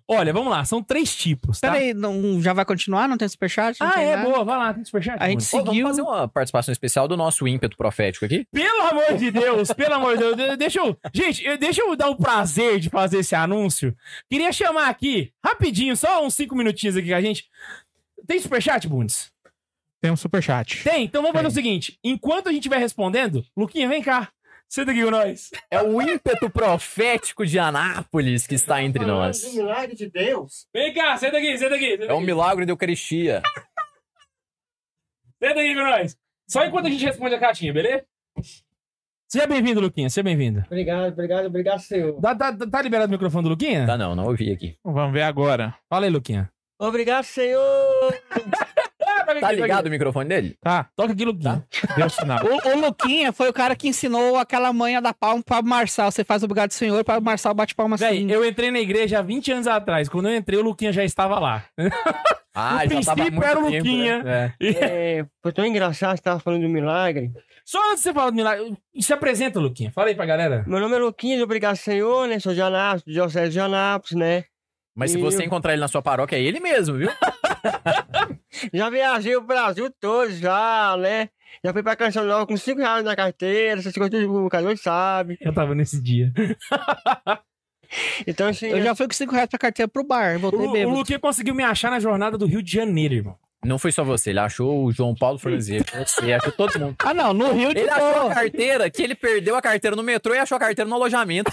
Olha, vamos lá. São três tipos, tá?
Peraí, não, já vai continuar? Não tem superchat? Não
Ah,
tem
é,
nada?
boa. Vai lá, tem superchat.
A gente
mano.
Ô, vamos
seguiu.
fazer uma participação especial do nosso ímpeto profético aqui?
Pelo amor de Deus, pelo amor de Deus. de- Deixa eu. Gente, eu- deixa eu dar o prazer de fazer esse anúncio. Queria chamar aqui, rapidinho, só uns cinco minutinhos aqui com a gente. Tem superchat, Bundes?
Tem um superchat.
Tem? Então vamos fazer o seguinte: enquanto a gente vai respondendo, Luquinha, vem cá. Senta aqui com nós.
É o ímpeto profético de Anápolis que está entre
Ah,
nós.
é um
milagre de Deus.
Vem cá, senta aqui, senta aqui. Senta
É o milagre da Eucaristia.
Senta aqui com nós. Só enquanto a gente responde a cartinha, beleza? Seja bem-vindo, Luquinha, seja bem-vindo.
Obrigado, obrigado, obrigado, senhor.
Tá, tá- tá liberado o microfone do Luquinha?
Tá, não, não ouvi aqui.
Vamos ver agora.
Fala aí, Luquinha.
Obrigado, senhor.
[LAUGHS]
Ah, toca aqui,
Tá
toca
ligado
aqui.
o microfone dele?
Tá,
Toca aqui, Luquinha.
deu sinal.
O, o Luquinha foi o cara que ensinou aquela manha da palma pra Marçal. Você faz obrigado, senhor, pra Marçal bate palma
Véi,
assim.
eu entrei na igreja há 20 anos atrás. Quando eu entrei, o Luquinha já estava lá.
Ah,
No
já tava há
princípio
muito
era o
tempo,
Luquinha.
né? É.
É, foi tão engraçado que você tava falando de um milagre.
Só antes de você falar do milagre, se apresenta, Luquinha. Fala aí pra galera.
Meu nome é Luquinhas, obrigado, senhor, né? Sou de Anápolis, do Diocese de Anápolis, né?
Mas se
E
você
eu-
encontrar ele na sua paróquia, é ele mesmo, viu?
Já viajei o Brasil todo, já, né? Já fui pra Canção Nova com 5 reais na carteira, essas coisas tudo, o Carlos sabe.
Eu tava nesse dia.
Então, assim,
Eu já fui com 5 reais pra carteira pro bar,
O,
voltei
Lu- o
bêbado.
Luquinha conseguiu me achar na jornada do Rio de Janeiro, irmão.
Não foi só você, ele achou o João Paulo Franzia. Você achou todo mundo.
Ah, não, no Rio de
Ele achou a
Janeiro.
carteira que ele perdeu a carteira no metrô e achou a carteira no alojamento.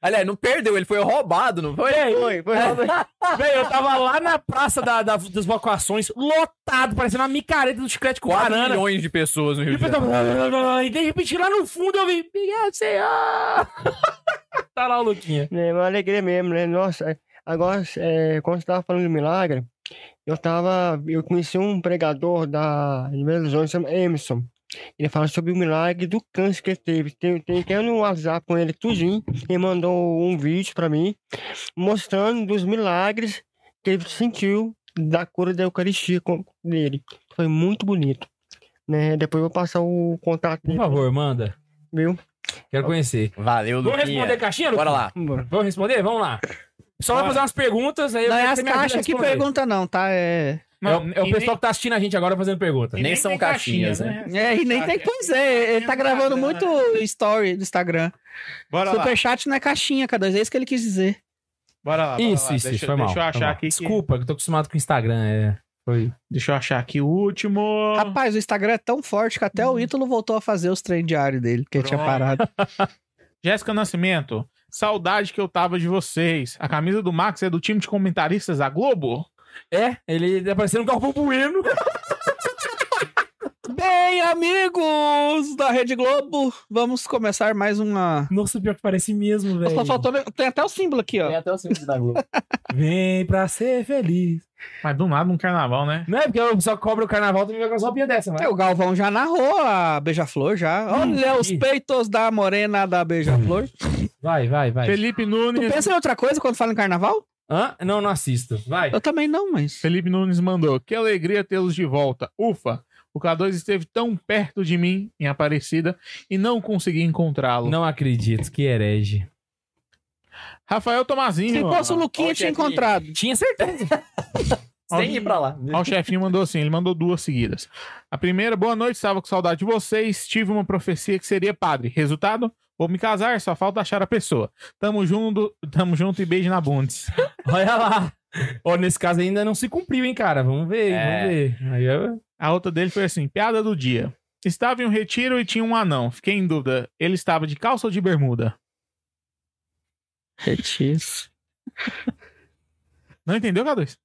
Aliás, não perdeu, ele foi roubado, não foi?
foi, foi
É.
realmente.
Véi, eu tava lá na praça da- da- das vocações, lotado, parecendo uma micareta do chiclete com
4
banana.
milhões de pessoas no
E,
Rio
o
de Janeiro.
pessoal- e de repente, lá no fundo, eu vi... Obrigado, senhor! [LAUGHS] tá lá o Luquinha.
É uma alegria mesmo, né? Nossa, agora, é, quando você tava falando do milagre, eu tava. Eu conheci um pregador da de Belo Horizonte, chama Emerson. Ele fala sobre o milagre do câncer que ele teve. Tem, tem até no WhatsApp com ele tudinho. Ele mandou um vídeo pra mim mostrando dos milagres que ele sentiu da cura da Eucaristia com- dele. Foi muito bonito. Né? Depois eu vou passar o contato
Por
dele,
favor, manda.
viu?
Quero conhecer.
Valeu,
Vamos responder
Luquinha.
caixinha, Luquinha?
Bora lá.
Vambora.
Vamos responder? Vamos lá. Só vai
Bora.
fazer umas perguntas, aí eu
Não é
quero
as
que você me ajude a
caixas que
responder.
pergunta, não, tá? É.
É o- É, o
E
pessoal que tá assistindo a gente agora fazendo pergunta.
nem- e
nem são
tem né?
caixinhas,
né?
É, e nem tem. Pois é, ele tá gravando muito story do Instagram.
Bora lá,
Superchat não é caixinha, cada vez é isso que ele quis dizer.
bora Tá, lá. bora
Isso,
lá.
isso,
deixa,
isso, foi mal.
Deixa eu
foi
achar
mal.
aqui. que-
Desculpa, que eu tô acostumado com o Instagram. É. Foi.
Deixa eu achar aqui o último.
Rapaz, o Instagram é tão forte que
Hum.
até o Ítalo voltou a fazer os trem diários dele, que ele tinha
Pronto.
parado.
Jéssica Nascimento, saudade que eu tava de vocês. A camisa do Max é do time de comentaristas da Globo?
É, ele tá parecendo um Galvão Bueno.
Bem, amigos da Rede Globo, vamos começar mais uma.
[LAUGHS] Nossa, pior que parece mesmo, velho.
Só faltou. Tem até o símbolo aqui, ó.
até o símbolo da [LAUGHS] Globo.
Vem pra ser feliz.
Mas do nada um carnaval, né?
Não é porque o pessoal que cobra o carnaval também vai com as roupinhas dessa, mas.
É, o Galvão já narrou a Beija-Flor já. Olha os
ih.
peitos da morena da Beija-Flor.
Vai, vai, vai.
Felipe Nunes.
Tu pensa em outra coisa quando fala em carnaval?
Hã? Não, não assisto. Vai.
Eu também não, mas.
Felipe Nunes mandou. Que alegria tê-los de volta. Ufa, o K2 esteve tão perto de mim, em Aparecida, e não consegui encontrá-lo.
Não acredito, que [LAUGHS] herege.
Rafael
Se
Tomazinho.
fosse o
Ó,
Luquinha,
o
tinha
chefinho.
encontrado.
Tinha certeza.
Sem ir pra lá.
Ó, o chefinho mandou assim, ele mandou duas seguidas. A primeira, boa noite, estava com saudade de vocês, tive uma profecia que seria padre. Resultado? Vou me casar, só falta achar a pessoa. Tamo junto, tamo junto e beijo na bundes.
Olha lá. Ó, nesse caso ainda não se cumpriu, hein, cara. Vamos ver,
É.
vamos ver. Aí eu...
A outra dele foi assim, piada do dia. Estava em um retiro e tinha um anão. Fiquei em dúvida, ele estava de calça ou de bermuda?
Retiro.
Não entendeu, K2?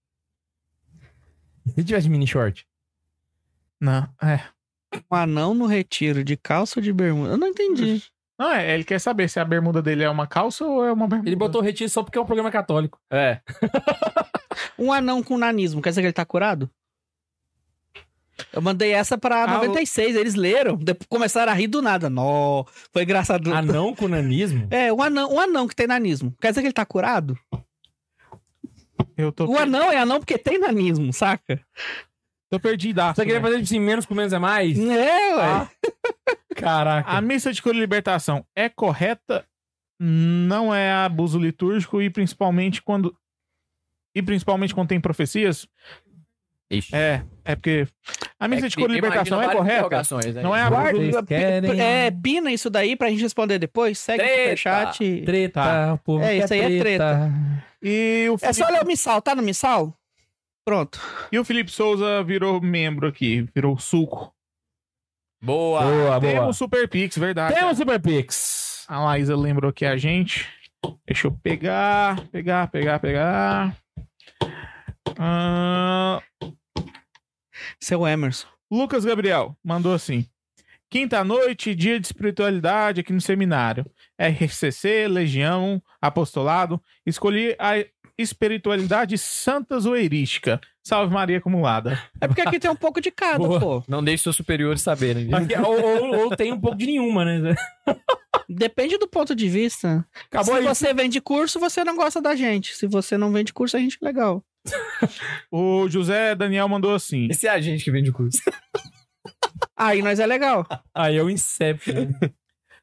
Se tivesse mini short.
Não, é.
Um anão no retiro, de calça ou de bermuda? Eu não entendi.
Não, é, ele quer saber se a bermuda dele é uma calça ou é uma bermuda.
Ele botou o retiro só porque é um programa católico.
É.
Um anão com nanismo, quer dizer que ele tá curado? Eu mandei essa pra
Ah, o-
96, eles leram, depois começaram a rir do nada. Nó, foi engraçado.
Anão Ah, com nanismo?
É, um anão, um anão que tem nanismo. Quer dizer que ele tá curado?
Eu tô,
O anão é anão porque tem nanismo, saca?
tô perdidaço.
[LAUGHS] Você queria
velho.
fazer tipo assim, menos com menos é mais?
É, ué.
Ah, Caraca.
A missa de cura e libertação é correta? Não é abuso litúrgico e principalmente quando. E principalmente quando tem profecias?
Ixi.
É, é porque. A missa de cura e
imagina
libertação é
várias
correta?
interrogações, né?
Não é abuso
Vocês
litúrgico.
querem
É, pina isso daí pra gente responder depois. Segue
Treta.
o superchat.
treta, o povo
É,
quer
isso aí é
E o,
É
Felipe,
só olhar o missal, tá no missal? Pronto.
e o Felipe Souza virou membro aqui, virou suco.
Boa.
Tá Boa, boa.
um
Temos Super Pix, verdade.
Temos Super Pix.
A Laísa lembrou que é a gente. Deixa eu pegar, pegar, pegar, pegar. Ah,
Seu Emerson.
Lucas Gabriel mandou assim. Quinta-noite, dia de espiritualidade aqui no seminário. RCC, Legião, Apostolado. Escolhi a espiritualidade santa zoeirística. Salve Maria acumulada.
É porque aqui tem um pouco de cada,
Boa.
pô.
Não deixe seus superiores saberem. disso.
Aqui, ou, ou- ou tem um pouco de nenhuma, né?
Depende do ponto de vista.
Acabou
Se
aí.
você vende curso, você não gosta da gente. Se você não vende curso, a gente é legal.
O José Daniel mandou assim.
Esse é a gente que vende o curso.
Aí nós
[LAUGHS]
é legal.
Aí é o Inception.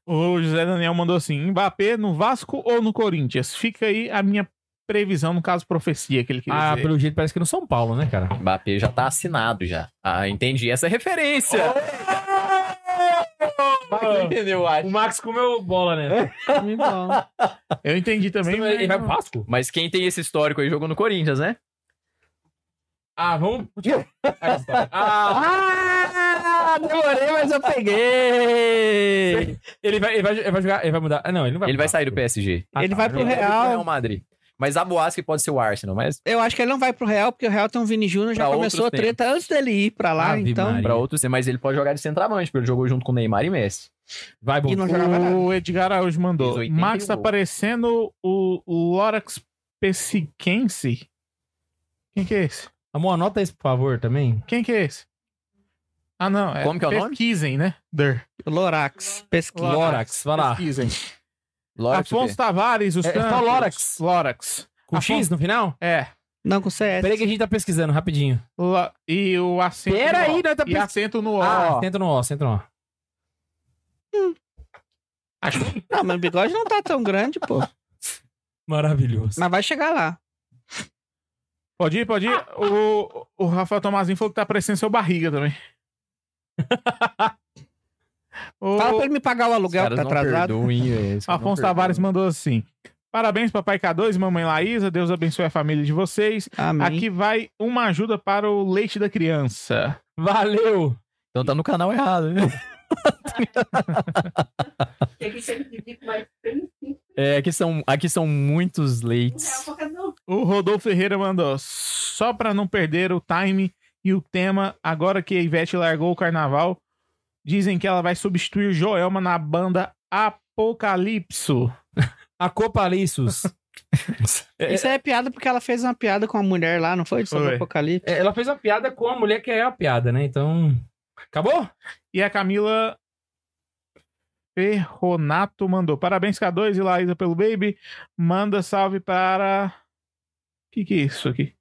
O José Daniel mandou assim: Mbappé no Vasco ou no Corinthians? Fica aí a minha previsão, no caso, profecia que ele queria
ah,
dizer.
pelo jeito parece que é no São Paulo, né, cara?
Mbappé já tá assinado já. Ah, entendi essa referência.
Ah.
Você entendeu, eu acho.
O Max comeu bola,
É.
né?
Então,
Eu entendi também. mas-
Ele vai pro Vasco?
Mas quem tem esse histórico aí jogou no Corinthians, né?
Ah, vamos.
[LAUGHS]
Ah,
Ah, demorei, mas eu peguei.
ele, vai, ele, vai, ele vai jogar. Ele vai mudar. Ah, não, ele não vai.
Ele
pro
vai
Vasco.
sair do PSG.
Ah,
Ele vai pro
Ele vai
Real.
pro É, Real Madrid. Mas a boas que pode ser o Arsenal, mas
Eu acho que ele não vai pro Real, porque o Real tem um Vini Júnior, já
Pra
começou a
outros
treta antes dele ir pra lá,
Ave
então.
Maria.
pra outros, mas ele pode jogar de centroavante, porque ele jogou junto com Neymar e Messi.
Vai, bom.
E não jogava nada.
O Edgar Araújo mandou.
Fez 81
Max tá
gol.
parecendo o Lorax Pesiquense. Quem que é esse?
Amor, anota isso, por favor, também.
Quem que é esse? Ah, não. É
Como que é o nome?
Pesquisem, né? Der.
Lorax, pesquisa.
Lorax, vai lá.
Pesquisem.
Lógico.
Afonso Tavares, os
É- é só
Santos.
Lorax.
Lorax.
Com
Afonso-
X no final?
É.
Não, com CS.
Peraí que a gente tá pesquisando, rapidinho.
Lo- E o acento.
Pera
no O.
aí, nós tá
E
pes-
acento no O.
Ah, senta no O, senta no O.
Não, meu bigode não tá tão grande, [LAUGHS] pô.
Maravilhoso.
Mas vai chegar lá.
Pode ir, pode ir.
Ah,
O, o Rafael Tomazinho falou que tá parecendo seu
[LAUGHS]
barriga também. o
Fala pra ele me pagar o
Os
aluguel que
caras
tá
não
atrasado.
perdoem, velho. Os caras não
Afonso
perdoem.
Tavares mandou assim. Parabéns, papai K2 e mamãe Laísa. Deus abençoe a família de vocês.
Amém.
Aqui vai uma ajuda para o leite da criança.
Valeu!
Então tá no canal errado, né? [LAUGHS] É, aqui são, aqui são muitos leites.
O Rodolfo Ferreira mandou. Só para não perder o time e o tema, agora que a Ivete largou o carnaval, dizem que ela vai substituir Joelma na banda Apocalipso.
Acopaliços. É,
Isso aí é piada porque ela fez uma piada com a mulher lá, não foi? Sobre
Foi.
o apocalipse.
é, ela fez uma piada com a mulher que é a piada, né? Então. Acabou?
E a Camila Ferronato mandou. Parabéns, K2 e Laísa pelo Baby. Manda salve para. O que, que é isso aqui?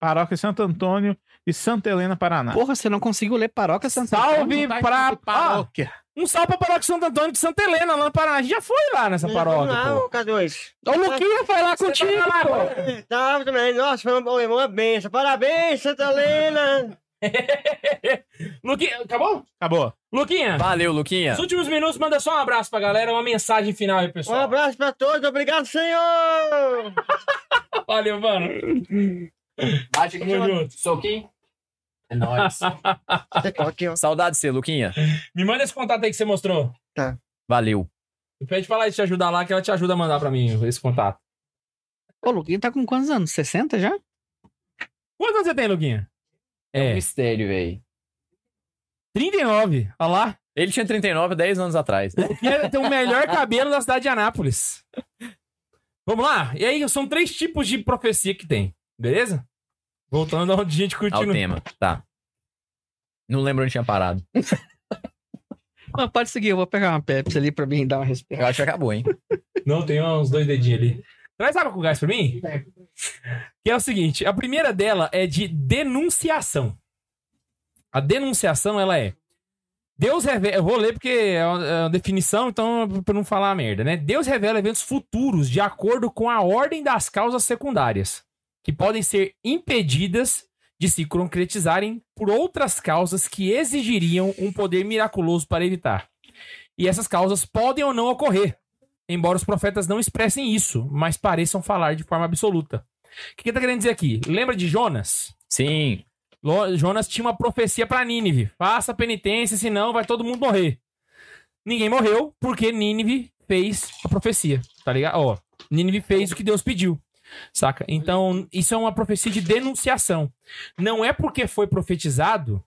Paróquia Santo Antônio e Santa Helena, Paraná.
Porra, você não conseguiu ler Paróquia Santa
Salve
Não tá
pra.
escrito
Ah,
paróquia.
um salve pra paróquia Santo Antônio de Santa Helena, lá no Paraná. A gente já foi lá nessa paróquia.
Não,
pô.
não, K2.
Ô, Luquinha foi lá
Você
contigo,
vai lá,
pô.
pô.
Tava também. Nossa, foi uma, uma benção. Parabéns, Santa Helena.
Luquinha, acabou?
Ah, Acabou.
Luquinha,
Valeu, Luquinha.
nos últimos minutos, manda só um abraço pra galera, uma mensagem final aí,
Um
pessoal.
abraço pra todos. Obrigado, senhor.
[LAUGHS] Valeu, mano.
Bate
aqui, Tamo junto.
Soquinho. É nóis.
Tecou aqui, ó.
Saudade de você, Luquinha.
Me manda esse contato aí que você mostrou.
Valeu.
Pede pra ela te ajudar lá, que ela te ajuda a mandar pra mim esse contato.
Ô, Luquinha tá com quantos anos? 60 já?
Quantos anos você tem, Luquinha? É,
um Mistério, velho.
39. Olha lá.
Ele tinha 39, 10 anos atrás.
[LAUGHS] Luquinha tem o melhor cabelo da cidade de Anápolis. Vamos lá? E aí, são três tipos de profecia que tem, beleza? Voltando onde a gente
Ao
continua.
tema. Tá. Não lembro onde tinha parado.
Mas pode seguir, eu vou pegar uma Pepsi ali pra mim dar uma
Eu
respirada.
acho que acabou, hein?
Não, tem uns dois dedinhos ali. Traz água com gás pra mim? Que é o seguinte, a primeira dela é de denunciação. A denunciação, ela é... Deus revela... Eu vou ler porque é uma é uma definição, então é pra não falar merda, né? Deus revela eventos futuros de acordo com a ordem das causas secundárias, que podem ser impedidas de se concretizarem por outras causas que exigiriam um poder miraculoso para evitar. E essas causas podem ou não ocorrer embora os profetas não expressem isso, mas pareçam falar de forma absoluta. O que que ele tá querendo dizer aqui? Lembra de Jonas?
Sim.
Lo- Jonas tinha uma profecia para Nínive: faça penitência, senão vai todo mundo morrer. Ninguém morreu porque Nínive fez a profecia, tá ligado? Ó, Nínive fez o que Deus pediu. Saca? Então, isso é uma profecia de denunciação. Não é porque foi profetizado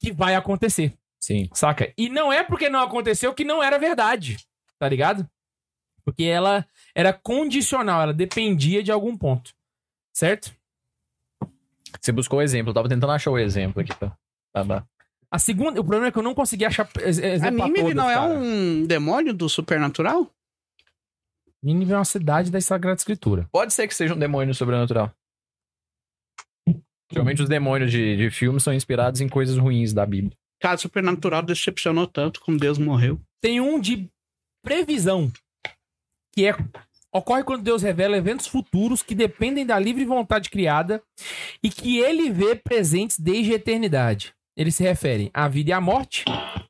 que vai acontecer.
Sim.
Saca? E não é porque não aconteceu que não era verdade, tá ligado? Porque ela era condicional, ela dependia de algum ponto. Certo?
Você buscou o exemplo. Eu tava tentando achar o exemplo aqui. Tá? Tá, tá.
A segunda, o problema é que eu não consegui achar ex-
A
exemplo pra
Nínive
todas,
não é
cara.
um demônio do supernatural?
Nínive é uma cidade da Sagrada Escritura.
Pode ser que seja um demônio sobrenatural. Geralmente os demônios de, de filmes são inspirados em coisas ruins da Bíblia.
Cara, supernatural decepcionou tanto como Deus morreu.
Tem um de previsão, que é ocorre quando Deus revela eventos futuros que dependem da livre vontade criada e que ele vê presentes desde a eternidade. Eles se referem à vida e à morte,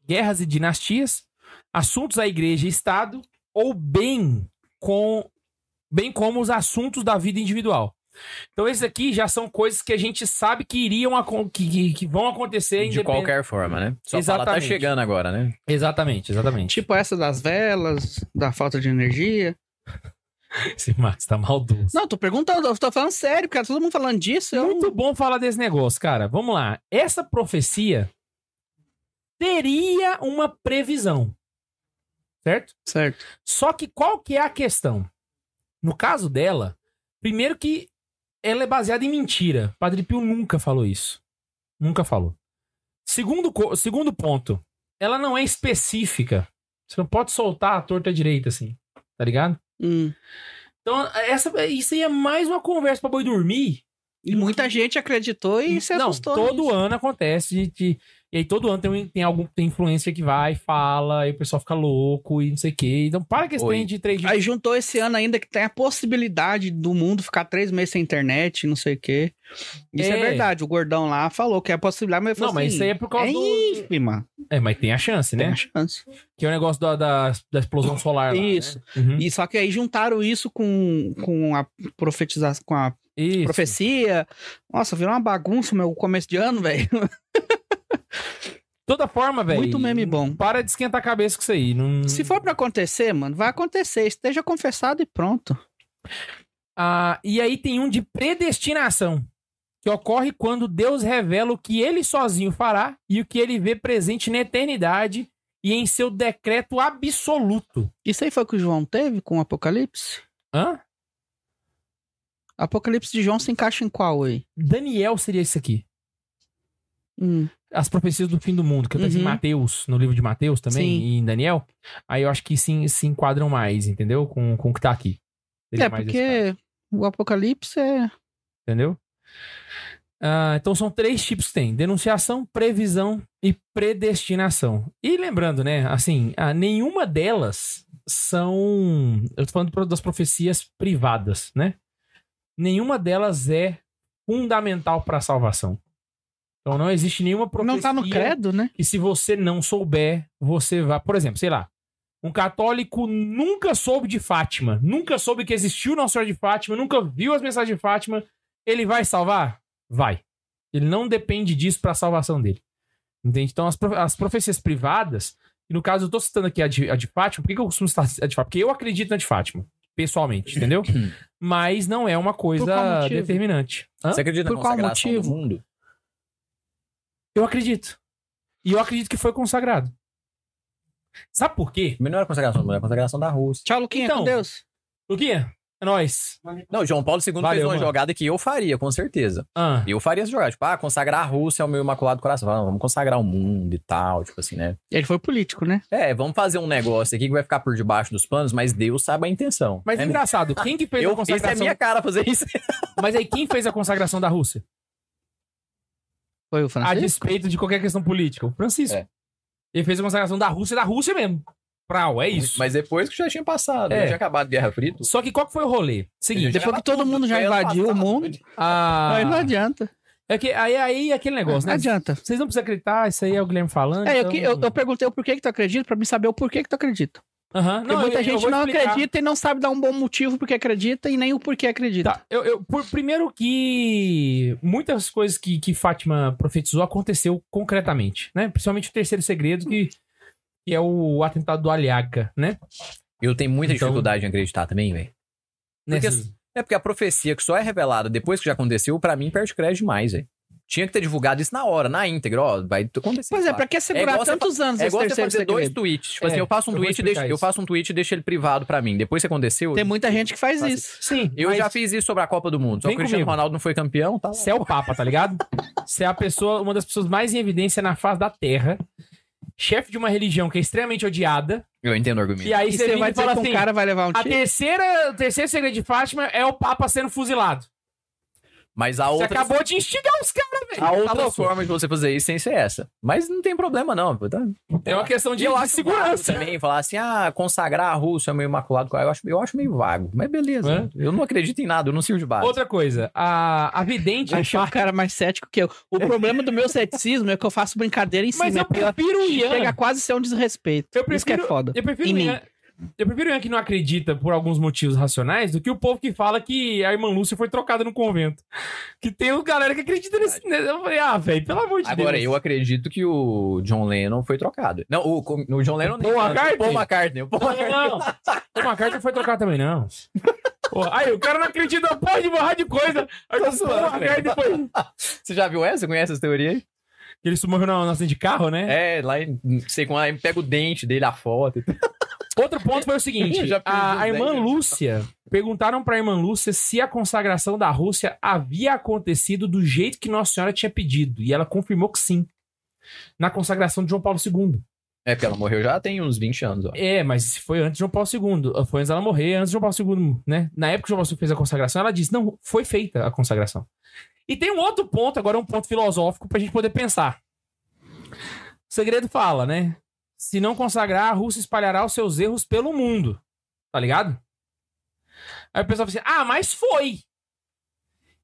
guerras e dinastias, assuntos à igreja e Estado, ou bem, com, bem como os assuntos da vida individual. Então, esses aqui já são coisas que a gente sabe que iriam acon- que, que- que vão acontecer
De
independ-
qualquer forma, né? Só fala, tá
Exatamente.
chegando agora, né?
Exatamente,
[LAUGHS]
exatamente.
Tipo essa das velas, da falta de energia.
Esse Max tá maldoso.
Não, tô perguntando, eu tô falando sério, cara. Todo mundo falando disso. Eu...
Muito bom falar desse negócio, cara. Vamos lá. Essa profecia teria uma previsão, certo?
Certo.
Só que qual que é a questão? No caso dela, primeiro que ela é baseada em mentira. Padre Pio nunca falou isso. Nunca falou. Segundo, co- segundo ponto, ela não é específica. Você não pode soltar a torta direita assim, tá ligado?
Hum.
Então, essa, isso aí é mais uma conversa pra boi dormir
E muita gente acreditou e se
não,
assustou.
todo ano acontece de, de- E aí todo ano tem, um- tem algum tem influência que vai, fala, aí o pessoal fica louco e não sei o quê. Então para que esse
Oi.
trem de três dias.
Aí juntou esse ano ainda que tem a possibilidade do mundo ficar três meses sem internet, não sei o quê. Isso é,
É.
verdade. O gordão lá falou que é a possibilidade, mas eu
Não,
falei
mas
assim,
isso aí é por causa
é
do.
ínfima.
É, mas tem a chance,
Tem
né?
a chance.
Que é o negócio da, da, da explosão solar. lá, né?
Isso.
Uhum.
E só que aí juntaram isso com, com a profetização, com a
Isso.
profecia. Nossa, virou uma bagunça o meu começo de ano, velho. [LAUGHS]
Toda forma, velho.
Muito meme bom.
Para de esquentar a cabeça com isso aí. Não...
Se for pra acontecer, mano, vai acontecer. Esteja confessado e pronto.
Ah, e aí tem um de predestinação, que ocorre quando Deus revela o que ele sozinho fará e o que ele vê presente na eternidade e em seu decreto absoluto.
Isso aí foi o que o João teve com o Apocalipse?
Hã?
Apocalipse de João se encaixa em qual aí?
Daniel seria isso aqui.
Hum.
As profecias do fim do mundo, que eu em
Uhum.
Mateus, no livro de Mateus também,
Sim.
e em Daniel. Aí eu acho que se, se enquadram mais, entendeu? Com, com o que tá aqui. Seria
É,
mais esse caso,
porque o Apocalipse é.
entendeu? Ah, então são três tipos que tem: denunciação, previsão e predestinação. E lembrando, né, assim, ah, nenhuma delas são. Eu tô falando pro- das profecias privadas, né? Nenhuma delas é fundamental pra salvação. Então não existe nenhuma profecia
Não tá no credo, né?
que se você não souber, você vai. Por exemplo, sei lá. Um católico nunca soube de Fátima, nunca soube que existiu Nossa Senhora de Fátima, nunca viu as mensagens de Fátima. Ele vai salvar? Vai. Ele não depende disso para a salvação dele. Entende? Então, as, profe- as profecias privadas, e no caso eu tô citando aqui a de, a de Fátima, por que, que eu costumo citar a de Fátima? Porque eu acredito na de Fátima, pessoalmente, entendeu? Mas não é uma
Hum. Por qual
coisa
motivo?
determinante. Hã?
Você acredita
Por
na
qual
consagração
motivo?
do mundo?
Eu acredito. E eu acredito que foi consagrado. Sabe por quê?
Mas Não era consagração do mundo, era consagração da Rússia.
Tchau, Luquinha,
Então,
com é Deus.
Luquinha, É nóis.
Não, João Paulo II fez
Valeu,
uma
mano.
jogada que eu faria, com certeza.
Ah,
Eu faria essa jogada. Tipo, ah, consagrar a Rússia ao meu imaculado coração. Ah, Vamos consagrar o mundo e tal, tipo assim, né?
Ele foi político, né?
É, vamos fazer um negócio aqui que vai ficar por debaixo dos panos, mas Deus sabe a intenção.
Mas
é,
engraçado, quem que fez a
eu, isso é
consagração?
minha cara fazer isso.
Mas aí quem fez a consagração da Rússia?
Foi o
A
francês.
despeito de qualquer questão política. O Francisco.
É.
Ele fez a consagração da Rússia, da Rússia mesmo. Prau, é [LAUGHS] isso.
Mas depois que já tinha passado,
É.
né? tinha acabado a Guerra Fria. tudo.
Só que qual que foi o rolê? Seguinte,
Já
Depois que
tava
todo mundo já
foi ano
invadiu o
passado. né?
mundo.
a...
Aí não adianta.
é que, aí, aí é aquele Ah. negócio, né?
não adianta.
Vocês não precisam acreditar, isso aí é o Guilherme falando.
É, eu,
então-
que- eu, eu perguntei o porquê que tu acredita, pra mim saber o porquê que tu acredita.
Aham,
Porque
não,
muita
eu- eu
gente
vou
não
explicar.
acredita e não sabe dar um bom motivo porque acredita e nem o porquê acredita.
Tá, eu, eu- por- primeiro que muitas coisas que, que Fátima profetizou aconteceu concretamente, né? Principalmente o terceiro segredo, que, que é o atentado do Aliaca, né?
Eu tenho muita
Então-
dificuldade em acreditar também, velho. Porque-
Nessas-
É porque a profecia que só é revelada depois que já aconteceu, pra mim perde crédito demais, velho. Tinha que ter divulgado isso na hora, na íntegra, ó, vai acontecer.
Pois é,
claro.
pra que
É
segurar
igual você
tantos anos
É
esse
igual você
terceiro
fazer dois
segredo?
tweets. Tipo
É,
assim, eu faço um
eu vou
tweet, e deixo,
explicar
eu
isso.
faço um tweet e deixo ele privado pra mim. Depois que aconteceu,
Tem muita gente que faz
Faz
isso.
Sim,
eu
mas
já fiz isso sobre a Copa do Mundo. Só que
Vem
o Cristiano
comigo.
Ronaldo não foi campeão, tá? lá.
Você é o Papa, tá ligado? Você é a pessoa, uma das pessoas mais em evidência na face da Terra, chefe de uma religião que é extremamente odiada,
Eu entendo o argumento.
e aí
E
você
você
vem
vai
e fala
dizer que
assim,
um cara vai levar um
a [LAUGHS]
tiro.
terceira, o terceiro segredo de Fátima é o Papa sendo fuzilado.
Mas a
Você
outra,
acabou de instigar os caras, velho.
a
Tá
outra
louco?
forma de você fazer isso sem ser essa. Mas não tem problema, não. Tá?
É uma questão de,
eu
de
acho
segurança.
vago também falar assim, ah, consagrar a Rússia ao meu imaculado. Eu acho, eu acho meio vago, mas
É?
beleza. Eu não acredito em nada, eu não sirvo de base.
Outra coisa, a, a vidente...
Achei um cara mais cético que eu. O problema do meu ceticismo é que eu faço brincadeira em cima.
Mas eu
porque ela
prefiro o Ian.
Chega a quase ser um desrespeito.
Eu prefiro-
Isso que é foda.
Eu prefiro
Em
o
mim.
Ian... Eu prefiro o Ian que não acredita por alguns motivos racionais do que o povo que fala que a irmã Lúcia foi trocada no convento. Que tem o galera que acredita nesse. Eu falei, ah, velho, pelo amor de
Agora,
Deus.
eu acredito que o John Lennon foi trocado. Não, o, o John Lennon... nem
Paul
tanto.
McCartney?
Paul McCartney.
[LAUGHS]
o Paul McCartney.
Não, não. O McCartney foi trocar também, não. Pô, aí, o cara não acredita, porra de borrar de coisa. Aí
Tô
o
zoando,
McCartney foi.
Você já viu essa? Você Conhece essa teoria aí?
Ele se morreu na na acidente de carro, né?
É, lá em, não sei como, aí pega o dente dele, a foto. e tudo.
Outro ponto foi o seguinte:
[LAUGHS] Já perdi
a,
os
a irmã
dez.
Lúcia perguntaram pra irmã Lúcia se a consagração da Rússia havia acontecido do jeito que Nossa Senhora tinha pedido. E ela confirmou que sim. Na consagração de João Paulo II.
É, porque ela morreu já tem uns 20 anos, ó.
É, mas foi antes de João Paulo II. Foi antes dela morrer, antes de João Paulo II, né? Na época que João Paulo II fez a consagração, ela disse: não, foi feita a consagração. E tem um outro ponto, agora um ponto filosófico, pra gente poder pensar. O segredo fala, né? Se não consagrar, a Rússia espalhará os seus erros pelo mundo. Tá ligado? Aí o pessoal fala assim: ah, mas foi!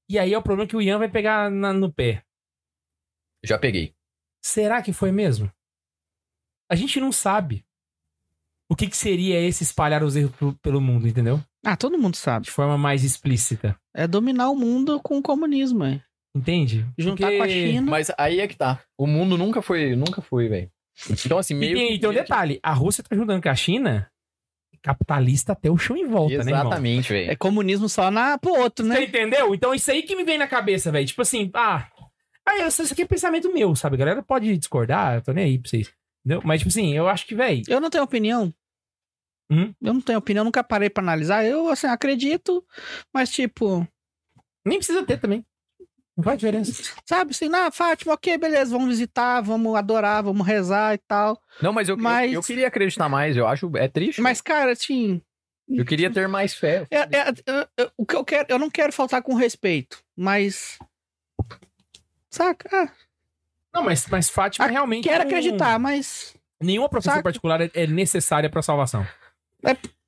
E aí é o problema que o Ian vai pegar na- no pé.
Já peguei.
Será que foi mesmo? A gente não sabe o que, que seria esse espalhar os erros pro- pelo mundo, entendeu?
Ah, todo mundo sabe.
De forma mais explícita.
É dominar o mundo com o comunismo, é.
Entende?
Juntar
Porque-
com a China.
Mas aí é que tá. O mundo nunca foi, nunca foi, velho. Então, assim,
E
meio
tem,
que-
e tem um detalhe: a Rússia tá ajudando com a China, capitalista até o chão em volta, né, irmão?
Exatamente, velho.
É comunismo só na, pro outro,
Você
né?
entendeu? Então isso aí que me vem na cabeça, velho. Tipo assim, ah. Aí, isso isso aqui é pensamento meu, sabe? A galera pode discordar, eu tô nem aí pra vocês. Entendeu? Mas, tipo assim, eu acho que, velho.
Eu não tenho opinião.
Hum?
Eu não tenho opinião, nunca parei pra analisar. Eu, assim, acredito, mas tipo,
Nem precisa ter também. Não faz diferença.
sabe assim, na Fátima, ok, beleza, vamos visitar, vamos adorar, vamos rezar e tal.
Não, mas eu,
Mas-
eu, eu queria acreditar mais, eu acho. É triste.
Mas, cara, assim,
Eu queria ter mais fé.
É, é, é, é, o que eu quero, eu não quero faltar com respeito, mas. Saca? Ah,
Não, mas, mas Fátima
Ah,
realmente.
quero
não-
acreditar, mas.
Nenhuma profissão
Saca?
particular é- é necessária pra salvação.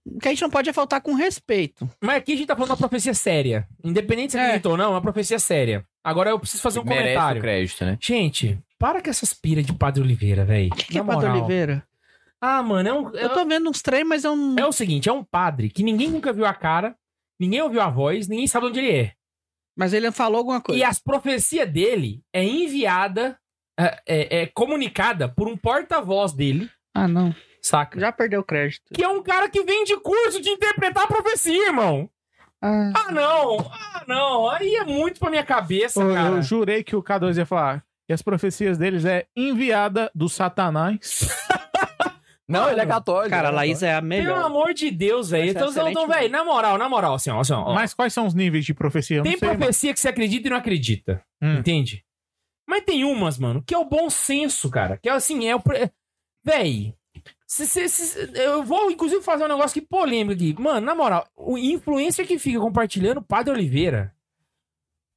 O que a gente não pode é faltar com respeito.
Mas aqui a gente tá falando de uma profecia séria. Independente se
É.
acredita ou não, é uma profecia séria. Agora eu preciso fazer um
Merece o
comentário.
crédito, né?
Gente, para com essas piras de Padre Oliveira, velho.
O que, que é Padre Oliveira?
Ah, mano, é, um, é,
Eu tô vendo uns trem, mas eu não.
é o seguinte, é um padre que ninguém nunca viu a cara, ninguém ouviu a voz, ninguém sabe onde ele é.
Mas ele falou alguma coisa.
E as profecias dele é enviada, é, é- é comunicada por um porta-voz dele,
Ah, não.
saca?
Já perdeu o crédito.
Que é um cara que vende curso de interpretar a profecia, irmão.
Ah,
Ah, não! Ah, não! Aí é muito pra minha cabeça,
Eu,
cara.
eu jurei que o K2 ia falar. E as profecias deles é enviada do Satanás.
Não, ele é católico.
Cara, a
ele é
Laís é a
Pelo
melhor.
amor de Deus, velho.
Essa é
Então, então,
excelente,
velho, na moral, na moral, assim, ó, assim, ó.
Mas quais são os níveis de profecia? Eu não
tem
sei, mano.
profecia que você acredita e não acredita.
Hum.
Entende? Mas tem umas, mano, que é o bom senso, cara. Que é assim, é o. pre- Véi. se- se- se- eu vou, inclusive, fazer um negócio que polêmico aqui. Mano, na moral, o influencer que fica compartilhando o Padre Oliveira.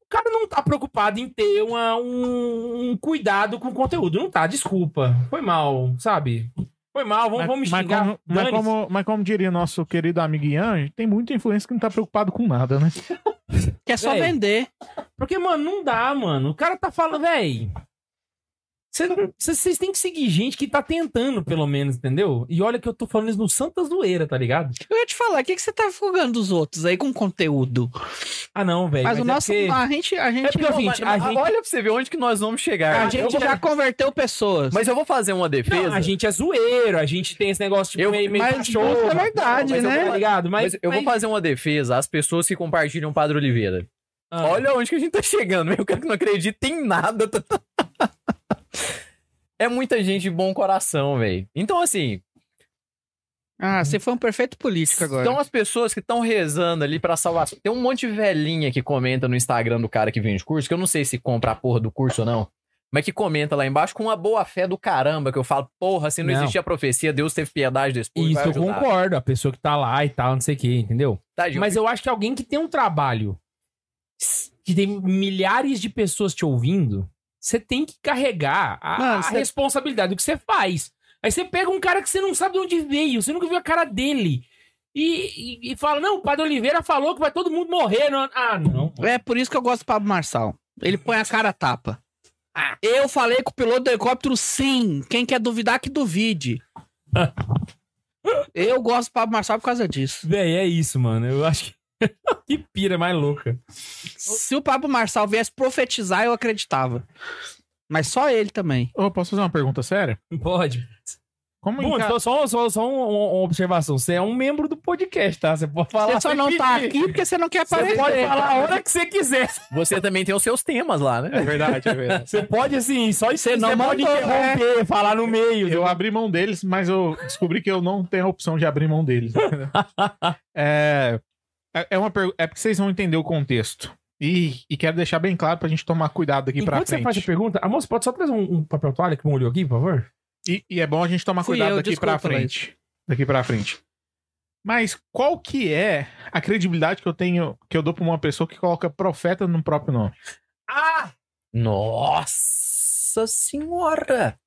O cara não tá preocupado em ter uma- um, um cuidado com o conteúdo. Não tá, desculpa. Foi mal, sabe? Foi mal, vamos, vamos me
mas,
xingar.
como, mas,
dane-se.
como, mas como diria nosso querido amigo Ian, tem muita influência que não tá preocupado com nada, né?
Que é só
Véi.
vender.
Porque, mano, não dá, mano. O cara tá falando, véi. Vocês têm que seguir gente que tá tentando, pelo menos, entendeu? E olha que eu tô falando isso no Santa Zoeira, tá ligado?
Eu ia te falar, o que, que você tá fogando dos outros aí com conteúdo?
Ah, não, velho.
Mas, o nosso.
É porque,
A gente. A
é
gente,
Não,
porque,
mas-
ouvinte, a
mas
gente,
Olha pra você ver onde que nós vamos chegar.
a gente
Eu vou-
já converteu pessoas.
Mas eu vou fazer uma defesa.
não, a gente é zoeiro, a gente tem esse negócio tipo,
Eu-
meio, meio
mas
cachorro.
é verdade,
mas eu
né?
vou- Tá ligado? Mas,
Mas, eu vou fazer uma defesa às pessoas que compartilham o Padre Oliveira.
Ah,
Olha onde que a gente tá chegando. Eu cara que não acredita em nada. [LAUGHS] tá- é muita gente de bom coração, velho. Então, assim,
Ah, você foi um perfeito político agora.
são as pessoas que estão rezando ali pra salvação. Tem um monte de velhinha que comenta no Instagram do cara que vende curso, que eu não sei se compra a porra do curso ou não. Mas que comenta lá embaixo com uma boa fé do caramba, que eu falo, porra, se não,
Não.
existia profecia, Deus teve piedade desse povo. e
Isso
vai
eu
ajudar.
concordo, a pessoa que tá lá e tal, não sei o que, entendeu?
Tá, Gil?
Mas eu acho que alguém que tem um trabalho que tem milhares de pessoas te ouvindo, você tem que carregar a,
Mano,
a
cê-
responsabilidade do que você faz. Aí você pega um cara que você não sabe de onde veio, você nunca viu a cara dele. E, e- e fala, não, o Padre Oliveira falou que vai todo mundo morrer. não- Ah, não.
É por isso que eu gosto do Pablo Marçal. Ele põe a cara a tapa. Eu falei com o piloto do helicóptero, sim. Quem quer duvidar, que duvide. eu gosto do Pablo Marçal por causa disso.
Véi, é isso, mano. Eu acho que... [LAUGHS] que pira mais louca.
Se o Pablo Marçal viesse profetizar, eu acreditava. Mas só ele também.
Ô, posso fazer uma pergunta séria?
Pode.
Como
Bom,
enca-
só, só, só, só um- um- uma observação. Você é um membro do podcast, tá? Você pode falar.
Você só não tá aqui porque você não quer
Você pode
aparecer.
falar a hora que você quiser.
Você também tem os seus temas lá, né? É verdade, é verdade.
Você pode, assim, só
Você não
pode
mandou,
interromper, é. falar no meio.
Eu abri mão deles, mas eu descobri que eu não tenho a opção de abrir mão deles. [LAUGHS] entendeu? é, é, é uma pergu- é porque vocês vão entender o contexto. E, e quero deixar bem claro pra gente tomar cuidado aqui pra
Enquanto você
frente.
faz a pergunta, a moça pode só trazer um, um papel toalha que molhou aqui, por favor?
E, e é bom a gente tomar
Fui
cuidado
eu,
daqui
desculpa,
pra frente. Daqui pra frente. Mas qual que é a credibilidade que eu tenho, que eu dou pra uma pessoa que coloca profeta no próprio nome?
Ah!
Nossa senhora!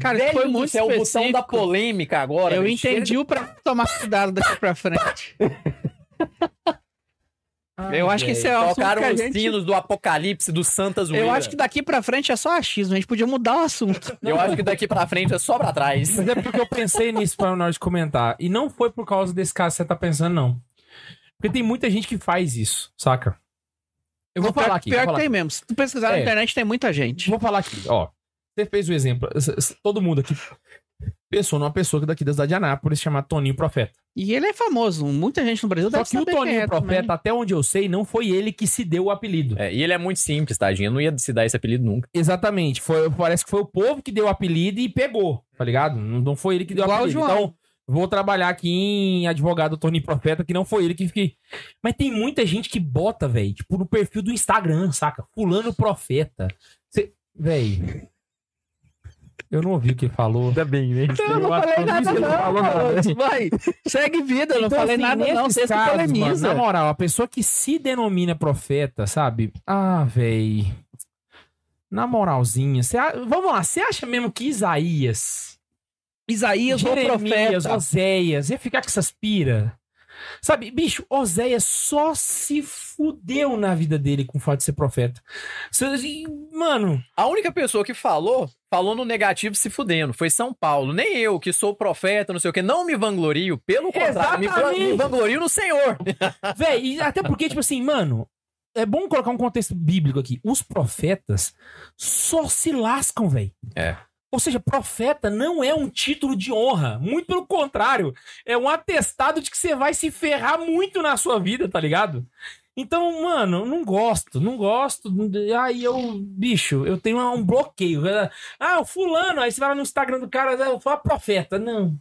Cara,
Velho
foi
do
muito
céu, o botão
específico.
da polêmica agora.
Eu
velho.
entendi o pra tomar cuidado daqui pra frente.
Chega-
Eu acho que esse é o assunto
Tocaram
que a
os
gente-
sinos do apocalipse do Santa Zoeira.
Eu acho que daqui pra frente é só achismo. A gente podia mudar o assunto.
Eu acho que daqui pra frente é só pra trás.
Mas é porque eu pensei nisso pra na hora de comentar. E não foi por causa desse caso que você tá pensando, não. Porque tem muita gente que faz isso, saca? Eu vou
Pior-
falar aqui.
Pior
vou
que
falar
tem mesmo. Se tu pesquisar na
É.
internet, tem muita gente.
Vou falar aqui, ó. Você fez o exemplo. S- s- Todo mundo aqui pensou numa pessoa que é daqui da cidade de Anápolis chamada Toninho Profeta.
E ele é famoso. Muita gente no Brasil
Só
deve
que o
saber quem
Toninho
é
Profeta,
também.
até onde eu sei, não foi ele que se deu o apelido.
É, e ele é muito simples, tadinho. Eu não ia se dar esse apelido nunca.
Exatamente. Foi, parece que foi o povo que deu o apelido e pegou, tá ligado? Não, não foi ele que deu o
Igual o
apelido.
João.
Então, vou trabalhar aqui em advogado Tony Profeta, que não foi ele que fiquei. Mas tem muita gente que bota, velho, tipo, no perfil do Instagram, saca? Fulano Profeta. Cê... Véi. Eu não ouvi o que ele falou.
Ainda bem, né?
Eu não falei nada, né? não. garoto. Vai, segue vida. Eu não
Então,
falei
assim,
nada, não.
nesses
Você se
casos, mano,
polemiza.
Na moral, a pessoa que se denomina profeta, sabe? Ah, véi. Na moralzinha, cê a- vamos lá, você acha mesmo que Isaías
Isaías, o
Jeremias,
profeta.
Oséias, ia ficar com essas pira. Sabe, bicho, Oséias só se fudeu na vida dele com o fato de ser profeta. Se- Mano,
A única pessoa que falou, falou no negativo se fudendo. Foi São Paulo. Nem eu, que sou profeta, não sei o quê. Não me vanglorio. Pelo contrário, me, van-
Exatamente.
me vanglorio no Senhor.
velho, e até porque, tipo assim, mano, é bom colocar um contexto bíblico aqui. Os profetas só se lascam, velho.
É.
Ou seja, profeta não é um título de honra. Muito pelo contrário. É um atestado de que você vai se ferrar muito na sua vida, tá ligado? Então, mano, não gosto, não gosto. Aí eu, bicho, eu tenho um bloqueio. Ah, o fulano, aí você vai lá no Instagram do cara, né, eu falo "Ah, profeta. Não.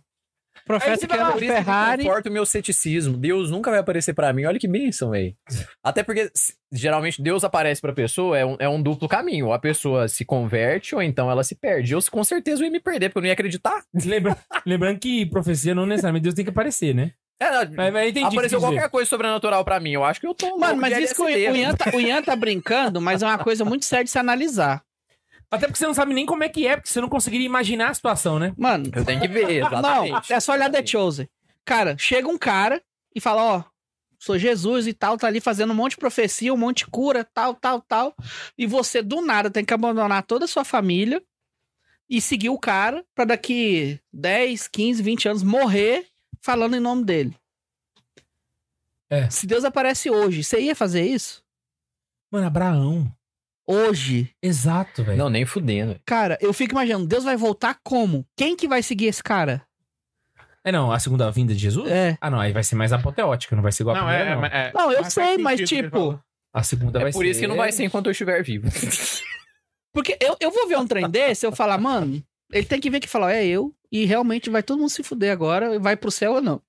Aí
Profeta
você
que
vai lá,
era
Por isso
Ferrari.
que eu comporto o meu ceticismo. Deus nunca vai aparecer pra mim. Olha que bênção, velho. Até porque, se- geralmente, Deus aparece pra pessoa, é um, é um duplo caminho. Ou a pessoa se converte, ou então ela se perde. Eu, com certeza, eu ia me perder, porque eu não ia acreditar.
Lembra- [LAUGHS] lembrando que profecia não necessariamente Deus tem que aparecer, né?
É, não,
Mas, mas eu entendi. o que
apareceu
quis dizer.
qualquer coisa sobrenatural pra mim. Eu acho que eu tô louco
Mano, mas
de
isso que o,
LSD,
o Ian tá, o Ian tá brincando, mas é uma coisa muito séria de se analisar.
Até porque você não sabe nem como é que é, porque você não conseguiria imaginar a situação, né?
Mano,
Eu tenho que ver,
não,
exatamente.
é só olhar The Chosen. Cara, chega um cara e fala, ó, sou Jesus e tal, tá ali fazendo um monte de profecia, um monte de cura, tal, tal, tal. E você, do nada, tem que abandonar toda a sua família e seguir o cara pra daqui 10, 15, 20 anos morrer falando em nome dele.
É.
Se Deus aparece hoje, você ia fazer isso?
Mano, Abraão.
Hoje.
Exato, velho.
Não, nem fudendo.
Cara, eu fico imaginando, Deus vai voltar como? Quem que vai seguir esse cara?
É não, a segunda vinda de Jesus?
É.
Ah, não, aí vai ser mais apoteótica, não vai ser igual a
Não,
primeira,
é,
não.
é- é-
Não, eu
faz
sei, mas
sentido o que ele
tipo.
falou.
A segunda vai
É
ser...
por isso que não vai ser enquanto eu estiver vivo.
Porque eu, eu vou ver um trem desse, eu falar, mano, ele tem que ver que falar, é eu, e realmente vai todo mundo se fuder agora, vai pro céu ou não.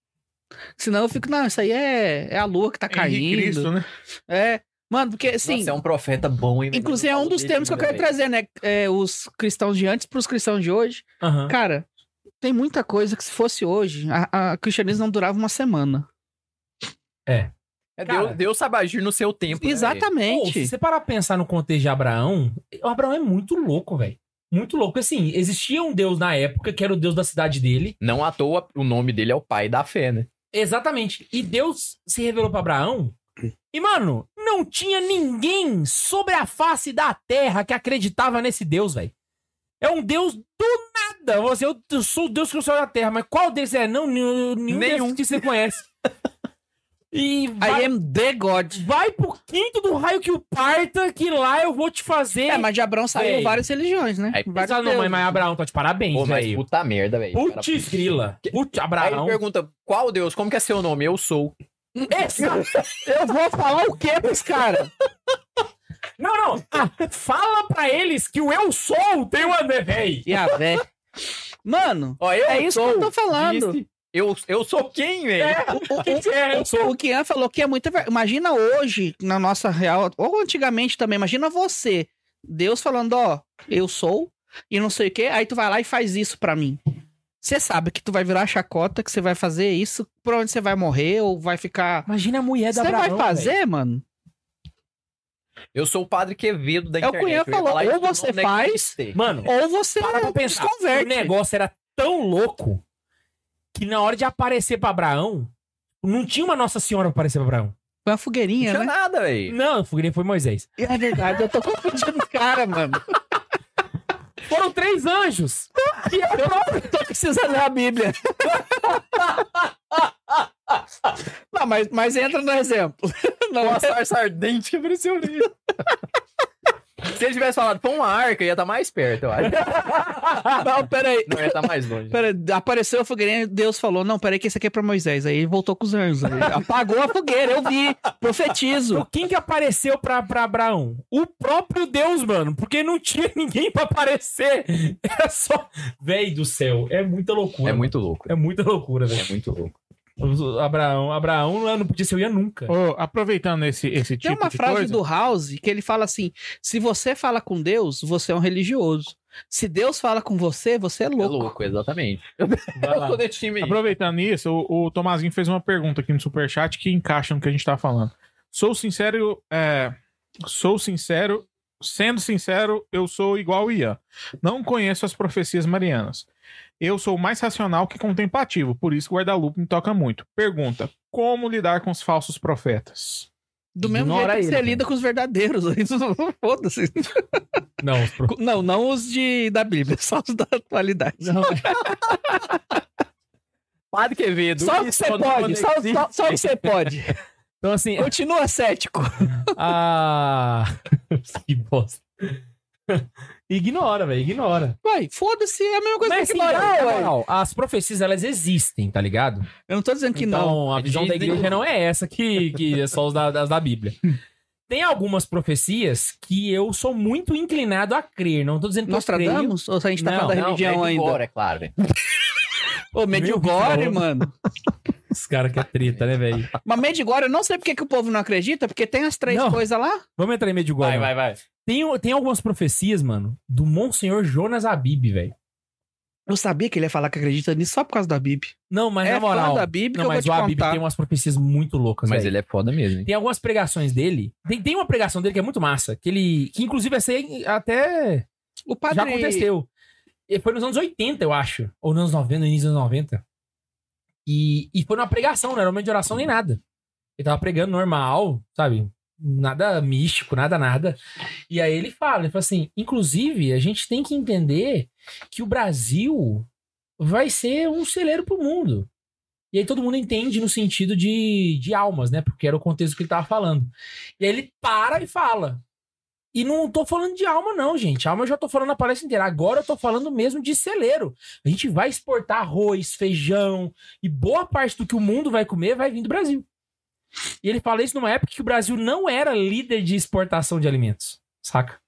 Senão eu fico, não, isso aí é, é a lua que tá
Henrique
caindo.
Cristo, né?
É. Mano, porque assim.
Você é um profeta bom, hein?
Inclusive, é um dos termos que eu quero trazer, né? É, os cristãos de antes pros cristãos de hoje.
Aham.
Cara, tem muita coisa que se fosse hoje, a, a o cristianismo não durava uma semana.
É
Cara.
Deus, Deus sabe agir no seu tempo. né, velho?
Pô, se
Exatamente.
você parar pra pensar no contexto de Abraão, o Abraão é muito louco, velho. Muito louco. Assim, existia um deus na época, que era o deus da cidade dele.
Não à toa, o nome dele é o pai da fé, né?
Exatamente. E Deus se revelou pra Abraão. E, mano, não tinha ninguém sobre a face da terra que acreditava nesse deus, velho. É um deus do nada. Você, eu eu sou o deus que eu sou da terra, mas qual deles é? Não, nenhum,
Nenhum.
nenhum deles que você
[LAUGHS]
conhece. E vai,
I am the God.
vai pro quinto do raio que o parta, que lá eu vou te fazer.
É, mas de Abrão saíram
Véi.
várias religiões, né?
Aí,
Vários
Ah, não,
deuses.
mas, mas Abraão tá de parabéns,
Pô, mas
velho.
puta merda, velho. Cara,
Putz, grila. Putz,
Aí ele
Abraão.
pergunta, qual Deus? Como que é seu nome? Eu sou.
Essa-
Eu vou falar o quê pros caras?
Não, não. Ah, fala pra eles que o eu sou tem uma véi.
Yavé. Mano,
Ó, eu
é isso que eu
sou,
tô falando.
disse. Eu, eu sou quem, velho?
O que que é eu sou?
O que Ian falou que é muita ver- Imagina hoje, na nossa real, ou antigamente também, imagina você, Deus falando, ó, eu sou, e não sei o quê, aí tu vai lá e faz isso pra mim. Você sabe que tu vai virar chacota, que você vai fazer isso, pra onde você vai morrer, ou vai ficar.
Imagina a mulher da
Você vai
Abraão,
fazer, mano?
Eu sou o padre Quevedo da
É o
internet.
que o Ian
eu ia
falou,
falar
ou
isso,
você
não é
faz,
Cristo.
velho. Mano,
Ou você
para pra pensar. Um O
É, desconverte.
negócio era tão louco que na hora de aparecer pra Abraão, não tinha uma Nossa Senhora pra aparecer pra Abraão.
Foi uma
Não
fogueirinha,
tinha
né?
nada, velho.
Não, Fugrinha foi Moisés.
É verdade, eu tô [LAUGHS] confundindo os caras, mano.
Foram três anjos. E Abraão-
Tô precisando ler a Bíblia. Não, mas, mas entra no exemplo. [LAUGHS] Não,
Uma sarça ardente que apareceu ali. [LAUGHS] Se ele tivesse falado, põe uma arca, ia estar mais perto, eu acho.
[LAUGHS] não peraí.
Não, ia estar mais longe.
Peraí, apareceu a fogueirinha, Deus falou: Não, peraí, que isso aqui é pra Moisés. Aí ele voltou com os anjos. Aí apagou a fogueira, eu vi. Profetizo.
Então, quem que apareceu pra, pra Abraão? O próprio Deus, mano. Porque não tinha [LAUGHS] ninguém pra aparecer. Era só. Véi do céu. É muita loucura.
É muito louco.
É muita loucura, velho.
É muito louco.
O- o Abraão, Abraão lá não podia ser eu ia nunca.
Ô, aproveitando esse, esse tipo
Tem uma
de
frase
coisa,
do House que ele fala assim: Se você fala com Deus, você é um religioso. Se Deus fala com você, você é
É
louco. Tá
louco, exatamente.
Vai
Eu
lá.
sou desse time aí.
Aproveitando isso, o, o Tomazinho fez uma pergunta aqui no Superchat que encaixa no que a gente tá falando. Sou sincero, é, sou sincero, sendo sincero, eu sou igual o Ian. Não conheço as profecias marianas. Eu sou mais racional que contemplativo, por isso que o guarda-lupo me toca muito. Pergunta: como lidar com os falsos profetas?
Do mesmo
Ignora
jeito que
ele,
você
cara.
lida com os verdadeiros. [LAUGHS] Foda-se.
Não, os pro-
Não, não os de, da Bíblia, [LAUGHS] só os da atualidade.
Padre Quevedo.
Só o que você pode, só, só, só o que você pode.
Então, assim, [LAUGHS]
Continua cético.
a. que bosta. Ignora, velho, ignora.
Uai, foda-se, é a mesma coisa
Mas
que
assim,
ignorar,
na
uai.
moral, as profecias, elas existem, tá ligado?
Eu não tô dizendo que não.
então, a visão da
Dizem-
igreja não é essa que, que é só os da, das da Bíblia. Tem algumas profecias que eu sou muito inclinado a crer. Não tô dizendo que
Nós
eu creio.
tradamos? Ou a gente tá
Então, Não,
falando da
Não,
religião
é de
ainda?
Gore, é claro. velho.
Ô, Medjugorje,
Deus.
mano.
Os caras que é treta, né, velho?
Mas Medjugorje, eu não sei porque que o povo não acredita, porque tem as três
Não.
coisas lá.
Vamos entrar em Medjugorje.
Vai, vai, vai.
Tem, tem algumas profecias, mano, do Monsenhor Jonas Abib, velho.
Eu sabia que ele ia falar que acredita nisso só por causa da Bíblia.
Não, mas
é
na
fã
moral.
da Bíblia
Não,
que eu vou
mas
te
o Abib
contar.
tem umas profecias muito loucas,
Mas
velho.
ele é foda mesmo, hein?
Tem algumas pregações dele. Tem, tem uma pregação dele que é muito massa. Que ele. Que inclusive essa aí até.
O padre...
um- Já aconteceu. é E Foi nos anos 80, eu acho. Ou nos anos 90, no início dos anos 90. E, e foi numa pregação, não era uma de oração nem nada. Ele tava pregando normal, sabe? Nada místico, nada, nada. E aí ele fala, ele fala assim, inclusive, a gente tem que entender que o Brasil vai ser um celeiro pro mundo. E aí todo mundo entende no sentido de, de almas, né? Porque era o contexto que ele tava falando. E aí ele para e fala. E não tô falando de alma, não, gente. Alma eu já tô falando a palestra inteira. Agora eu tô falando mesmo de celeiro. A gente vai exportar arroz, feijão e boa parte do que o mundo vai comer vai vir do Brasil. E ele fala isso numa época que o Brasil não era líder de exportação de alimentos, saca?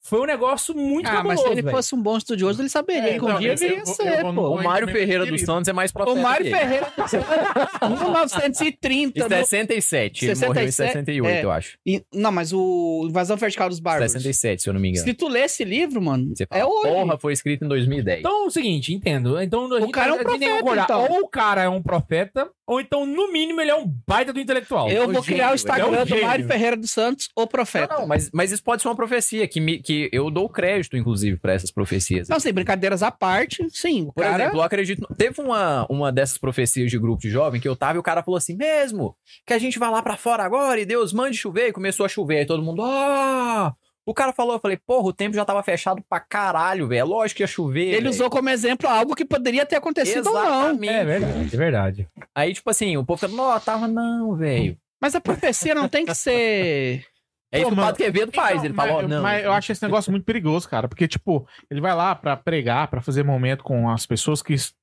Foi um negócio muito
Ah, mas se
cabuloso,
ele
velho.
fosse um bom estudioso, ele saberia
É,
que
então,
um dia
eu-
ele
eu
ia
vou-
ser,
eu vou no-
pô.
O Mário Ferreira dos Santos é mais
O
profeta
Mário
que ele. é
Ferreira,
tá
[LAUGHS] 1930.
Em
no-
né?
67. Ele morreu em 68,
é.
eu acho.
E- Não, mas o Invasão Vertical dos Bárbaros.
67, se eu não me engano.
Se tu lê esse livro, mano,
Você fala,
é hoje.
Porra, foi escrito em 2010.
Então é o seguinte, entendo. Então, a gente-
cara é um
a gente tem que
profeta,
concordar.
então.
Ou o cara é um profeta, ou então, no mínimo, ele é um baita do intelectual.
Eu
É um
vou criar o
gênio,
Instagram
ele é um
do Mário
gênio.
Ferreira dos Santos, o profeta.
Não,
Não,
não, mas, mas isso pode ser uma profecia que, me, que eu dou crédito, inclusive, pra essas profecias.
assim, brincadeiras à parte, sim, o
Por
cara...
exemplo, eu acredito. Teve uma, uma dessas profecias de grupo de jovem que eu tava e o cara falou assim: mesmo que a gente vá lá pra fora agora e Deus mande chover. E começou a chover. Aí todo mundo, ah! O cara falou, eu falei, porra, o tempo já tava fechado pra caralho, velho. É Lógico que ia chover.
ele
velho."
usou como exemplo algo que poderia ter acontecido ou não.
Exatamente.
É verdade, é verdade.
Aí, tipo assim, o povo fica, não, tava não, velho.
Mas a profecia não tem que ser...
É isso
Pô,
que o
mano,
Padre Quevedo faz. ele
Então, mas,
fala, ó, não.
Mas eu acho esse negócio muito perigoso, cara. Porque, tipo, ele vai lá pra pregar, pra fazer momento com as pessoas que. es-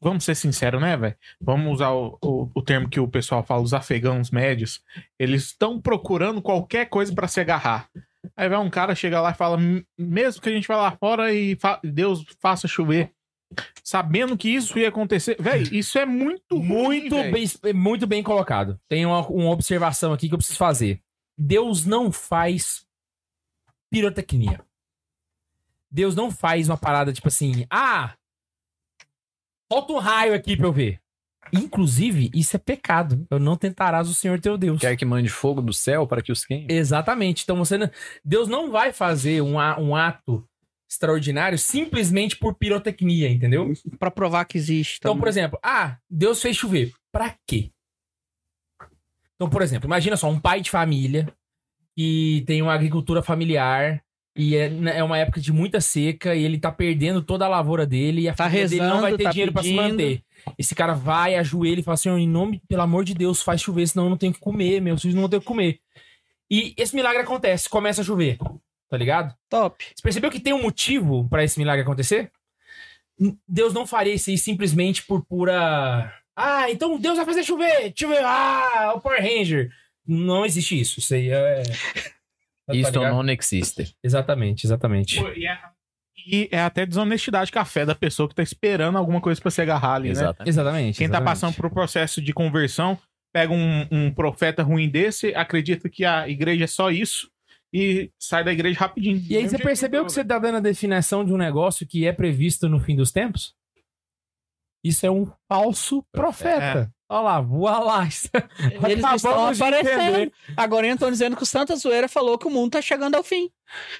Vamos ser sinceros, né, velho? Vamos usar o, o, o termo que o pessoal fala, os afegãos médios. Eles estão procurando qualquer coisa pra se agarrar. Aí vai um cara, chega lá e fala: "M- mesmo que a gente vá lá fora e fa- Deus faça chover. Sabendo que isso ia acontecer. Velho, isso é muito. ruim,
Muito
velho.
bem, muito bem colocado. Tem uma, uma observação aqui que eu preciso fazer. Deus não faz pirotecnia. Deus não faz uma parada tipo assim, ah, solta um raio aqui pra eu ver. Inclusive, isso é pecado. Eu não tentarás o Senhor teu Deus.
Quer que é mande fogo do céu para que os queime?
Exatamente. Então você não- Deus não vai fazer um, a- um ato extraordinário simplesmente por pirotecnia, entendeu?
pra provar que existe.
Então,
também.
por exemplo, ah, Deus fez chover. Pra quê? Então, por exemplo, imagina só um pai de família que tem uma agricultura familiar e é, é uma época de muita seca e ele tá perdendo toda a lavoura dele e a
Tá
família dele não vai
rezando,
ter
tá
dinheiro pra se
pedindo.
manter. Esse cara vai, ajoelha e fala Senhor, em nome, pelo amor de Deus, faz chover, senão eu não tenho o que comer, meus filhos não vão ter o que comer. E esse milagre acontece, começa a chover, tá ligado?
Top.
Você percebeu que tem um motivo pra esse milagre acontecer? N- Deus não faria isso aí simplesmente por pura. Ah, então Deus vai fazer chover! Chover! Ah, o Power Ranger! Não existe isso. Isso aí é. Tá
Isto
ligado?
não é. existe.
Exatamente, exatamente.
E é- E é até desonestidade com a fé da pessoa que tá esperando alguma coisa pra se agarrar ali, né?
Exatamente.
Exatamente.
Quem tá
exatamente.
passando por um processo de conversão, pega um, um profeta ruim desse, acredita que a igreja é só isso e sai da igreja rapidinho.
E aí, você percebeu que você tá dando a definição de um negócio que é previsto no fim dos tempos? Isso é um falso profeta. Olha lá, voa lá.
Eles
tá
estão
Acabamos de entender.
aparecendo. Agora estão dizendo que o Santa Zoeira falou que o mundo tá chegando ao fim.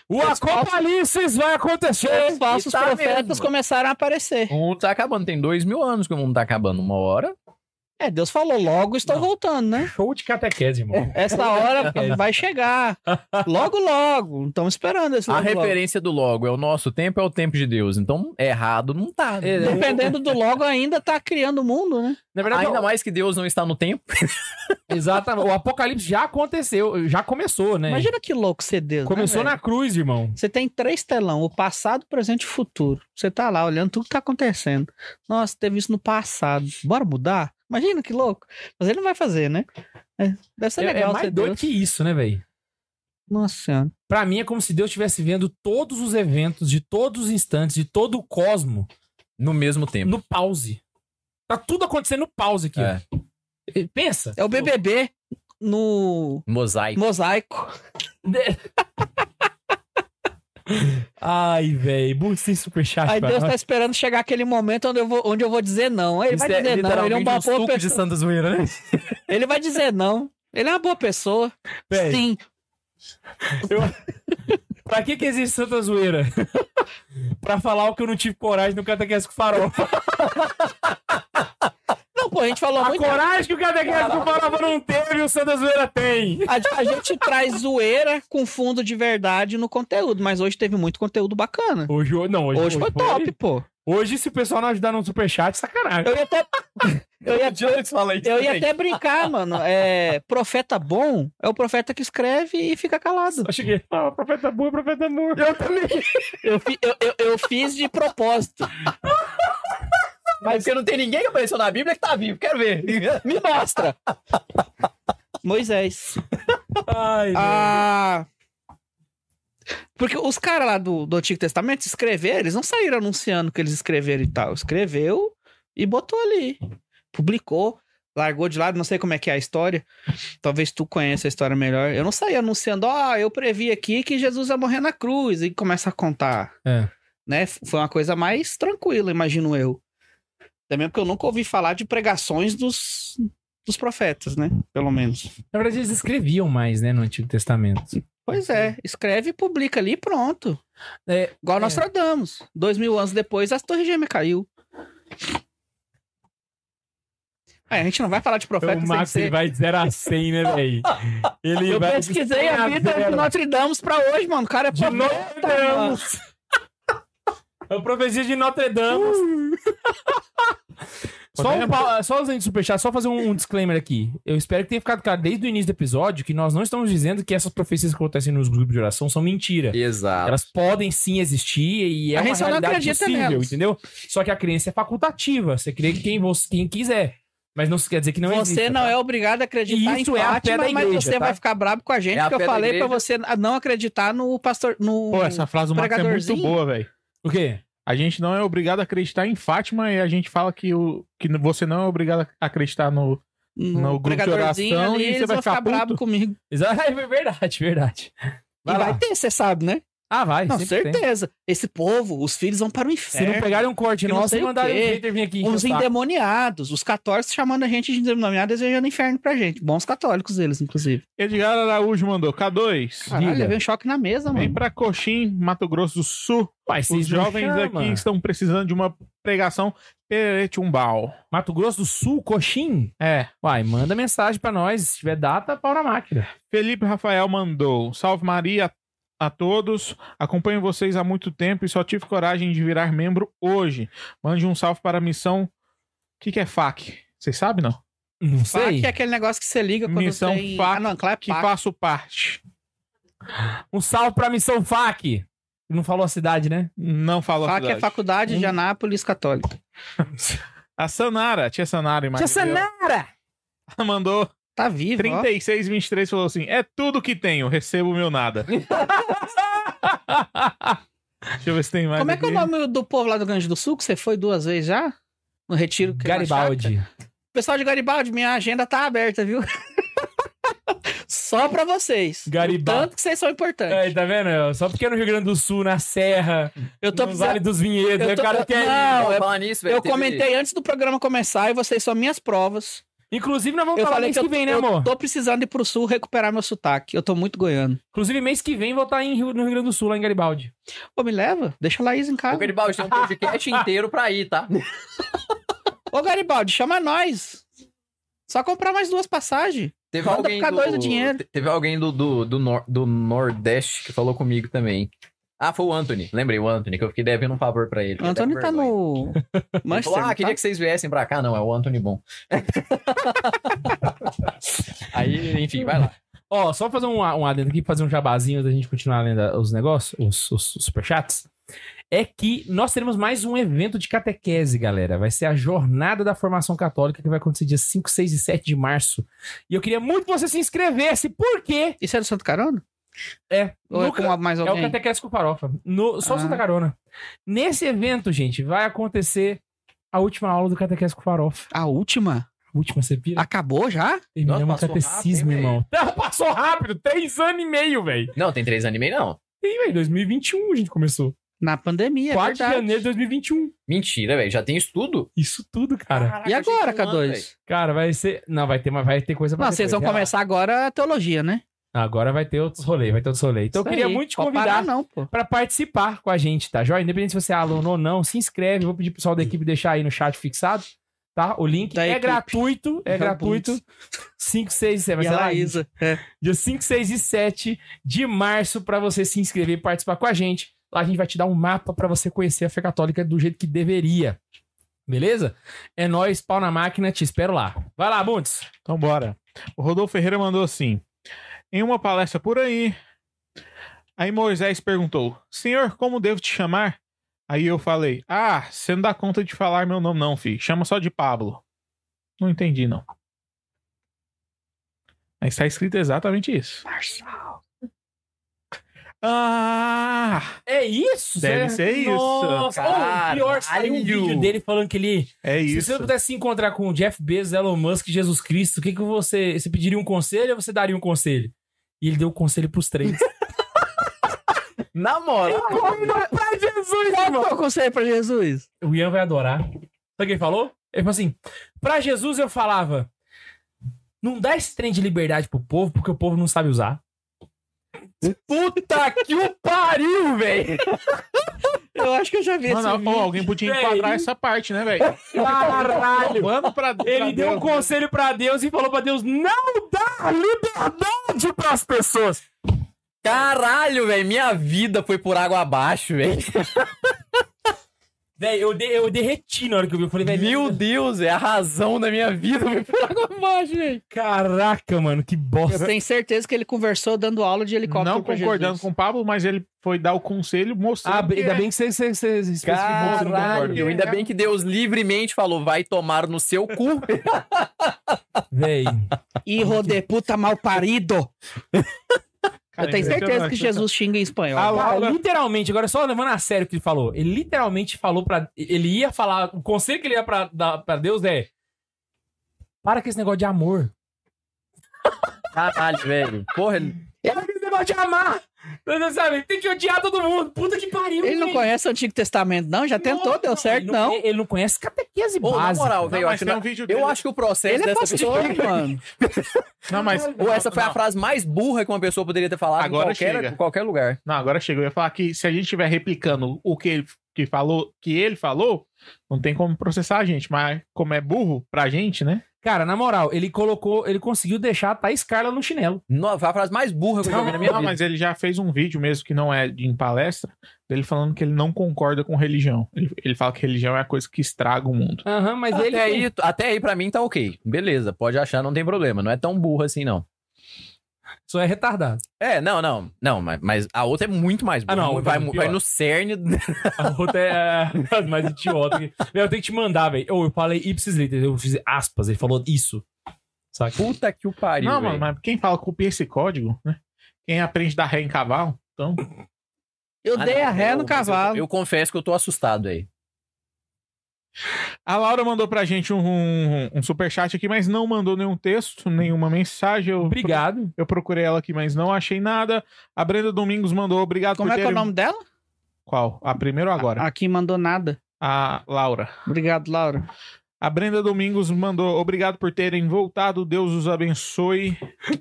O apocalipse vai acontecer.
Os falsos
e tá
profetas
mesmo.
começaram a aparecer.
O mundo tá acabando. Tem dois mil anos que o mundo tá acabando. Uma hora.
É, Deus falou, logo estou
Não.
voltando, né?
Show de catequese, irmão.
Essa hora vai chegar. Logo, logo. Estamos esperando esse
A
logo, logo.
referência do logo é o nosso tempo é o tempo de Deus. Então, errado não tá. né?
É,
Dependendo do logo, ainda tá criando o mundo, né?
Na verdade,
Ainda
não.
mais que Deus não está no tempo.
Exatamente. O apocalipse já aconteceu, já começou,
É.
né?
Imagina que louco ser Deus. né,
começou
velho?
na cruz, irmão.
Você tem três telão, o passado, o presente e o futuro. Você tá lá olhando tudo que tá acontecendo. Nossa, teve isso no passado. Bora mudar? Imagina que louco. Mas ele não vai fazer, né? É, Deve ser
É, é
legal ser
mais doido
Deus.
que isso, né, velho?
Nossa Senhora.
Pra mim é como se Deus estivesse vendo todos os eventos, de todos os instantes, de todo o cosmo,
No mesmo tempo.
no pause. Tá tudo acontecendo no pause aqui.
É.
ó. Pensa.
É o BBB no
Mosaico.
mosaico.
[LAUGHS] Ai, velho. Bursim superchat.
Aí
pra
Deus
nós.
tá esperando chegar aquele momento onde eu vou, onde eu vou dizer não. Ele vai
Isso é
dizer não. Ele é
literalmente
uma boa
um suco
pessoa.
de Santa Zoeira, né?
Ele vai dizer não. Ele é uma boa pessoa.
Véi,
Sim.
Pra que que existe Santa Zoeira? [LAUGHS] pra falar o que eu não tive coragem no Catequese Farol.
Não, pô, a gente falou
A
muito.
coragem que o Catequese Farol não teve, o Santa Zoeira tem.
A, a gente traz zoeira com fundo de verdade no conteúdo, mas hoje teve muito conteúdo bacana.
Hoje, hoje- não, hoje,
Hoje foi top, pô.
Hoje, se o pessoal não ajudar no superchat, sacanagem.
Eu ia até. Eu ia, eu ia até brincar, mano. É, profeta bom é o profeta que escreve e fica calado.
Eu cheguei. Ah, profeta burro, profeta burro. Eu também.
Eu, fi- eu- eu- eu fiz de propósito.
Mas porque não tem ninguém que apareceu na Bíblia que tá vivo. Quero [LAUGHS] ver.
Me mostra. Moisés.
Ai,
Ah. Porque os caras lá do, do Antigo Testamento escreveram, eles não saíram anunciando que eles escreveram e tal. Escreveu e botou ali. Publicou, largou de lado, não sei como é que é a história. Talvez tu conheça a história melhor. Eu não saí anunciando, ó, eu previ aqui que Jesus ia morrer na cruz e começa a contar.
É.
Né? Foi uma coisa mais tranquila, imagino eu. Também porque eu nunca ouvi falar de pregações dos, dos profetas, né? Pelo menos.
Na verdade, eles escreviam mais, né, no Antigo Testamento.
Pois é, escreve e publica ali e pronto.
É,
Igual
É.
Nostradamus. Dois mil anos depois, as torres gêmeas caiu. É, a gente não vai falar de profeta
o
sem
Max ele
ser...
vai de 0 a 100, né, velho? [LAUGHS] Ele
Eu
vai de
pesquisei
100
a vida de
zero.
Notre Dame pra hoje, mano. O cara é
De
profeta.
Notre
mano.
Dame. É o profecia de Notre Dame. [LAUGHS] Só, um, pa- só antes de superchat, só fazer um, um disclaimer aqui. Eu espero que tenha ficado claro desde o início do episódio que nós não estamos dizendo que essas profecias que acontecem nos grupos de oração são mentira.
Exato.
Elas podem sim existir e é
A
uma
gente só não
realidade
acredita
possível,
nelas.
entendeu? Só que a crença é facultativa. Você crê em quem, você, quem quiser. Mas não quer dizer que não tá?
você
existe.
não é obrigado a acreditar
E
em
isso é a fé
Fátima,
da
mas
igreja,
você
tá?
vai ficar brabo com a gente,
É a
porque
fé
eu
da
falei pra
igreja.
você não acreditar no pastor... No...
Pô, essa frase do Max é muito
pregadorzinho.
boa, velho.
O quê?
A gente não é obrigado a acreditar em Fátima e a gente fala que, o, que você não é obrigado a acreditar no. no grupo de
pregadorzinho
oração
ali,
e você
eles
vai
vão
ficar
ficar brabo
puto.
comigo.
Exa- [LAUGHS] É verdade, verdade. Vai
e
lá.
vai ter, você sabe, né?
Ah, vai.
Não,
sempre tem.
certeza. Esse povo, os filhos vão para o
Se
inferno.
não pegarem um corte
Eu não
nosso
sei
e
o
mandarem
quê.
um hater vir aqui. encher o
Os
saco.
endemoniados, os católicos chamando a gente de endemoniado, desejando inferno pra gente. Bons católicos eles, inclusive.
Edgar Araújo mandou K2.
Caralho,
Diga.
levei um choque na mesa,
Vem
mano.
pra Coxim, Mato Grosso do Sul.
Pai,
Os
vocês não
jovens
chamam.
aqui estão precisando de uma pregação peretumbal.
Mato Grosso do Sul, Coxim?
É.
Uai, manda mensagem pra nós. Se tiver data, pau na máquina.
Felipe Rafael mandou. Salve Maria a todos. Acompanho vocês há muito tempo e só tive coragem de virar membro hoje. Mande um salve para a missão. O que, que é FAC? Vocês sabem, não?
Não
Fac
sei.
é aquele negócio que você liga quando
Missão
tem...
fac
ah, não, claro,
Que
é fac.
faço parte.
Um salve pra Missão FAC. Não falou a cidade, né?
Não falo a
Fac é
cidade.
faculdade
Hum.
de Anápolis Católica.
A Sanara, tia Sanara, imagina.
Sanara!
Ela mandou
Tá vivo, ó.
3623 falou assim: "É tudo que tenho, recebo meu
[LAUGHS]
nada". Deixa eu ver se tem mais.
Como é que é o
aqui.
nome do povo lá do Rio Grande do Sul, que você foi duas vezes já? No retiro que é na chácara?
Garibaldi.
Pessoal de Garibaldi, minha agenda tá aberta, viu? [LAUGHS] Só pra vocês.
Garibaldi.
Tanto que vocês são importantes.
Aí, tá vendo? Só porque é no Rio Grande do Sul, na Serra,
Eu tô
no
precisando-
Vale dos Vinhedos,
eu
aí o
tô-
cara quer.
Não, é-
falar nisso, velho.
Eu
teve-
comentei antes do programa começar e vocês são minhas provas.
Inclusive, nós vamos
Eu
falar
falei
mês
que
que
eu,
vem, né,
eu
amor?
tô precisando ir pro sul recuperar meu sotaque. Eu tô muito goiano.
Inclusive, mês que vem vou estar em Rio- no Rio Grande do Sul, lá em Garibaldi.
Pô, me leva, deixa a Laís em
Ô,
casa.
Garibaldi, tem um podcast inteiro pra ir, tá?
Ô, Garibaldi, chama nós. Só comprar mais duas passagens.
Teve
Manda
alguém,
ficar
do,
dois o dinheiro.
te- Teve alguém do, do, do, nor- do Nordeste que falou comigo também. Ah, foi o Anthony. Lembrei, o Anthony, que eu fiquei devendo um favor pra ele.
O Antônio
Até
tá
com vergonha.
no
Ele
[LAUGHS] Manchester.
falou, ah,
não tá?
queria que vocês viessem pra cá. Não, é o Anthony Bom. [LAUGHS] Aí, enfim, vai lá.
Ó, só fazer um, um adendo aqui, fazer um jabazinho da gente continuar lendo os negócios, os, os, os superchats. É que nós teremos mais um evento de catequese, galera. Vai ser a Jornada da Formação Católica, que vai acontecer dia 5, 6 e 7 de março. E eu queria muito que você se inscrevesse, porque
Isso é do Santo Carona?
É.
Ou
Nunca-
é com mais
é o
alguém?
Catequese com Farofa. No, só
Ah.
Santa Carona. Nesse evento, gente, vai acontecer a última aula do Catequese com Farofa.
A última?
A última, você pira?
Acabou já?
Terminamos o
Ah, Nossa, passou
catecismo,
rápido, hein,
irmão. [LAUGHS] Passou rápido, três anos e meio, velho.
Não, tem três anime, não.
Ih, velho, 2021 a gente começou.
Na pandemia, é
4 de
verdade.
janeiro de 2021.
Mentira, velho. Já tem estudo?
Isso tudo, cara.
Caraca,
E
achei
agora,
que um ano, velho.
K2?
Cara, vai ser. Não, vai ter, mas vai ter coisa pra
Não,
ter
vocês vão
coisa.
começar agora a teologia, né?
Agora vai ter outros rolês, vai ter outros rolês. Então eu
Isso
queria
aí.
muito te
Pode
convidar
Parar, não, pô.
pra participar com a gente, tá? Joia? Independente se você é aluno ou não, se inscreve. Vou pedir pro pessoal da equipe deixar aí no chat fixado, tá? O link
Da
é
equipe.
gratuito, é
Tá
gratuito. 5, 6 e 7. Vai
E
ser
a
lá,
Laísa. É.
dia 5, 6 e 7 de março pra você se inscrever e participar com a gente. Lá a gente vai te dar um mapa pra você conhecer a fé católica do jeito que deveria. Beleza? É nóis, pau na máquina, te espero lá. Vai lá, Bundes.
Então bora. O Rodolfo Ferreira mandou assim: Em uma palestra por aí, aí Moisés perguntou: Senhor, como devo te chamar? Aí eu falei: Ah, você não dá conta de falar meu nome, não, filho. Chama só de Pablo. Não entendi, não. Mas está escrito exatamente isso. Ah,
É isso?
Deve
Zé?
ser isso.
Nossa, oh, pior, saiu um
Caralho.
vídeo dele falando que ele...
é
Se você tá
isso.
pudesse se encontrar com o Jeff Bezos, Elon Musk, Jesus Cristo, o que que você... Você pediria um conselho ou você daria um conselho? E ele deu o conselho pros
[LAUGHS]
três.
Na moral.
pra Jesus,
Qual que é o conselho pra Jesus?
O Ian vai adorar. Sabe o que ele falou? Ele falou assim: pra Jesus eu falava, não dá esse trem de liberdade pro povo, porque o povo não sabe usar. Puta que o pariu, velho!
Eu acho que eu já vi esse
Mano, ó,
vídeo.
alguém podia
Véi.
enquadrar essa parte, né, velho?
Caralho!
Mano, pra, pra
Ele deu um
Deus.
conselho pra Deus e falou pra Deus: não dá liberdade pras pessoas!
Caralho, velho. Minha vida foi por água abaixo, velho.
Velho, eu, de- eu derreti na hora que eu vi. Eu falei, velho,
Meu Deus, é a razão da minha vida. Foi por água abaixo, velho.
caraca, mano, que
Eu
bosta.
tenho certeza que ele conversou dando aula de helicóptero
não
pra
concordando
Jesus.
com o Pablo, mas ele foi dar o conselho mostrando.
Ah, ainda
é.
bem que você, você, você especificou, você não concorda.
Caralho, ainda bem que Deus livremente falou, vai tomar no seu cu.
Véi,
Ih, rodeputa mal parido.
Cara,
eu tenho certeza que
impressionante.
Jesus xinga em espanhol.
Ah, lá.
Cara,
Laura-
literalmente, agora só levando a sério o que ele falou. Ele literalmente falou pra. Ele ia falar. O conselho que ele ia pra, dar pra Deus é. Para com esse negócio de amor.
[LAUGHS] Caralho, velho. Porra,
Para com esse negócio de amar. Você Sabe? Tem que odiar todo mundo. Puta que pariu.
Ele não
velho.
conhece o Antigo Testamento, não? Já tentou,
Não,
deu certo,
ele
não.
conhe- Ele não conhece catequese
Ô, na
básica.
moral,
Não,
velho, eu
mas
acho
tem
que-
um vídeo dele.
eu acho que o processo
Ele é
dessa pessoa...
pastor, mano.
Não, mas.
Ou essa foi a
Não,
frase mais burra que uma pessoa poderia ter falado
Agora
em qualquer,
chega.
qualquer lugar.
Não, agora chegou. Eu ia falar que se a gente estiver replicando o que ele que falou, que ele falou, não tem como processar a gente. Mas como é burro pra gente, né?
Cara, na moral, ele colocou. Ele conseguiu deixar a Thaís Carla no chinelo.
No- foi a frase mais burra que eu já vi na minha
Não,
vida.
mas ele já fez um vídeo mesmo que não é de- em palestra, dele falando que ele não concorda com religião. Ele, ele fala que religião é a coisa que estraga o mundo.
Aham, mas ele.
Até aí, até aí, pra mim, tá ok. Beleza, pode achar, não tem problema. Não é tão burra assim, não.
Só é retardado.
É, não, não. Não, mas, mas a outra é muito mais burra.
Ah, não,
vai,
é pior.
vai no cerne...
A outra é a mais idiota. que- Velho, eu tenho que te mandar, velho. Ou eu falei ipsis literis, eu fiz aspas, ele falou isso. Saca?
[LAUGHS] Puta que o pariu,
não,
velho.
mano, mas quem fala copia esse código, né? Quem aprende da ré em cavalo, então.
Eu
Ah,
dei
não,
a
eu-
ré no
mas eu-
cavalo.
Eu, confesso que eu tô assustado aí.
A Laura mandou pra gente um, um, um superchat aqui, mas não mandou nenhum texto, nenhuma mensagem. Eu,
Obrigado.
eu procurei ela aqui, mas não achei nada. A Brenda Domingos mandou obrigado
Como
por
é que é o
terem-
nome dela?
Qual? A primeira ou agora?
A- Aqui mandou nada.
A Laura.
Obrigado, Laura.
A Brenda Domingos mandou obrigado por terem voltado. Deus os abençoe.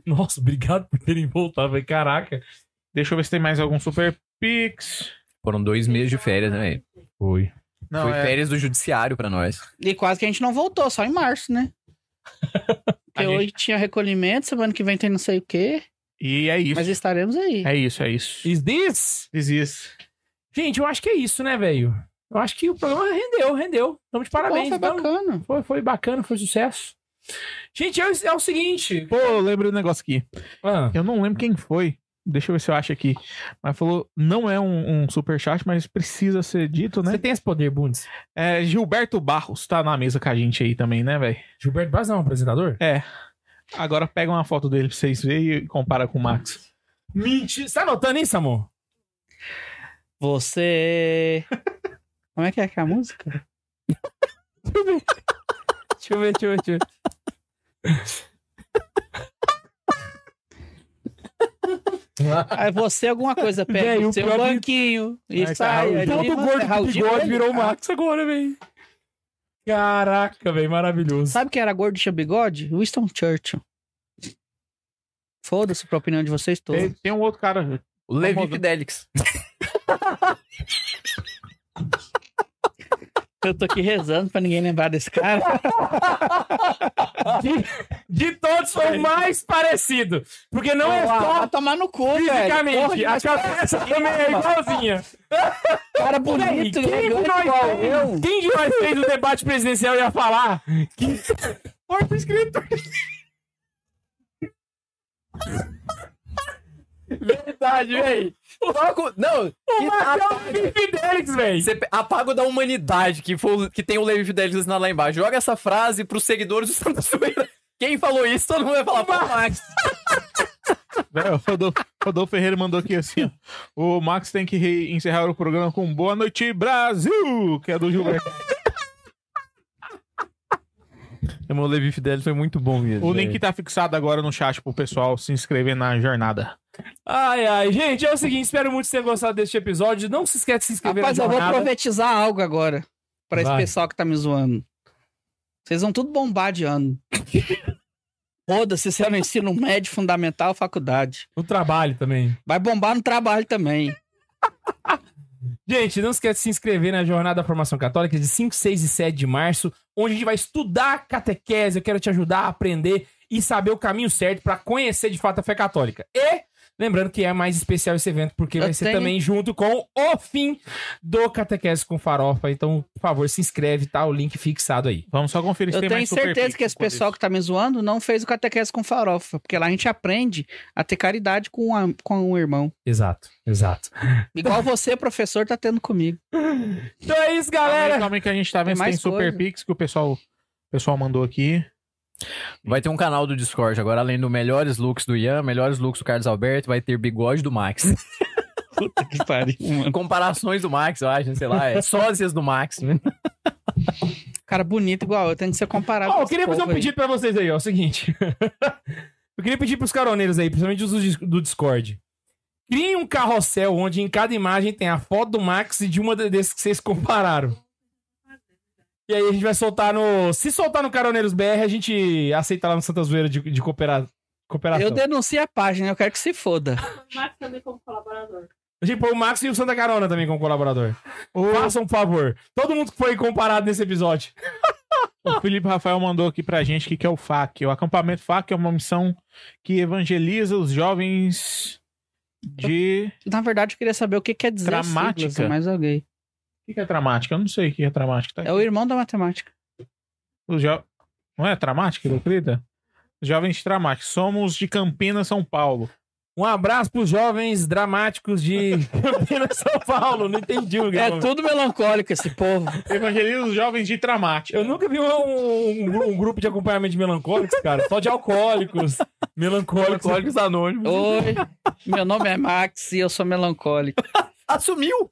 Nossa, obrigado por terem voltado, velho. Caraca.
Deixa eu ver se tem mais algum super pix.
Foram dois meses de férias, né, velho?
Foi.
Não,
Foi
é-
férias do judiciário pra nós.
E quase que a gente não voltou, só em março, né? Porque
A gente-
hoje tinha recolhimento, semana que vem tem não sei o quê.
E é isso.
Mas estaremos aí.
É isso, é isso.
Is this?
Diz isso.
Gente, eu acho que é isso, né, velho? Eu acho que o programa rendeu, rendeu. Estamos de parabéns.
Pô, foi
então.
bacana.
Foi, foi bacana, foi sucesso. Gente, é, o- é o seguinte.
Pô, eu lembro do negócio aqui.
Ah,
Eu não lembro quem foi. Deixa eu ver se eu acho aqui. Mas falou, não é um, um superchat, mas precisa ser dito,
Você
né?
tem esse poder, Bundes?
É, Gilberto Barros tá na mesa com a gente aí também, né, velho?
Gilberto Braz não é um apresentador?
É. Agora pega uma foto dele pra vocês verem e compara com o Max.
Mentira. Você tá anotando isso, amor?
Você. Como é que é que é a música?
Deixa eu ver, deixa eu ver, deixa eu ver.
Ah, você alguma coisa pega
Véi,
o
o
seu
pior que-
banquinho e
Ai,
sai.
tá,
ali,
Tanto
mano,
gordo com
é tipo Raul tá- Ah, de
bigode
Belli,
virou o
cara.
Max agora, velho. Caraca, velho, maravilhoso.
Sabe quem era gordo e tinha bigode? Winston Churchill. Foda-se pra opinião de vocês todos.
Tem, tem um outro cara.
O Levi
Vamos-
Fidelix.
Eu tô aqui rezando pra ninguém lembrar desse
[LAUGHS]
cara.
De todos foi o mais parecido. Porque não é
Vai
só
tomar no cu, velho. Porra,
fisicamente.
de
A
mais
cabeça também é igualzinha. Véi,
cara bonito,
quem, de
elegante,
nós
é igual
fez,
eu.
quem de nós fez o debate presidencial ia falar? Que... Foi pro escritor.
Verdade, véi. Logo, não,
é O
Que tá
Marcão
tapa-
Fidelix, velho.
você pe- apaga o da humanidade que, foi, o- que tem o Levi Fidelix na- lá embaixo. Joga essa frase pros seguidores do Santa Zoeira. Quem falou isso, todo mundo vai falar, pô, Max.
Velho, o Rodolfo, Rodolfo Ferreira mandou aqui assim: ó. o Max tem que re- encerrar o programa com Boa Noite Brasil, que é do Gilberto.
[LAUGHS] O Levi Fidelix foi muito bom mesmo.
O link tá fixado agora no chat pro pessoal se inscrever na jornada.
Ai, ai, gente, é o seguinte, espero muito que vocês tenham gostado deste episódio. Não se esquece de se inscrever
Rapaz,
na
eu vou
jornada.
profetizar algo agora. Pra esse
Vai.
pessoal que tá me zoando. Vocês vão tudo bombar de ano. Foda-se se é no ensino médio, fundamental, faculdade.
O trabalho também.
Vai bombar no trabalho também.
Gente, não esquece de se inscrever na Jornada da Formação Católica de 5, 6 e 7 de março, onde a gente vai estudar catequese. Eu quero te ajudar a aprender e saber o caminho certo pra conhecer de fato a fé católica. E lembrando que é mais especial esse evento porque
Eu
vai ser
tenho-
também junto com o fim do catequese com farofa. Então, por favor, se inscreve, tá o link fixado aí.
Vamos só conferir se
Eu
tem
tenho
mais é super
certeza
Pix
que esse
depois
pessoal que tá me zoando não fez o catequese com farofa. Porque lá a gente aprende a ter caridade com, a- com um irmão.
Exato, exato.
Igual você, professor, tá tendo comigo.
Então é isso,
disso. Calma aí,
galera.
calma aí que a gente tá
Tem
vendo se tem
mais
super
coisa.
Pix que o pessoal, o pessoal mandou aqui.
Vai ter um canal do Discord agora, além do melhores looks do Ian, melhores looks do Carlos Alberto, vai ter bigode do Max.
Puta que pariu, mano.
Comparações do Max, eu acho, sei lá, é sósias do Max.
Cara bonito igual eu, tenho que ser comparado.
Ó,
com
eu
esse
queria fazer um
povo aí.
pedido pra vocês aí, ó. É o seguinte. [LAUGHS] eu queria pedir pros caroneiros aí, principalmente os do Dis- do Discord. Criem um carrossel onde em cada imagem tem a foto do Max e de uma de- desses que vocês compararam. E aí a gente vai soltar no. Se soltar no Caroneiros BR, a gente aceita lá no Santa Zoeira de, de coopera- cooperação.
Eu denuncio a página, eu quero que se foda.
Max também como colaborador.
A gente põe o Max e o Santa Carona também como colaborador. Façam um favor. Todo mundo que foi comparado nesse episódio.
O
Ah.
Felipe Rafael mandou aqui pra gente que, que é o FAC. O acampamento FAC é uma missão que evangeliza os jovens de.
Na verdade, eu queria saber o que quer dizer
Gramática?
siglas, mais alguém.
O que, que é tramática? Eu não sei o que é tramática. Tá
É o irmão da matemática.
Os jo- Não é tramática, Lucrita? Os jovens de tramática. Somos de Campinas, São Paulo.
Um abraço pros jovens dramáticos de [LAUGHS] Campinas, São Paulo. Não entendi o que
É
eu-
tudo melancólico esse povo.
Evangeliza os jovens de tramática.
Eu nunca vi um, um gru- um grupo de acompanhamento de melancólicos, cara. Só de alcoólicos. Melancólicos.
Códigos anônimos.
Oi, meu nome é Max e eu sou melancólico.
Assumiu!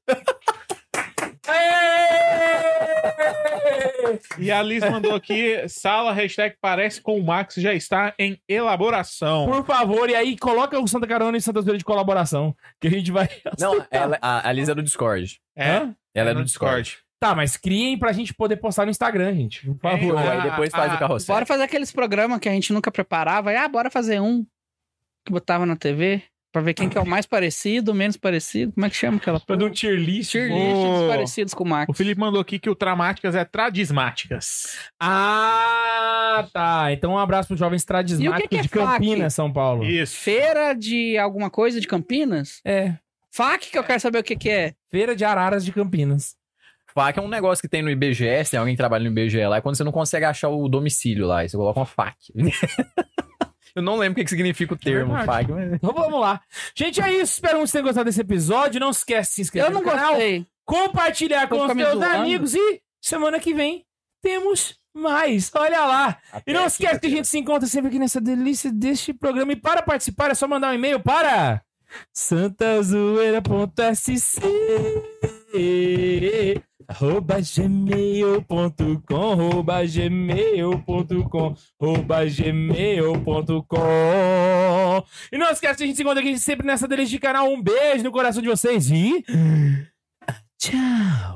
Aê!
E a Liz mandou aqui, sala hashtag parece com o Max já está em elaboração.
Por favor, e aí coloca o Santa Carona e Santa Zoeira de colaboração. Que a gente vai.
Não, ela, a, a Liz é do Discord.
É?
Ela é,
no
do Discord.
Tá, mas criem pra gente poder postar no Instagram, gente. Por favor.
É,
Aí depois faz
Ah,
o carrossel.
Bora fazer aqueles programas que a gente nunca preparava. E, ah, bora fazer um que botava na TV. Pra ver quem que é o mais parecido, o menos parecido. Como é que chama aquela
Pra dar um tier list.
Tier list dos
Oh.
parecidos com o Max.
O Felipe mandou aqui que o Tramáticas é Tradismáticas.
Ah, tá. Então um abraço pro jovens tradismáticos
E o que que é
de Campinas,
FAQ?
São Paulo.
Isso.
Feira de alguma coisa de Campinas?
É.
FAC que eu quero saber o que que é.
Feira de Araras de Campinas.
Faca é um negócio que tem no IBGE, se tem alguém que trabalha no IBGE lá, é quando você não consegue achar o domicílio lá, aí você coloca uma faca. [LAUGHS] Eu não lembro o que que significa o termo
É Verdade.
faca, mas...
Então vamos lá. Gente, é isso. Espero muito que vocês tenham gostado desse episódio. Não esquece de se inscrever
Eu não
no canal,
gostei.
compartilhar com
Vou
os
ficar me
seus
zoando.
amigos e semana que vem temos mais. Olha lá. E não esquece que a gente se encontra sempre aqui nessa delícia deste programa. E para participar é só mandar um e-mail para santazoeira.sc arroba gmail.com arroba gmail.com arroba gmail.com E não esquece que a gente se encontra aqui sempre nessa delícia de canal. Um beijo no coração de vocês e... Tchau!